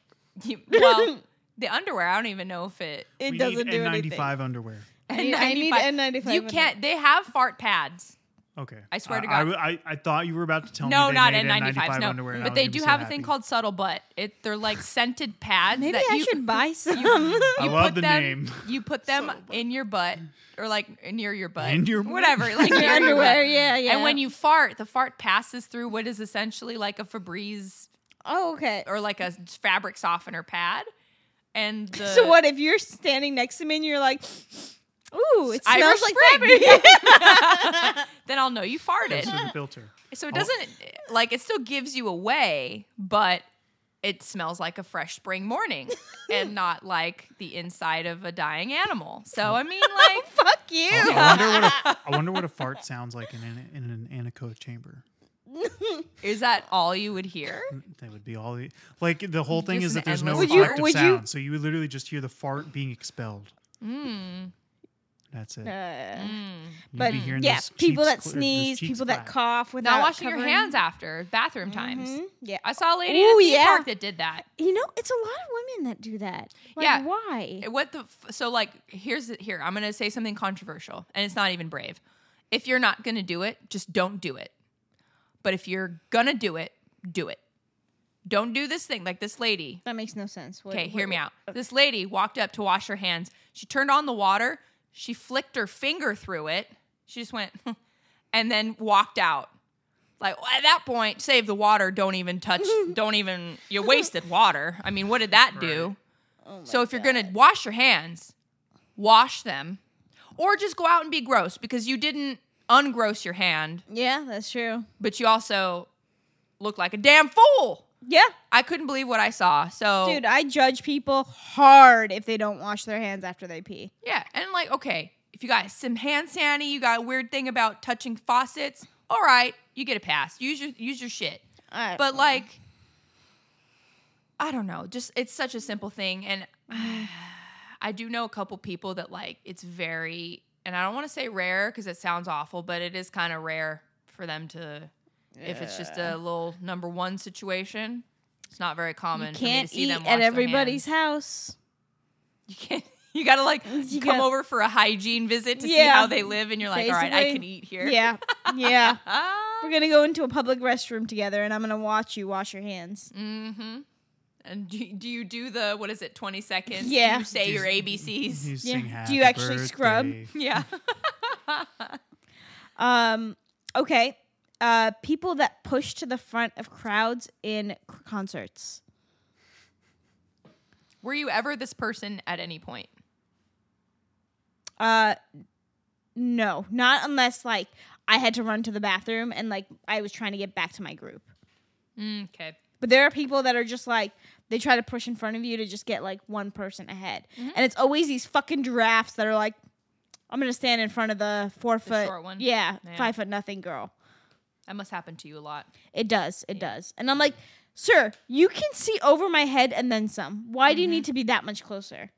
[SPEAKER 2] You-
[SPEAKER 1] [laughs]
[SPEAKER 2] well, the underwear. I don't even know if it.
[SPEAKER 1] It
[SPEAKER 3] we
[SPEAKER 1] doesn't
[SPEAKER 3] need
[SPEAKER 1] do
[SPEAKER 3] N95
[SPEAKER 1] anything.
[SPEAKER 3] underwear.
[SPEAKER 1] I need- I need N95
[SPEAKER 2] You
[SPEAKER 1] in
[SPEAKER 2] can't. They have fart pads.
[SPEAKER 3] Okay.
[SPEAKER 2] I swear to
[SPEAKER 3] I,
[SPEAKER 2] God.
[SPEAKER 3] I, I thought you were about to tell me.
[SPEAKER 2] No,
[SPEAKER 3] they
[SPEAKER 2] not
[SPEAKER 3] made
[SPEAKER 2] N95s.
[SPEAKER 3] N95
[SPEAKER 2] no,
[SPEAKER 3] underwear, and I
[SPEAKER 2] but
[SPEAKER 3] was
[SPEAKER 2] they
[SPEAKER 3] gonna
[SPEAKER 2] do
[SPEAKER 3] be so
[SPEAKER 2] have a thing
[SPEAKER 3] [laughs] happy.
[SPEAKER 2] called subtle butt. It they're like scented pads
[SPEAKER 1] Maybe
[SPEAKER 2] that
[SPEAKER 1] I
[SPEAKER 2] you
[SPEAKER 1] should [laughs] buy some.
[SPEAKER 3] I
[SPEAKER 2] you
[SPEAKER 3] love
[SPEAKER 2] put
[SPEAKER 3] the
[SPEAKER 2] them,
[SPEAKER 3] name.
[SPEAKER 2] You put them in your butt or like near your butt,
[SPEAKER 3] In your butt? [laughs]
[SPEAKER 2] whatever,
[SPEAKER 1] [laughs]
[SPEAKER 2] like
[SPEAKER 1] Your
[SPEAKER 2] near your
[SPEAKER 1] underwear,
[SPEAKER 2] butt.
[SPEAKER 1] yeah, yeah.
[SPEAKER 2] And when you fart, the fart passes through what is essentially like a Febreze
[SPEAKER 1] oh okay,
[SPEAKER 2] or like a fabric softener pad. and the
[SPEAKER 1] [laughs] So what if you're standing next to me and you're like, "Ooh, it
[SPEAKER 2] Irish
[SPEAKER 1] smells like [laughs]
[SPEAKER 2] Spring.
[SPEAKER 1] pepper."
[SPEAKER 2] then I'll know you farted.
[SPEAKER 3] Goes through the filter.
[SPEAKER 2] So
[SPEAKER 1] Oh.
[SPEAKER 2] it doesn't like it still gives you away, but it smells like a fresh spring morning
[SPEAKER 1] [laughs]
[SPEAKER 2] and not like the inside of a dying animal. So I mean like
[SPEAKER 1] Fuck you.
[SPEAKER 3] I wonder, what a, I wonder what a
[SPEAKER 2] [laughs]
[SPEAKER 3] fart sounds like in an, in an anechoic chamber.
[SPEAKER 2] is that all you would hear?
[SPEAKER 3] That would be all. The, like the whole thing
[SPEAKER 2] Just
[SPEAKER 3] is
[SPEAKER 2] an
[SPEAKER 3] that there's no
[SPEAKER 2] endless
[SPEAKER 1] Would you-
[SPEAKER 3] reflective
[SPEAKER 1] would you-
[SPEAKER 3] sound, so you would literally just hear the fart being expelled.
[SPEAKER 2] Mm.
[SPEAKER 3] That's
[SPEAKER 1] [laughs]
[SPEAKER 3] it.
[SPEAKER 1] Uh,
[SPEAKER 2] Mm.
[SPEAKER 3] You'd
[SPEAKER 1] but
[SPEAKER 3] be hearing
[SPEAKER 1] yeah,
[SPEAKER 3] those
[SPEAKER 1] people
[SPEAKER 3] cheeks
[SPEAKER 1] that
[SPEAKER 3] clear- those
[SPEAKER 1] sneeze,
[SPEAKER 3] cheeks
[SPEAKER 1] people that
[SPEAKER 3] clap.
[SPEAKER 1] cough without
[SPEAKER 2] Not washing your
[SPEAKER 1] covering-
[SPEAKER 2] hands after bathroom times.
[SPEAKER 1] Mhm. Yeah,
[SPEAKER 2] I saw a lady
[SPEAKER 1] Ooh,
[SPEAKER 2] in the
[SPEAKER 1] yeah.
[SPEAKER 2] park that did that.
[SPEAKER 1] you know, it's a lot of women that do that. Like,
[SPEAKER 2] Yeah.
[SPEAKER 1] why?
[SPEAKER 2] What the f- so like here's the, here I'm gonna say something controversial and it's not even brave. If you're not gonna do it, just don't do it. But if you're gonna do it, do it. Don't do this thing like this lady.
[SPEAKER 1] That makes no sense. What-
[SPEAKER 2] Okay,
[SPEAKER 1] what-
[SPEAKER 2] hear me out. This lady walked up to wash her hands. She turned on the water. She flicked her finger through it. She just went [laughs] and then walked out. Like at that point, save the water. Don't
[SPEAKER 1] [laughs]
[SPEAKER 2] even touch. don't even. You wasted water. I mean, what did that do?
[SPEAKER 1] Oh my
[SPEAKER 2] So if you're
[SPEAKER 1] God.
[SPEAKER 2] going to wash your hands, wash them or just go out and be gross because you didn't ungross your hand,
[SPEAKER 1] yeah, that's true.
[SPEAKER 2] but you also look like a damn fool.
[SPEAKER 1] Yeah,
[SPEAKER 2] I couldn't believe what I saw. So
[SPEAKER 1] dude, I judge people hard if they don't wash their hands after they pee.
[SPEAKER 2] yeah, and like okay, if you got some hand sanity, you got a weird thing about touching faucets, all right, you get a pass. Use your use your shit.
[SPEAKER 1] I-
[SPEAKER 2] But like I don't know, just it's such a simple thing and [sighs] I do know a couple people that like it's very and I don't want to say rare cuz it sounds awful, but it is kind of rare for them to if it's just a little number 1 situation. It's not very common for me to
[SPEAKER 1] can't
[SPEAKER 2] see
[SPEAKER 1] eat
[SPEAKER 2] them wash
[SPEAKER 1] at
[SPEAKER 2] their
[SPEAKER 1] everybody's
[SPEAKER 2] hands.
[SPEAKER 1] house.
[SPEAKER 2] You can't [laughs] you gotta like
[SPEAKER 1] You
[SPEAKER 2] come
[SPEAKER 1] gotta-
[SPEAKER 2] over for a hygiene visit to see
[SPEAKER 1] Yeah.
[SPEAKER 2] how they live, and you're like, all right, I
[SPEAKER 1] Basically.
[SPEAKER 2] can eat here. [laughs]
[SPEAKER 1] Yeah, yeah.
[SPEAKER 2] Ah.
[SPEAKER 1] We're gonna go into a public restroom together, and I'm gonna watch you wash your hands.
[SPEAKER 2] Mm-hmm. And do, do you do the what is it, twenty seconds?
[SPEAKER 1] Yeah.
[SPEAKER 2] Do you say your
[SPEAKER 3] You [laughs]
[SPEAKER 2] ABCs.
[SPEAKER 3] sing
[SPEAKER 1] Yeah.
[SPEAKER 3] happy
[SPEAKER 1] Do you actually scrub?
[SPEAKER 3] birthday.
[SPEAKER 2] [laughs] Yeah.
[SPEAKER 1] Um, okay. Uh, people that push to the front of crowds in c- concerts.
[SPEAKER 2] Were you ever this person at any point?
[SPEAKER 1] Uh, no, not unless like I had to run to the bathroom and like I was trying to get back to my group.
[SPEAKER 2] Mm, Okay.
[SPEAKER 1] But there are people that are just like they try to push in front of you to just get like one person ahead,
[SPEAKER 2] Mm-hmm.
[SPEAKER 1] and it's always these fucking drafts that are like, I'm gonna stand in front of the four foot,
[SPEAKER 2] short one?
[SPEAKER 1] yeah,
[SPEAKER 2] Yeah.
[SPEAKER 1] five foot nothing girl.
[SPEAKER 2] That must happen to you a lot.
[SPEAKER 1] It does, it does, and I'm like, sir, you can see over my head and then some. Why do you
[SPEAKER 2] Mm-hmm.
[SPEAKER 1] need to be that much closer?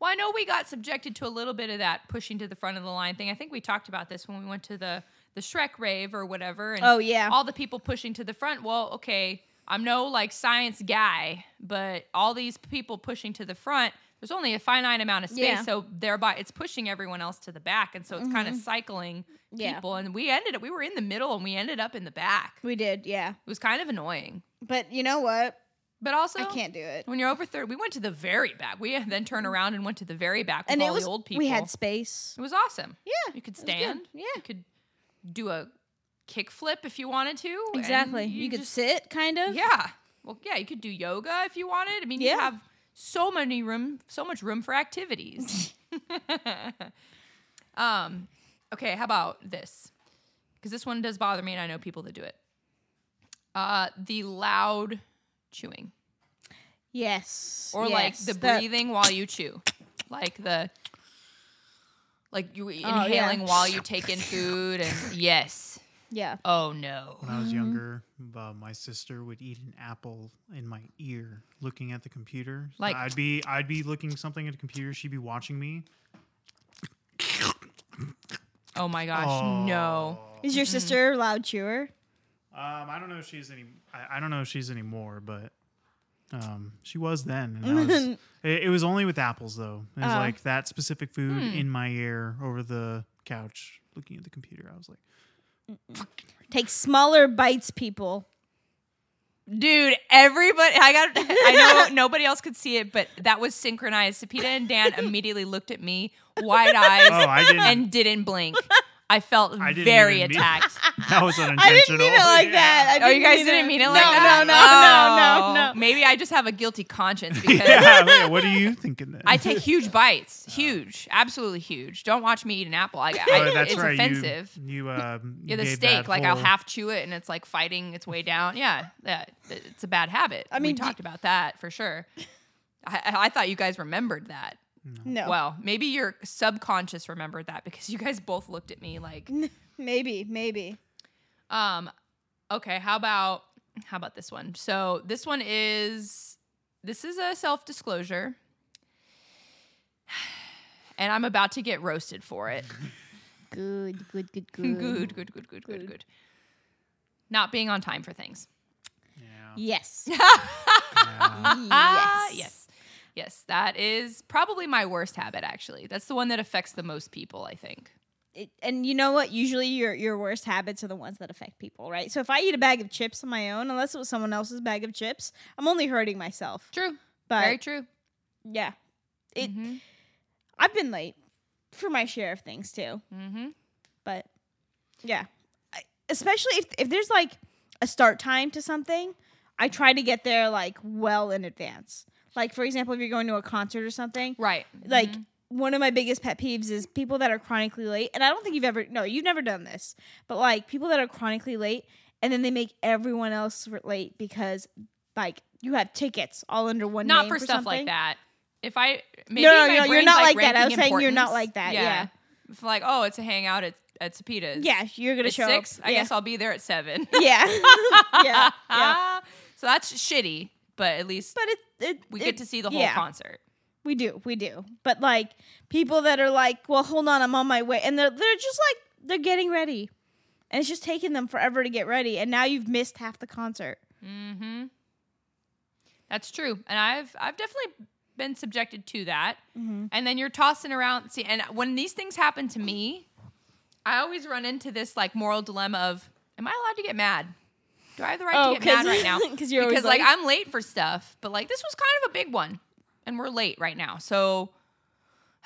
[SPEAKER 2] Well, I know we got subjected to a little bit of that pushing to the front of the line thing. I think we talked about this when we went to the the Shrek rave or whatever. And
[SPEAKER 1] Oh, yeah.
[SPEAKER 2] all the people pushing to the front. Well, okay, I'm no like science guy, but all these people pushing to the front. There's only a finite amount of space,
[SPEAKER 1] Yeah. Mm-hmm.
[SPEAKER 2] so thereby it's pushing everyone else to the back, and so it's kind of cycling
[SPEAKER 1] Yeah.
[SPEAKER 2] people. And we ended up we were in the middle, and we ended up in the back. It
[SPEAKER 1] We did, yeah,
[SPEAKER 2] was kind of annoying,
[SPEAKER 1] but you know what?
[SPEAKER 2] but also
[SPEAKER 1] I can't do it.
[SPEAKER 2] When you're over thirty, we went to the very back. We then turned around and went to the very back with
[SPEAKER 1] And
[SPEAKER 2] all
[SPEAKER 1] it was
[SPEAKER 2] the old people.
[SPEAKER 1] we had space.
[SPEAKER 2] It was awesome.
[SPEAKER 1] Yeah,
[SPEAKER 2] You could
[SPEAKER 1] it was good.
[SPEAKER 2] stand.
[SPEAKER 1] Yeah.
[SPEAKER 2] You could do a kick flip if you wanted to. Oh, and
[SPEAKER 1] Exactly. You, could
[SPEAKER 2] just-
[SPEAKER 1] sit, kind of.
[SPEAKER 2] Yeah. Well, yeah, you could do yoga if you wanted. I mean, you
[SPEAKER 1] Yeah.
[SPEAKER 2] have so many room, so much room for
[SPEAKER 1] [laughs]
[SPEAKER 2] activities. [laughs] um, okay, how about this? Because this one does bother me, and I know people that do it. Uh, the loud chewing,
[SPEAKER 1] Yes.
[SPEAKER 2] or like
[SPEAKER 1] yes,
[SPEAKER 2] the
[SPEAKER 1] that-
[SPEAKER 2] breathing while you chew, like the like you
[SPEAKER 1] Oh, yeah.
[SPEAKER 2] inhaling while you take in food, and yes,
[SPEAKER 1] Yeah.
[SPEAKER 2] Oh no.
[SPEAKER 3] When I
[SPEAKER 1] Mm-hmm.
[SPEAKER 3] was younger, uh, my sister would eat an apple in my ear, looking at the computer. So
[SPEAKER 2] Like-
[SPEAKER 3] I'd be, I'd be looking something at a computer. She'd be watching me.
[SPEAKER 2] Oh my gosh. No.
[SPEAKER 1] Is your sister a loud chewer?
[SPEAKER 3] Um, I don't know if she's any. I, I don't know if she's anymore, but um, she was then. And
[SPEAKER 1] [laughs]
[SPEAKER 3] I was, it, it was only with apples though. It was
[SPEAKER 1] Oh. Hmm.
[SPEAKER 3] like that specific food in my ear over the couch, looking at the computer. I was
[SPEAKER 1] [laughs]
[SPEAKER 3] like, [laughs]
[SPEAKER 1] Take smaller bites, people.
[SPEAKER 2] Dude, everybody I got I
[SPEAKER 1] [laughs]
[SPEAKER 2] know nobody else could see it, but that was synchronized. Sapita and Dan immediately looked at me, wide eyes,
[SPEAKER 3] Oh, I didn't.
[SPEAKER 2] and didn't blink.
[SPEAKER 5] I felt
[SPEAKER 3] I didn't
[SPEAKER 5] very
[SPEAKER 3] even mean-
[SPEAKER 5] attacked.
[SPEAKER 3] That was unintentional.
[SPEAKER 1] [laughs] I didn't mean it like that. I
[SPEAKER 2] Oh, you guys
[SPEAKER 1] mean
[SPEAKER 2] didn't mean it
[SPEAKER 1] no,
[SPEAKER 2] like that? Oh,
[SPEAKER 1] No, no, no, no, no.
[SPEAKER 5] Maybe I just have a guilty
[SPEAKER 3] [laughs]
[SPEAKER 5] conscience because
[SPEAKER 3] [laughs] yeah, wait, what are you thinking then?
[SPEAKER 2] I take huge bites, huge, absolutely huge. Don't watch me eat an apple. I, I,
[SPEAKER 3] Oh, that's
[SPEAKER 2] it's
[SPEAKER 3] right.
[SPEAKER 2] offensive.
[SPEAKER 1] [laughs]
[SPEAKER 3] You, you um,
[SPEAKER 2] yeah, the
[SPEAKER 3] gave
[SPEAKER 2] steak.
[SPEAKER 3] that
[SPEAKER 2] Like I'll
[SPEAKER 3] whole-
[SPEAKER 2] half chew it, and it's like fighting its way down. Yeah, that it's a bad habit.
[SPEAKER 1] I
[SPEAKER 2] I
[SPEAKER 1] mean,
[SPEAKER 2] mean, we
[SPEAKER 1] do-
[SPEAKER 2] talked about that for sure. I, I I thought you guys remembered that.
[SPEAKER 1] No.
[SPEAKER 2] Oh. Well, maybe your subconscious remembered that because you guys both looked at me like,
[SPEAKER 1] Maybe,
[SPEAKER 2] [laughs]
[SPEAKER 1] maybe.
[SPEAKER 2] um, okay, how about how about this one? So this one is this is a self disclosure, and I'm about to get roasted for it.
[SPEAKER 1] Good, good, good, good.
[SPEAKER 2] [laughs] good, good, good, good, good, good. Not being on time for things.
[SPEAKER 3] Yeah.
[SPEAKER 1] [laughs] Yes.
[SPEAKER 3] yeah.
[SPEAKER 2] Ah,
[SPEAKER 1] yes.
[SPEAKER 2] yes. Yes, that is probably my worst habit, actually. That's the one that affects the most people, I think.
[SPEAKER 1] It, and you know what? Usually your your worst habits are the ones that affect people, right? So if I eat a bag of chips on my own, unless it was someone else's bag of chips, I'm only hurting myself.
[SPEAKER 2] True.
[SPEAKER 1] But
[SPEAKER 2] Very true.
[SPEAKER 1] yeah, it.
[SPEAKER 2] Mhm.
[SPEAKER 1] I've been late for my share of things too.
[SPEAKER 2] Mm-hmm.
[SPEAKER 1] but yeah I, especially if, if there's like a start time to something i try to get there like well in advance like for example if you're going to a concert or something
[SPEAKER 2] Right.
[SPEAKER 1] like
[SPEAKER 2] Mm-hmm.
[SPEAKER 1] one of my biggest pet peeves is people that are chronically late and i don't think you've ever no you've never done this but like people that are chronically late and then they make everyone else r- late because like you have tickets all under one
[SPEAKER 2] Not
[SPEAKER 1] name
[SPEAKER 2] for
[SPEAKER 1] or
[SPEAKER 2] stuff
[SPEAKER 1] something.
[SPEAKER 2] like that. If I maybe
[SPEAKER 1] no, no,
[SPEAKER 2] my
[SPEAKER 1] you're
[SPEAKER 2] brain's,
[SPEAKER 1] not like that. I
[SPEAKER 2] ranking
[SPEAKER 1] was saying you're not
[SPEAKER 2] importance.
[SPEAKER 1] like that, yeah.
[SPEAKER 2] If like, oh, it's a hangout at at Cepitas.
[SPEAKER 1] yeah you're gonna
[SPEAKER 2] It's
[SPEAKER 1] show
[SPEAKER 2] six.
[SPEAKER 1] up
[SPEAKER 2] I
[SPEAKER 1] yeah.
[SPEAKER 2] guess I'll be there at [laughs] seven. Ah,
[SPEAKER 1] yeah [laughs] yeah
[SPEAKER 2] [laughs]
[SPEAKER 1] yeah
[SPEAKER 2] So that's shitty, but at least
[SPEAKER 1] but it, it
[SPEAKER 2] we
[SPEAKER 1] it-
[SPEAKER 2] get to see the whole
[SPEAKER 1] yeah.
[SPEAKER 2] concert.
[SPEAKER 1] We do, we do. But like people that are like, well, hold on, I'm on my way, and they're they're just like they're getting ready, and it's just taking them forever to get ready, and now you've missed half the concert.
[SPEAKER 2] Mm-hmm. That's true, and I've I've definitely been subjected to that.
[SPEAKER 1] Mm-hmm.
[SPEAKER 2] And then you're tossing around. See, and when these things happen to me, I always run into this like moral dilemma of: Am I allowed to get mad? Do I have the right
[SPEAKER 1] Oh,
[SPEAKER 2] to get mad
[SPEAKER 1] 'cause-
[SPEAKER 2] right now?
[SPEAKER 1] [laughs] 'cause you're always
[SPEAKER 2] because like,
[SPEAKER 1] like-
[SPEAKER 2] I'm late for stuff, but like this was kind of a big one, and we're late right now, so. [sighs]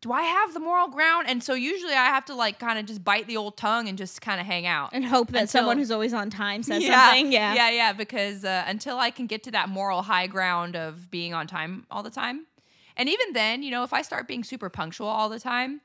[SPEAKER 2] Do I have the moral ground? And so usually I have to like kind of just bite the old tongue and just kind of hang out
[SPEAKER 1] And hope that
[SPEAKER 2] Until-
[SPEAKER 1] someone who's always on time says something. Yeah.
[SPEAKER 2] [laughs] yeah, yeah. Because uh, until I can get to that moral high ground of being on time all the time, and even then, you know, if I start being super punctual all the time,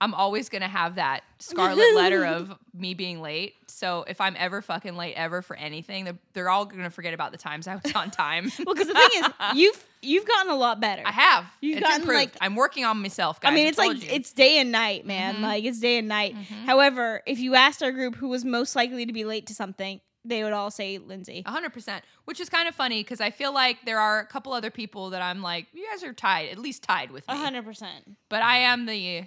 [SPEAKER 2] I'm always gonna have that scarlet
[SPEAKER 1] [laughs]
[SPEAKER 2] letter of me being late. So if I'm ever fucking late ever for anything, they're, they're all gonna forget about the times I was on time.
[SPEAKER 1] [laughs] Well, because the thing
[SPEAKER 2] [laughs]
[SPEAKER 1] is, you've you've gotten a lot better.
[SPEAKER 2] I have.
[SPEAKER 1] You've
[SPEAKER 2] it's
[SPEAKER 1] gotten,
[SPEAKER 2] improved.
[SPEAKER 1] like-
[SPEAKER 2] I'm working on myself, guys.
[SPEAKER 1] I mean, it's
[SPEAKER 2] told
[SPEAKER 1] like
[SPEAKER 2] you. Mm-hmm.
[SPEAKER 1] it's day and night, man. Like it's day and night. However, if you asked our group who was most likely to be late to something, they would all say Lindsay.
[SPEAKER 2] A hundred percent, which is kind of funny because I feel like there are a couple other people that I'm like, you guys are tied, at least tied with me.
[SPEAKER 1] A hundred percent.
[SPEAKER 2] but I am the.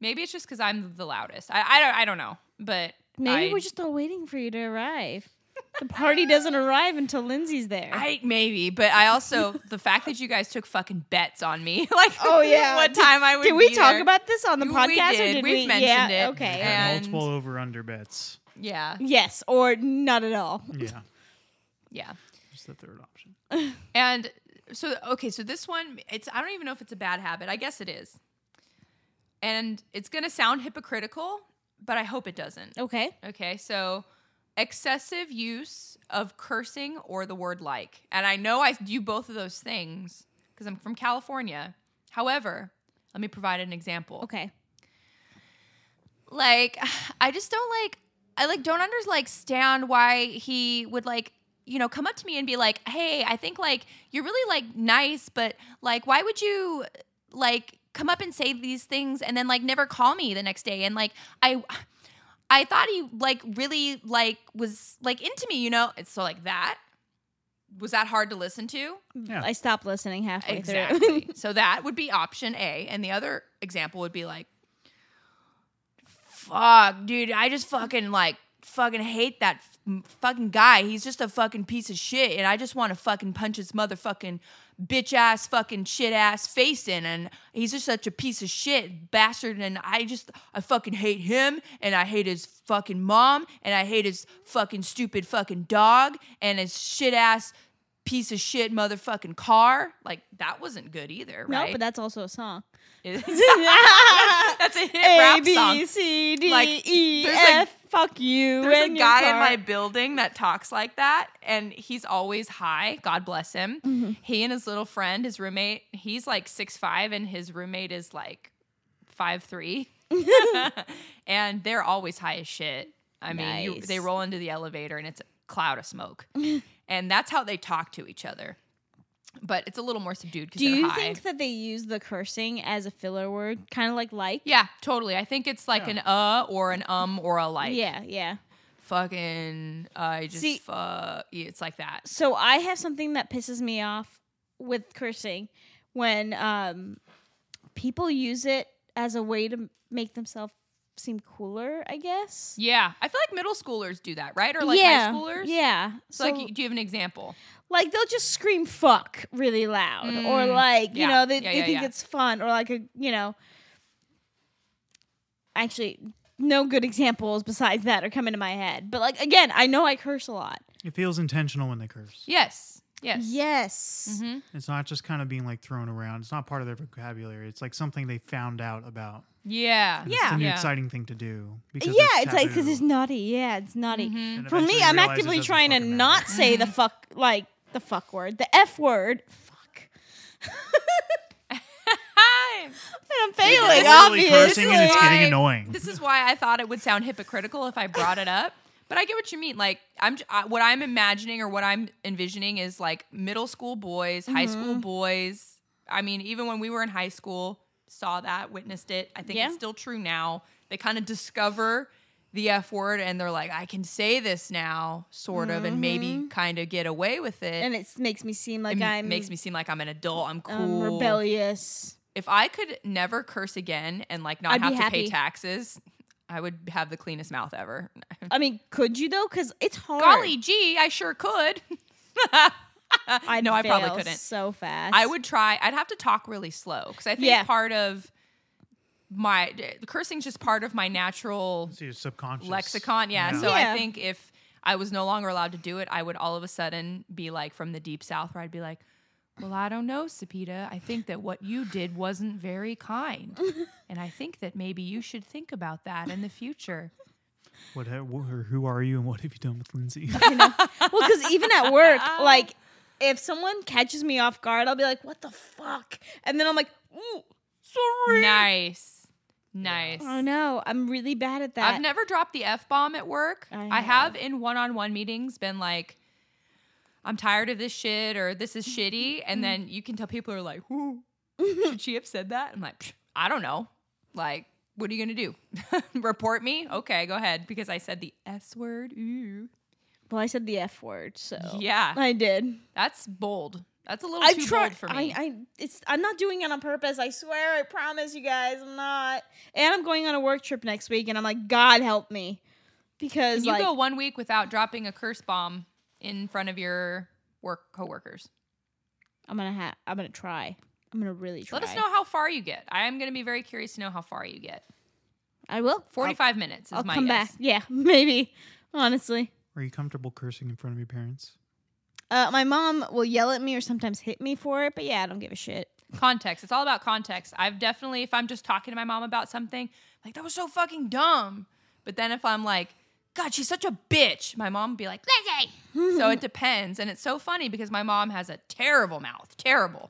[SPEAKER 2] Maybe it's just because I'm the loudest. I, I don't I don't know, but
[SPEAKER 1] Maybe
[SPEAKER 2] I,
[SPEAKER 1] we're just all waiting for you to arrive.
[SPEAKER 2] [laughs]
[SPEAKER 1] The party doesn't arrive until Lindsay's there.
[SPEAKER 2] I maybe, but I also the fact that you guys took fucking bets on me, [laughs] like
[SPEAKER 1] Oh, yeah.
[SPEAKER 2] what time I would.
[SPEAKER 1] did we
[SPEAKER 2] be
[SPEAKER 1] talk
[SPEAKER 2] there.
[SPEAKER 1] about this on the
[SPEAKER 2] We
[SPEAKER 1] podcast or
[SPEAKER 2] did.
[SPEAKER 1] did
[SPEAKER 2] We've
[SPEAKER 1] we?
[SPEAKER 2] mentioned
[SPEAKER 1] yeah,
[SPEAKER 2] it.
[SPEAKER 1] Okay.
[SPEAKER 2] Yeah.
[SPEAKER 3] Yeah,
[SPEAKER 2] and-
[SPEAKER 3] multiple over under bets.
[SPEAKER 2] Yeah,
[SPEAKER 1] Yes, or not at all.
[SPEAKER 2] Mm-hmm.
[SPEAKER 3] Yeah,
[SPEAKER 2] yeah,
[SPEAKER 3] just the third option.
[SPEAKER 2] and so okay, so this one, it's I don't even know if it's a bad habit. I guess it is, and it's gonna sound hypocritical, but I hope it doesn't.
[SPEAKER 1] Okay.
[SPEAKER 2] Okay, so excessive use of cursing or the word like. And I know I do both of those things because I'm from California. However, let me provide an example.
[SPEAKER 1] Okay.
[SPEAKER 2] Like [sighs] I just don't like I like don't under like stand why he would like you know come up to me and be like, "Hey, I think like you're really like nice, but like why would you like come up and say these things and then like never call me the next day and like I [sighs] I thought he like really like was like into me, you know. It's so like that. Was that hard to listen to?
[SPEAKER 3] Yeah.
[SPEAKER 1] I stopped listening halfway through.
[SPEAKER 2] Exactly. so that would be option A, and the other example would be like, "Fuck, dude, I just fucking like fucking hate that f- fucking guy. He's just a fucking piece of shit, and I just want to fucking punch his motherfucking bitch ass fucking shit ass face in, and he's just such a piece of shit bastard, and I just I fucking hate him, and I hate his fucking mom, and I hate his fucking stupid fucking dog, and his shit ass." piece of shit motherfucking car. Like that wasn't good either,
[SPEAKER 1] [laughs] No,
[SPEAKER 2] right? [laughs]
[SPEAKER 1] but that's also a song. [laughs]
[SPEAKER 2] that's a hit
[SPEAKER 1] A
[SPEAKER 2] rap song.
[SPEAKER 1] B C D
[SPEAKER 2] Like,
[SPEAKER 1] E
[SPEAKER 2] there's, like-
[SPEAKER 1] F. Fuck you.
[SPEAKER 2] There's a
[SPEAKER 1] and your
[SPEAKER 2] guy in
[SPEAKER 1] car.
[SPEAKER 2] my building that talks like that, and he's always high. God bless him.
[SPEAKER 1] Mm-hmm.
[SPEAKER 2] He and his little friend, his roommate, he's like six five, and his roommate is like
[SPEAKER 1] [laughs]
[SPEAKER 2] five three, [laughs] and they're always high as shit. I mean, you,
[SPEAKER 1] Nice.
[SPEAKER 2] they roll into the elevator, and it's a cloud
[SPEAKER 1] [laughs]
[SPEAKER 2] of smoke, and that's how they talk to each other. But it's a little more subdued because
[SPEAKER 1] Do
[SPEAKER 2] they're
[SPEAKER 1] you
[SPEAKER 2] high.
[SPEAKER 1] think that they use the cursing as a filler word, kind of like like?
[SPEAKER 2] yeah, totally. I think it's like
[SPEAKER 3] Yeah.
[SPEAKER 2] an uh or an um or a like.
[SPEAKER 1] yeah, yeah.
[SPEAKER 2] Fucking, I just
[SPEAKER 1] See-
[SPEAKER 2] fuck. Yeah, it's like that.
[SPEAKER 1] So I have something that pisses me off with cursing when um, people use it as a way to make themselves seem cooler. I guess.
[SPEAKER 2] Yeah, I feel like middle schoolers do that, right? Or like high schoolers.
[SPEAKER 1] Yeah.
[SPEAKER 2] So, like, do you have an example?
[SPEAKER 1] like they'll just scream fuck really loud or
[SPEAKER 2] Mm,
[SPEAKER 1] like you
[SPEAKER 2] yeah,
[SPEAKER 1] know they,
[SPEAKER 2] yeah,
[SPEAKER 1] they
[SPEAKER 2] yeah,
[SPEAKER 1] think
[SPEAKER 2] yeah.
[SPEAKER 1] it's fun or like a you know actually no good examples besides that are coming to my head but like again i know i curse a lot
[SPEAKER 3] It feels intentional when they curse.
[SPEAKER 2] Yes. Yes.
[SPEAKER 1] yes
[SPEAKER 2] hmm
[SPEAKER 3] It's not just kind of being like thrown around. It's not part of their vocabulary. It's like something they found out about.
[SPEAKER 2] Yeah.
[SPEAKER 3] And It's a new
[SPEAKER 2] Yeah.
[SPEAKER 3] exciting thing to do. Because
[SPEAKER 1] yeah it's like because it's
[SPEAKER 3] taboo.
[SPEAKER 1] naughty yeah it's naughty
[SPEAKER 2] Mhm.
[SPEAKER 3] And
[SPEAKER 1] for me
[SPEAKER 3] eventually
[SPEAKER 1] i'm
[SPEAKER 3] realize it
[SPEAKER 1] actively
[SPEAKER 3] doesn't
[SPEAKER 1] trying to
[SPEAKER 3] fucking
[SPEAKER 1] not
[SPEAKER 3] matter.
[SPEAKER 1] say
[SPEAKER 2] Mm-hmm.
[SPEAKER 1] the fuck like the fuck word the f word fuck
[SPEAKER 2] [laughs] Hi.
[SPEAKER 1] and i'm failing
[SPEAKER 3] It's
[SPEAKER 1] obviously
[SPEAKER 3] literally cursing and it's
[SPEAKER 2] Why-
[SPEAKER 3] getting annoying.
[SPEAKER 2] This is why I thought it would sound hypocritical if I brought it up. But I get what you mean. Like I'm j- I, what I'm imagining or what I'm envisioning is like middle school boys, high
[SPEAKER 1] Mm-hmm.
[SPEAKER 2] school boys. I mean, even when we were in high school, saw that, witnessed it. I think
[SPEAKER 1] Yeah.
[SPEAKER 2] it's still true now. They kind of discover the F word and they're like, I can say this now, sort of, and maybe kind of get away with it.
[SPEAKER 1] Mm-hmm. and it makes me seem
[SPEAKER 2] it
[SPEAKER 1] like
[SPEAKER 2] m-
[SPEAKER 1] i'm
[SPEAKER 2] makes me seem like I'm an adult. I'm cool.
[SPEAKER 1] um, rebellious
[SPEAKER 2] If I could never curse again and like not
[SPEAKER 1] I'd be
[SPEAKER 2] have to pay
[SPEAKER 1] happy.
[SPEAKER 2] taxes, I would have the cleanest mouth ever.
[SPEAKER 1] I mean, could you though? Because it's hard.
[SPEAKER 2] Golly gee, I sure could.
[SPEAKER 1] I
[SPEAKER 2] no, I probably
[SPEAKER 1] fail
[SPEAKER 2] couldn't.
[SPEAKER 1] So fast.
[SPEAKER 2] I would try. I'd have to talk really slow because I think
[SPEAKER 1] Yeah.
[SPEAKER 2] part of my cursing's just part of my natural
[SPEAKER 3] It's your subconscious
[SPEAKER 2] lexicon. Yeah. So
[SPEAKER 1] Yeah.
[SPEAKER 2] I think if I was no longer allowed to do it, I would all of a sudden be like from the deep south where I'd be like, well, I don't know, Sapita. I think that what you did wasn't
[SPEAKER 1] [laughs]
[SPEAKER 2] very kind. And I think that maybe you should think about that in the future.
[SPEAKER 3] What, ha- wh- or who are you and what have you done
[SPEAKER 2] [laughs]
[SPEAKER 3] with Lindsay?
[SPEAKER 1] [laughs] Well, because even at work, like if someone catches me off guard, I'll be like, "What the fuck?" And then I'm like, "Ooh, sorry."
[SPEAKER 2] Nice. Nice.
[SPEAKER 1] Oh no, I'm really bad at that.
[SPEAKER 2] I've never dropped the F bomb at work.
[SPEAKER 1] I
[SPEAKER 2] I have,
[SPEAKER 1] have.
[SPEAKER 2] in one on one meetings been like, I'm tired of this shit or this is shitty.
[SPEAKER 1] Mm-hmm.
[SPEAKER 2] And then you can tell people are like, whoo,
[SPEAKER 1] [laughs]
[SPEAKER 2] should she have said that? I'm like, "Psh, I don't know. Like, what are you going to do? [laughs] Report me? Okay, go ahead. Because I said the S word. Ooh.
[SPEAKER 1] well, I said the f word, so
[SPEAKER 2] Yeah.
[SPEAKER 1] I did.
[SPEAKER 2] That's bold. That's a little
[SPEAKER 1] I
[SPEAKER 2] too
[SPEAKER 1] tried.
[SPEAKER 2] bold for me.
[SPEAKER 1] I, I, it's. I'm not doing it on purpose. I swear. I promise you guys, I'm not. And I'm going on a work trip next week, and I'm like, God help me, because
[SPEAKER 2] Can you
[SPEAKER 1] like,
[SPEAKER 2] go one week without dropping a curse bomb in front of your work coworkers?
[SPEAKER 1] I'm gonna have. I'm gonna try. I'm gonna really try.
[SPEAKER 2] Let us know how far you get. I am going to be very curious to know how far you get.
[SPEAKER 1] I will.
[SPEAKER 2] 45 minutes is
[SPEAKER 1] I'll
[SPEAKER 2] my
[SPEAKER 1] come
[SPEAKER 2] guess.
[SPEAKER 1] back. Yeah, [laughs] maybe. Honestly,
[SPEAKER 3] are you comfortable cursing in front of your parents?
[SPEAKER 1] uh, my mom will yell at me or sometimes hit me for it, but yeah, I don't give a shit.
[SPEAKER 2] Context. It's all about context. I've definitely, if I'm just talking to my mom about something, like, that was so fucking dumb. But then if I'm like, God, she's such a bitch, my mom would be like, Lindsay. so it depends. And it's so funny because my mom has a terrible mouth. Terrible.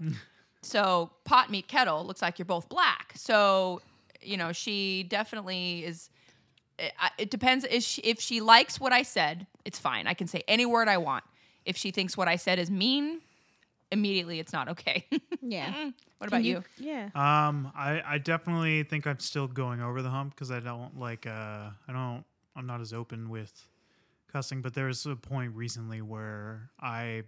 [SPEAKER 2] so pot meat kettle looks like you're both black. So, you know, she definitely is. it- I- it depends if she, if she likes what I said, it's fine. I can say any word I want. If she thinks what I said is mean, immediately it's not okay.
[SPEAKER 1] [laughs]
[SPEAKER 2] [laughs]
[SPEAKER 1] Yeah.
[SPEAKER 2] what about Mm-hmm. you?
[SPEAKER 1] Yeah.
[SPEAKER 3] Um, I, I definitely think I'm still going over the hump because I don't like uh I don't I'm not as open with cussing, but there was a point recently where I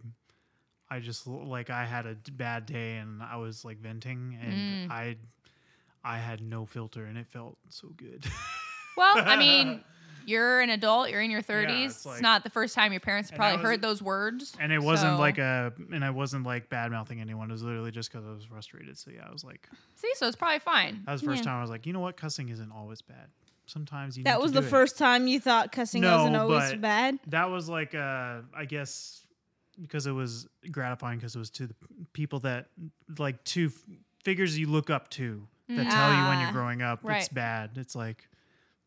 [SPEAKER 3] I just l- like I had a d- bad day and I was like venting
[SPEAKER 2] Mm.
[SPEAKER 3] and I I had no filter and it felt so good.
[SPEAKER 2] [laughs] Well, I mean,
[SPEAKER 3] [laughs]
[SPEAKER 2] you're an adult, you're in your 30s. it's,
[SPEAKER 3] it's like-
[SPEAKER 2] not the first time your parents
[SPEAKER 3] And
[SPEAKER 2] probably
[SPEAKER 3] I was-
[SPEAKER 2] heard those words.
[SPEAKER 3] and it wasn't
[SPEAKER 2] so-
[SPEAKER 3] like a and I wasn't like bad mouthing anyone. It was literally just because I was frustrated. So yeah, I was like
[SPEAKER 2] See, so it's probably fine.
[SPEAKER 3] that was the first
[SPEAKER 1] Yeah.
[SPEAKER 3] time I was like, you know what, cussing isn't always bad. Sometimes you need
[SPEAKER 1] That
[SPEAKER 3] to
[SPEAKER 1] was the
[SPEAKER 3] do it."
[SPEAKER 1] first time you thought cussing
[SPEAKER 3] No,
[SPEAKER 1] wasn't always
[SPEAKER 3] but-
[SPEAKER 1] bad.
[SPEAKER 3] that was like uh I guess because it was gratifying because it was to the people that like two f- figures you look up to that tell you when
[SPEAKER 1] Ah,
[SPEAKER 3] you're growing up it's
[SPEAKER 5] right.
[SPEAKER 3] bad. It's like,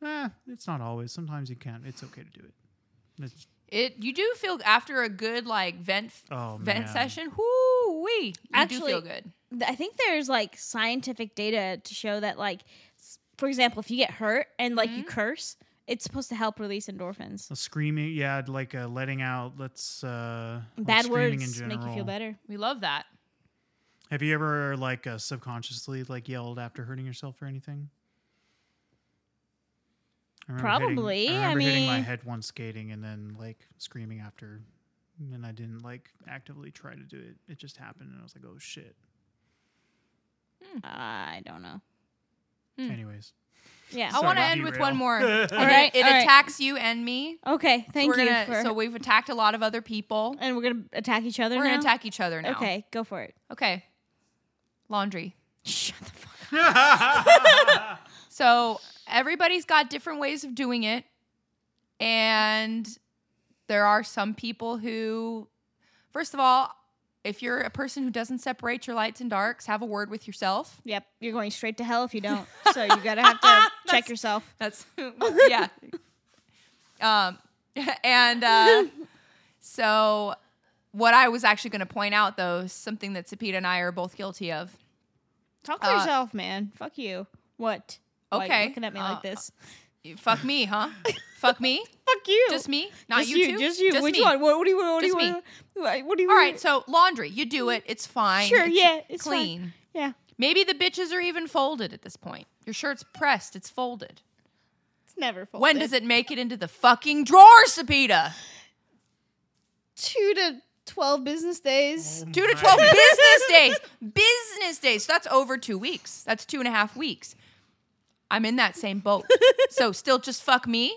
[SPEAKER 3] eh, it's not always. Sometimes you can. It's okay to do it. It's,
[SPEAKER 5] It you do feel after a good like vent
[SPEAKER 3] oh
[SPEAKER 5] vent
[SPEAKER 3] man.
[SPEAKER 5] session. Whoo wee! You
[SPEAKER 1] Actually-
[SPEAKER 5] do feel good.
[SPEAKER 1] th- I think there's like scientific data to show that like s- for example, if you get hurt and like
[SPEAKER 2] Mm-hmm.
[SPEAKER 1] you curse, it's supposed to help release endorphins.
[SPEAKER 3] The screaming, yeah, like uh, letting out. Let's uh, like
[SPEAKER 1] Bad
[SPEAKER 3] screaming
[SPEAKER 1] words
[SPEAKER 3] in
[SPEAKER 1] make you feel
[SPEAKER 3] general.
[SPEAKER 1] better.
[SPEAKER 5] We love that.
[SPEAKER 3] Have you ever like uh, subconsciously like yelled after hurting yourself or anything? I remember hitting-
[SPEAKER 1] Probably, I
[SPEAKER 3] I remember hitting my
[SPEAKER 1] mean-
[SPEAKER 3] head once skating and then like screaming after, and I didn't like actively try to do it. It just happened, and I was like, "Oh shit!"
[SPEAKER 2] Hmm.
[SPEAKER 1] I don't know. Hmm. [laughs]
[SPEAKER 3] Anyways, [laughs]
[SPEAKER 1] Yeah.
[SPEAKER 3] Sorry,
[SPEAKER 5] I want to
[SPEAKER 3] I
[SPEAKER 5] end with one
[SPEAKER 3] derailed. [laughs]
[SPEAKER 5] more.
[SPEAKER 1] All
[SPEAKER 3] All
[SPEAKER 1] right.
[SPEAKER 2] It
[SPEAKER 1] all right.
[SPEAKER 2] attacks you and me.
[SPEAKER 1] Okay. Thank
[SPEAKER 2] we're
[SPEAKER 1] you.
[SPEAKER 2] gonna,
[SPEAKER 1] for,
[SPEAKER 2] So we've attacked a lot of other people.
[SPEAKER 1] and we're gonna attack each other.
[SPEAKER 2] We're
[SPEAKER 1] now?
[SPEAKER 2] gonna attack each other now.
[SPEAKER 1] Okay. Go for it. [laughs]
[SPEAKER 2] Okay. Laundry.
[SPEAKER 1] Shut the fuck. up.
[SPEAKER 3] Oh
[SPEAKER 2] So everybody's got different ways of doing it. And there are some people who, first of all, if you're a person who doesn't separate your lights and darks, have a word with yourself.
[SPEAKER 1] Yep. You're going straight to hell if you don't. So you gotta [laughs] have to check yourself.
[SPEAKER 2] That's,
[SPEAKER 1] [laughs]
[SPEAKER 2] yeah. Um, [laughs] and uh, so, what I was actually going to point out, though, is something that Sapita and I are both guilty of.
[SPEAKER 1] Talk to
[SPEAKER 2] uh,
[SPEAKER 1] yourself, man. Fuck you. What? Why are you
[SPEAKER 2] Okay,
[SPEAKER 1] looking at me
[SPEAKER 2] uh,
[SPEAKER 1] like this.
[SPEAKER 2] Fuck me,
[SPEAKER 1] [laughs]
[SPEAKER 2] huh? Fuck me?
[SPEAKER 1] Fuck you.
[SPEAKER 2] Just me? Not
[SPEAKER 1] Just
[SPEAKER 2] you, two?
[SPEAKER 1] Just you. Which
[SPEAKER 2] me.
[SPEAKER 1] one? What, what do you want? What
[SPEAKER 2] Just
[SPEAKER 1] do you
[SPEAKER 2] me.
[SPEAKER 1] want? Like, What do you
[SPEAKER 2] All
[SPEAKER 1] want?
[SPEAKER 2] right, so laundry, you do it. It's fine.
[SPEAKER 1] Sure,
[SPEAKER 2] It's
[SPEAKER 1] yeah, it's fine.
[SPEAKER 2] clean.
[SPEAKER 1] yeah.
[SPEAKER 2] Maybe the bitches are even folded at this point. Your shirt's pressed. It's folded.
[SPEAKER 1] It's never folded.
[SPEAKER 2] When does it make it into the fucking drawer, Sapita?
[SPEAKER 1] Two to twelve business days.
[SPEAKER 2] Two to twelve business days. Business days. So that's over two weeks. That's two and a half weeks. I'm in that same boat.
[SPEAKER 3] [laughs]
[SPEAKER 2] So still, just fuck me.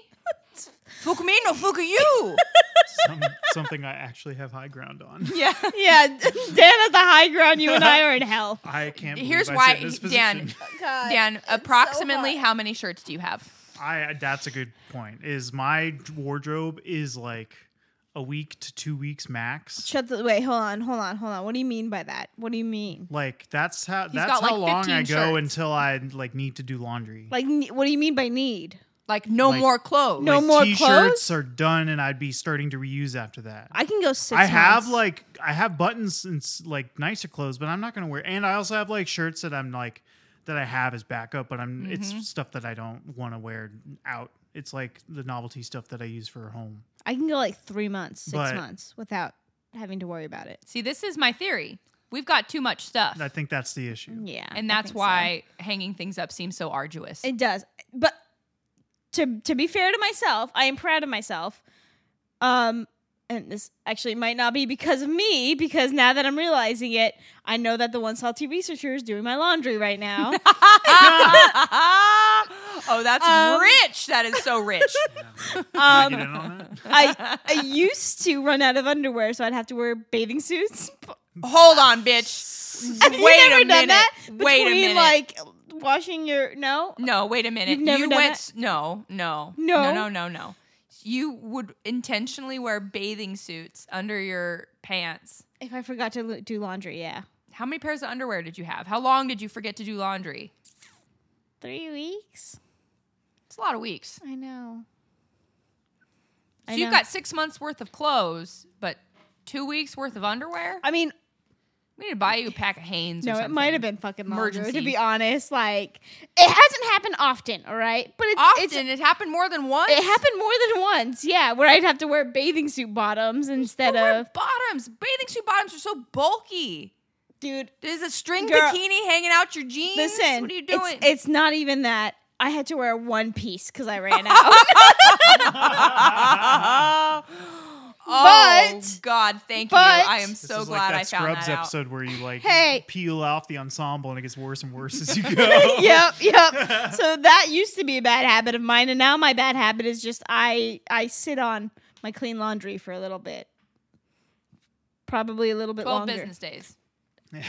[SPEAKER 2] Fuck me, no fuck
[SPEAKER 3] [laughs]
[SPEAKER 2] you.
[SPEAKER 3] [laughs] Some, something I actually have high ground on.
[SPEAKER 2] Yeah.
[SPEAKER 1] [laughs] yeah, Dan has the high ground. You and I are in hell.
[SPEAKER 3] I can't. believe
[SPEAKER 2] Here's
[SPEAKER 3] I
[SPEAKER 2] why,
[SPEAKER 3] sit in this
[SPEAKER 2] Dan.
[SPEAKER 3] position.
[SPEAKER 1] [laughs] God.
[SPEAKER 2] [laughs] Dan,
[SPEAKER 1] so
[SPEAKER 2] approximately
[SPEAKER 1] hot.
[SPEAKER 2] how many shirts do you have?
[SPEAKER 3] I that's a good point. Is my wardrobe is like a week to two weeks max.
[SPEAKER 1] Shut the wait. Hold on. Hold on. Hold on. What do you mean by that? What do you mean?
[SPEAKER 3] Like that's how that's
[SPEAKER 2] got,
[SPEAKER 3] how
[SPEAKER 2] like,
[SPEAKER 3] long I
[SPEAKER 2] 15
[SPEAKER 3] go
[SPEAKER 2] shirts.
[SPEAKER 3] until I like need to do laundry.
[SPEAKER 1] Like, ne- what do you mean by need?
[SPEAKER 2] Like no
[SPEAKER 3] Like-
[SPEAKER 2] more clothes.
[SPEAKER 1] No more
[SPEAKER 3] t-shirts
[SPEAKER 1] clothes?
[SPEAKER 3] are done, and I'd be starting to reuse after that.
[SPEAKER 1] I can go six.
[SPEAKER 3] I have
[SPEAKER 1] months.
[SPEAKER 3] like I have buttons and s- like nicer clothes, but I'm not gonna wear. And I also have like shirts that I'm like that I have as backup, but I'm
[SPEAKER 1] Mm-hmm.
[SPEAKER 3] it's stuff that I don't want to wear out. It's like the novelty stuff that I use for home.
[SPEAKER 1] I can go like three months, six
[SPEAKER 3] But-
[SPEAKER 1] months without having to worry about it.
[SPEAKER 5] See, this is my theory. We've got too much stuff,
[SPEAKER 3] I think that's the issue.
[SPEAKER 1] Yeah,
[SPEAKER 5] and
[SPEAKER 1] I
[SPEAKER 5] that's
[SPEAKER 1] think so.
[SPEAKER 5] why hanging things up seems so arduous.
[SPEAKER 1] it does. But to to be fair to myself, I am proud of myself. Um, and this actually might not be because of me, because now that I'm realizing it, I know that the one salty researcher is doing my laundry right
[SPEAKER 2] [laughs]
[SPEAKER 1] now.
[SPEAKER 2] oh, that's
[SPEAKER 1] Um,
[SPEAKER 2] rich. That is so rich.
[SPEAKER 3] Can I get in on that?
[SPEAKER 1] I I used to run out of underwear, so I'd have to wear bathing suits. [laughs]
[SPEAKER 2] Hold on, bitch.
[SPEAKER 1] Have you
[SPEAKER 2] Wait
[SPEAKER 1] never
[SPEAKER 2] a
[SPEAKER 1] done
[SPEAKER 2] minute.
[SPEAKER 1] that?
[SPEAKER 2] Wait a
[SPEAKER 1] Between,
[SPEAKER 2] minute.
[SPEAKER 1] Like washing your no.
[SPEAKER 2] no, wait a minute.
[SPEAKER 1] You've never
[SPEAKER 2] you
[SPEAKER 1] done
[SPEAKER 2] went
[SPEAKER 1] that?
[SPEAKER 2] s- no, no,
[SPEAKER 1] No.
[SPEAKER 2] no, no, no, no. You would intentionally wear bathing suits under your pants.
[SPEAKER 1] If I forgot to lo- do laundry, yeah,
[SPEAKER 2] How many pairs of underwear did you have? How long did you forget to do laundry?
[SPEAKER 1] three weeks.
[SPEAKER 2] It's a lot of weeks.
[SPEAKER 1] I know.
[SPEAKER 2] So you've got six months worth of clothes, but two weeks worth of underwear.
[SPEAKER 1] I mean,
[SPEAKER 2] We need to buy you a pack of Hanes. or
[SPEAKER 1] no, it
[SPEAKER 2] something.
[SPEAKER 1] might have been fucking laundry. To
[SPEAKER 2] Emergency.
[SPEAKER 1] be honest, like it hasn't happened often. All right, but it's
[SPEAKER 2] Often
[SPEAKER 1] it's
[SPEAKER 2] it happened more than once.
[SPEAKER 1] it happened more than once. Yeah, where I'd have to wear bathing suit bottoms instead
[SPEAKER 2] Don't wear
[SPEAKER 1] of
[SPEAKER 2] bottoms. Bathing suit bottoms are so bulky.
[SPEAKER 1] dude.
[SPEAKER 2] Is a string
[SPEAKER 1] Girl,
[SPEAKER 2] bikini hanging out your jeans?
[SPEAKER 1] Listen,
[SPEAKER 2] what are you
[SPEAKER 1] it's-
[SPEAKER 2] doing?
[SPEAKER 1] It's, [gasps]
[SPEAKER 2] [laughs]
[SPEAKER 1] not even that. I had to wear one piece because I
[SPEAKER 2] [laughs]
[SPEAKER 1] ran out.
[SPEAKER 2] oh
[SPEAKER 1] but-
[SPEAKER 2] God, thank
[SPEAKER 1] but-
[SPEAKER 2] you. I am
[SPEAKER 3] This
[SPEAKER 2] so
[SPEAKER 3] is
[SPEAKER 2] glad
[SPEAKER 3] like
[SPEAKER 2] I
[SPEAKER 3] that
[SPEAKER 2] found
[SPEAKER 3] Scrubs
[SPEAKER 2] that out.
[SPEAKER 3] episode where you like
[SPEAKER 1] Hey.
[SPEAKER 3] peel off the ensemble and it gets worse and
[SPEAKER 2] [laughs]
[SPEAKER 3] worse as you go.
[SPEAKER 1] [laughs] yep, yep. So that used to be a bad habit of mine, and now my bad habit is just I I sit on my clean laundry for a little bit, probably a little bit
[SPEAKER 5] Twelve
[SPEAKER 1] longer.
[SPEAKER 5] business days.
[SPEAKER 1] I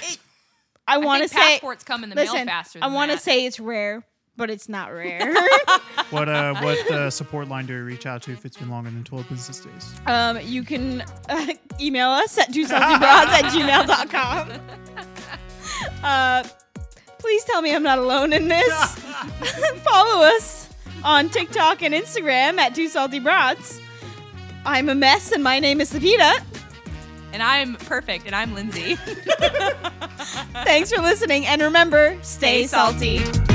[SPEAKER 5] I
[SPEAKER 1] want to
[SPEAKER 5] think
[SPEAKER 1] say
[SPEAKER 5] passports come in the
[SPEAKER 1] listen.
[SPEAKER 5] mail faster.
[SPEAKER 1] I
[SPEAKER 5] than
[SPEAKER 1] want to
[SPEAKER 5] that.
[SPEAKER 1] say it's rare, but it's
[SPEAKER 5] [laughs]
[SPEAKER 1] not rare.
[SPEAKER 3] What uh, what uh, support line do we reach out to if it's been longer than 12 business days?
[SPEAKER 1] um, you can uh, email us at do something broads at gmail.com. Uh, please tell me I'm not alone in this. [laughs] Follow us on TikTok and Instagram at Two Salty Broads. I'm a mess, and my name is Sapita.
[SPEAKER 2] And I'm
[SPEAKER 1] [laughs]
[SPEAKER 2] perfect, and I'm Lindsay.
[SPEAKER 1] Thanks for listening, and remember, stay, salty.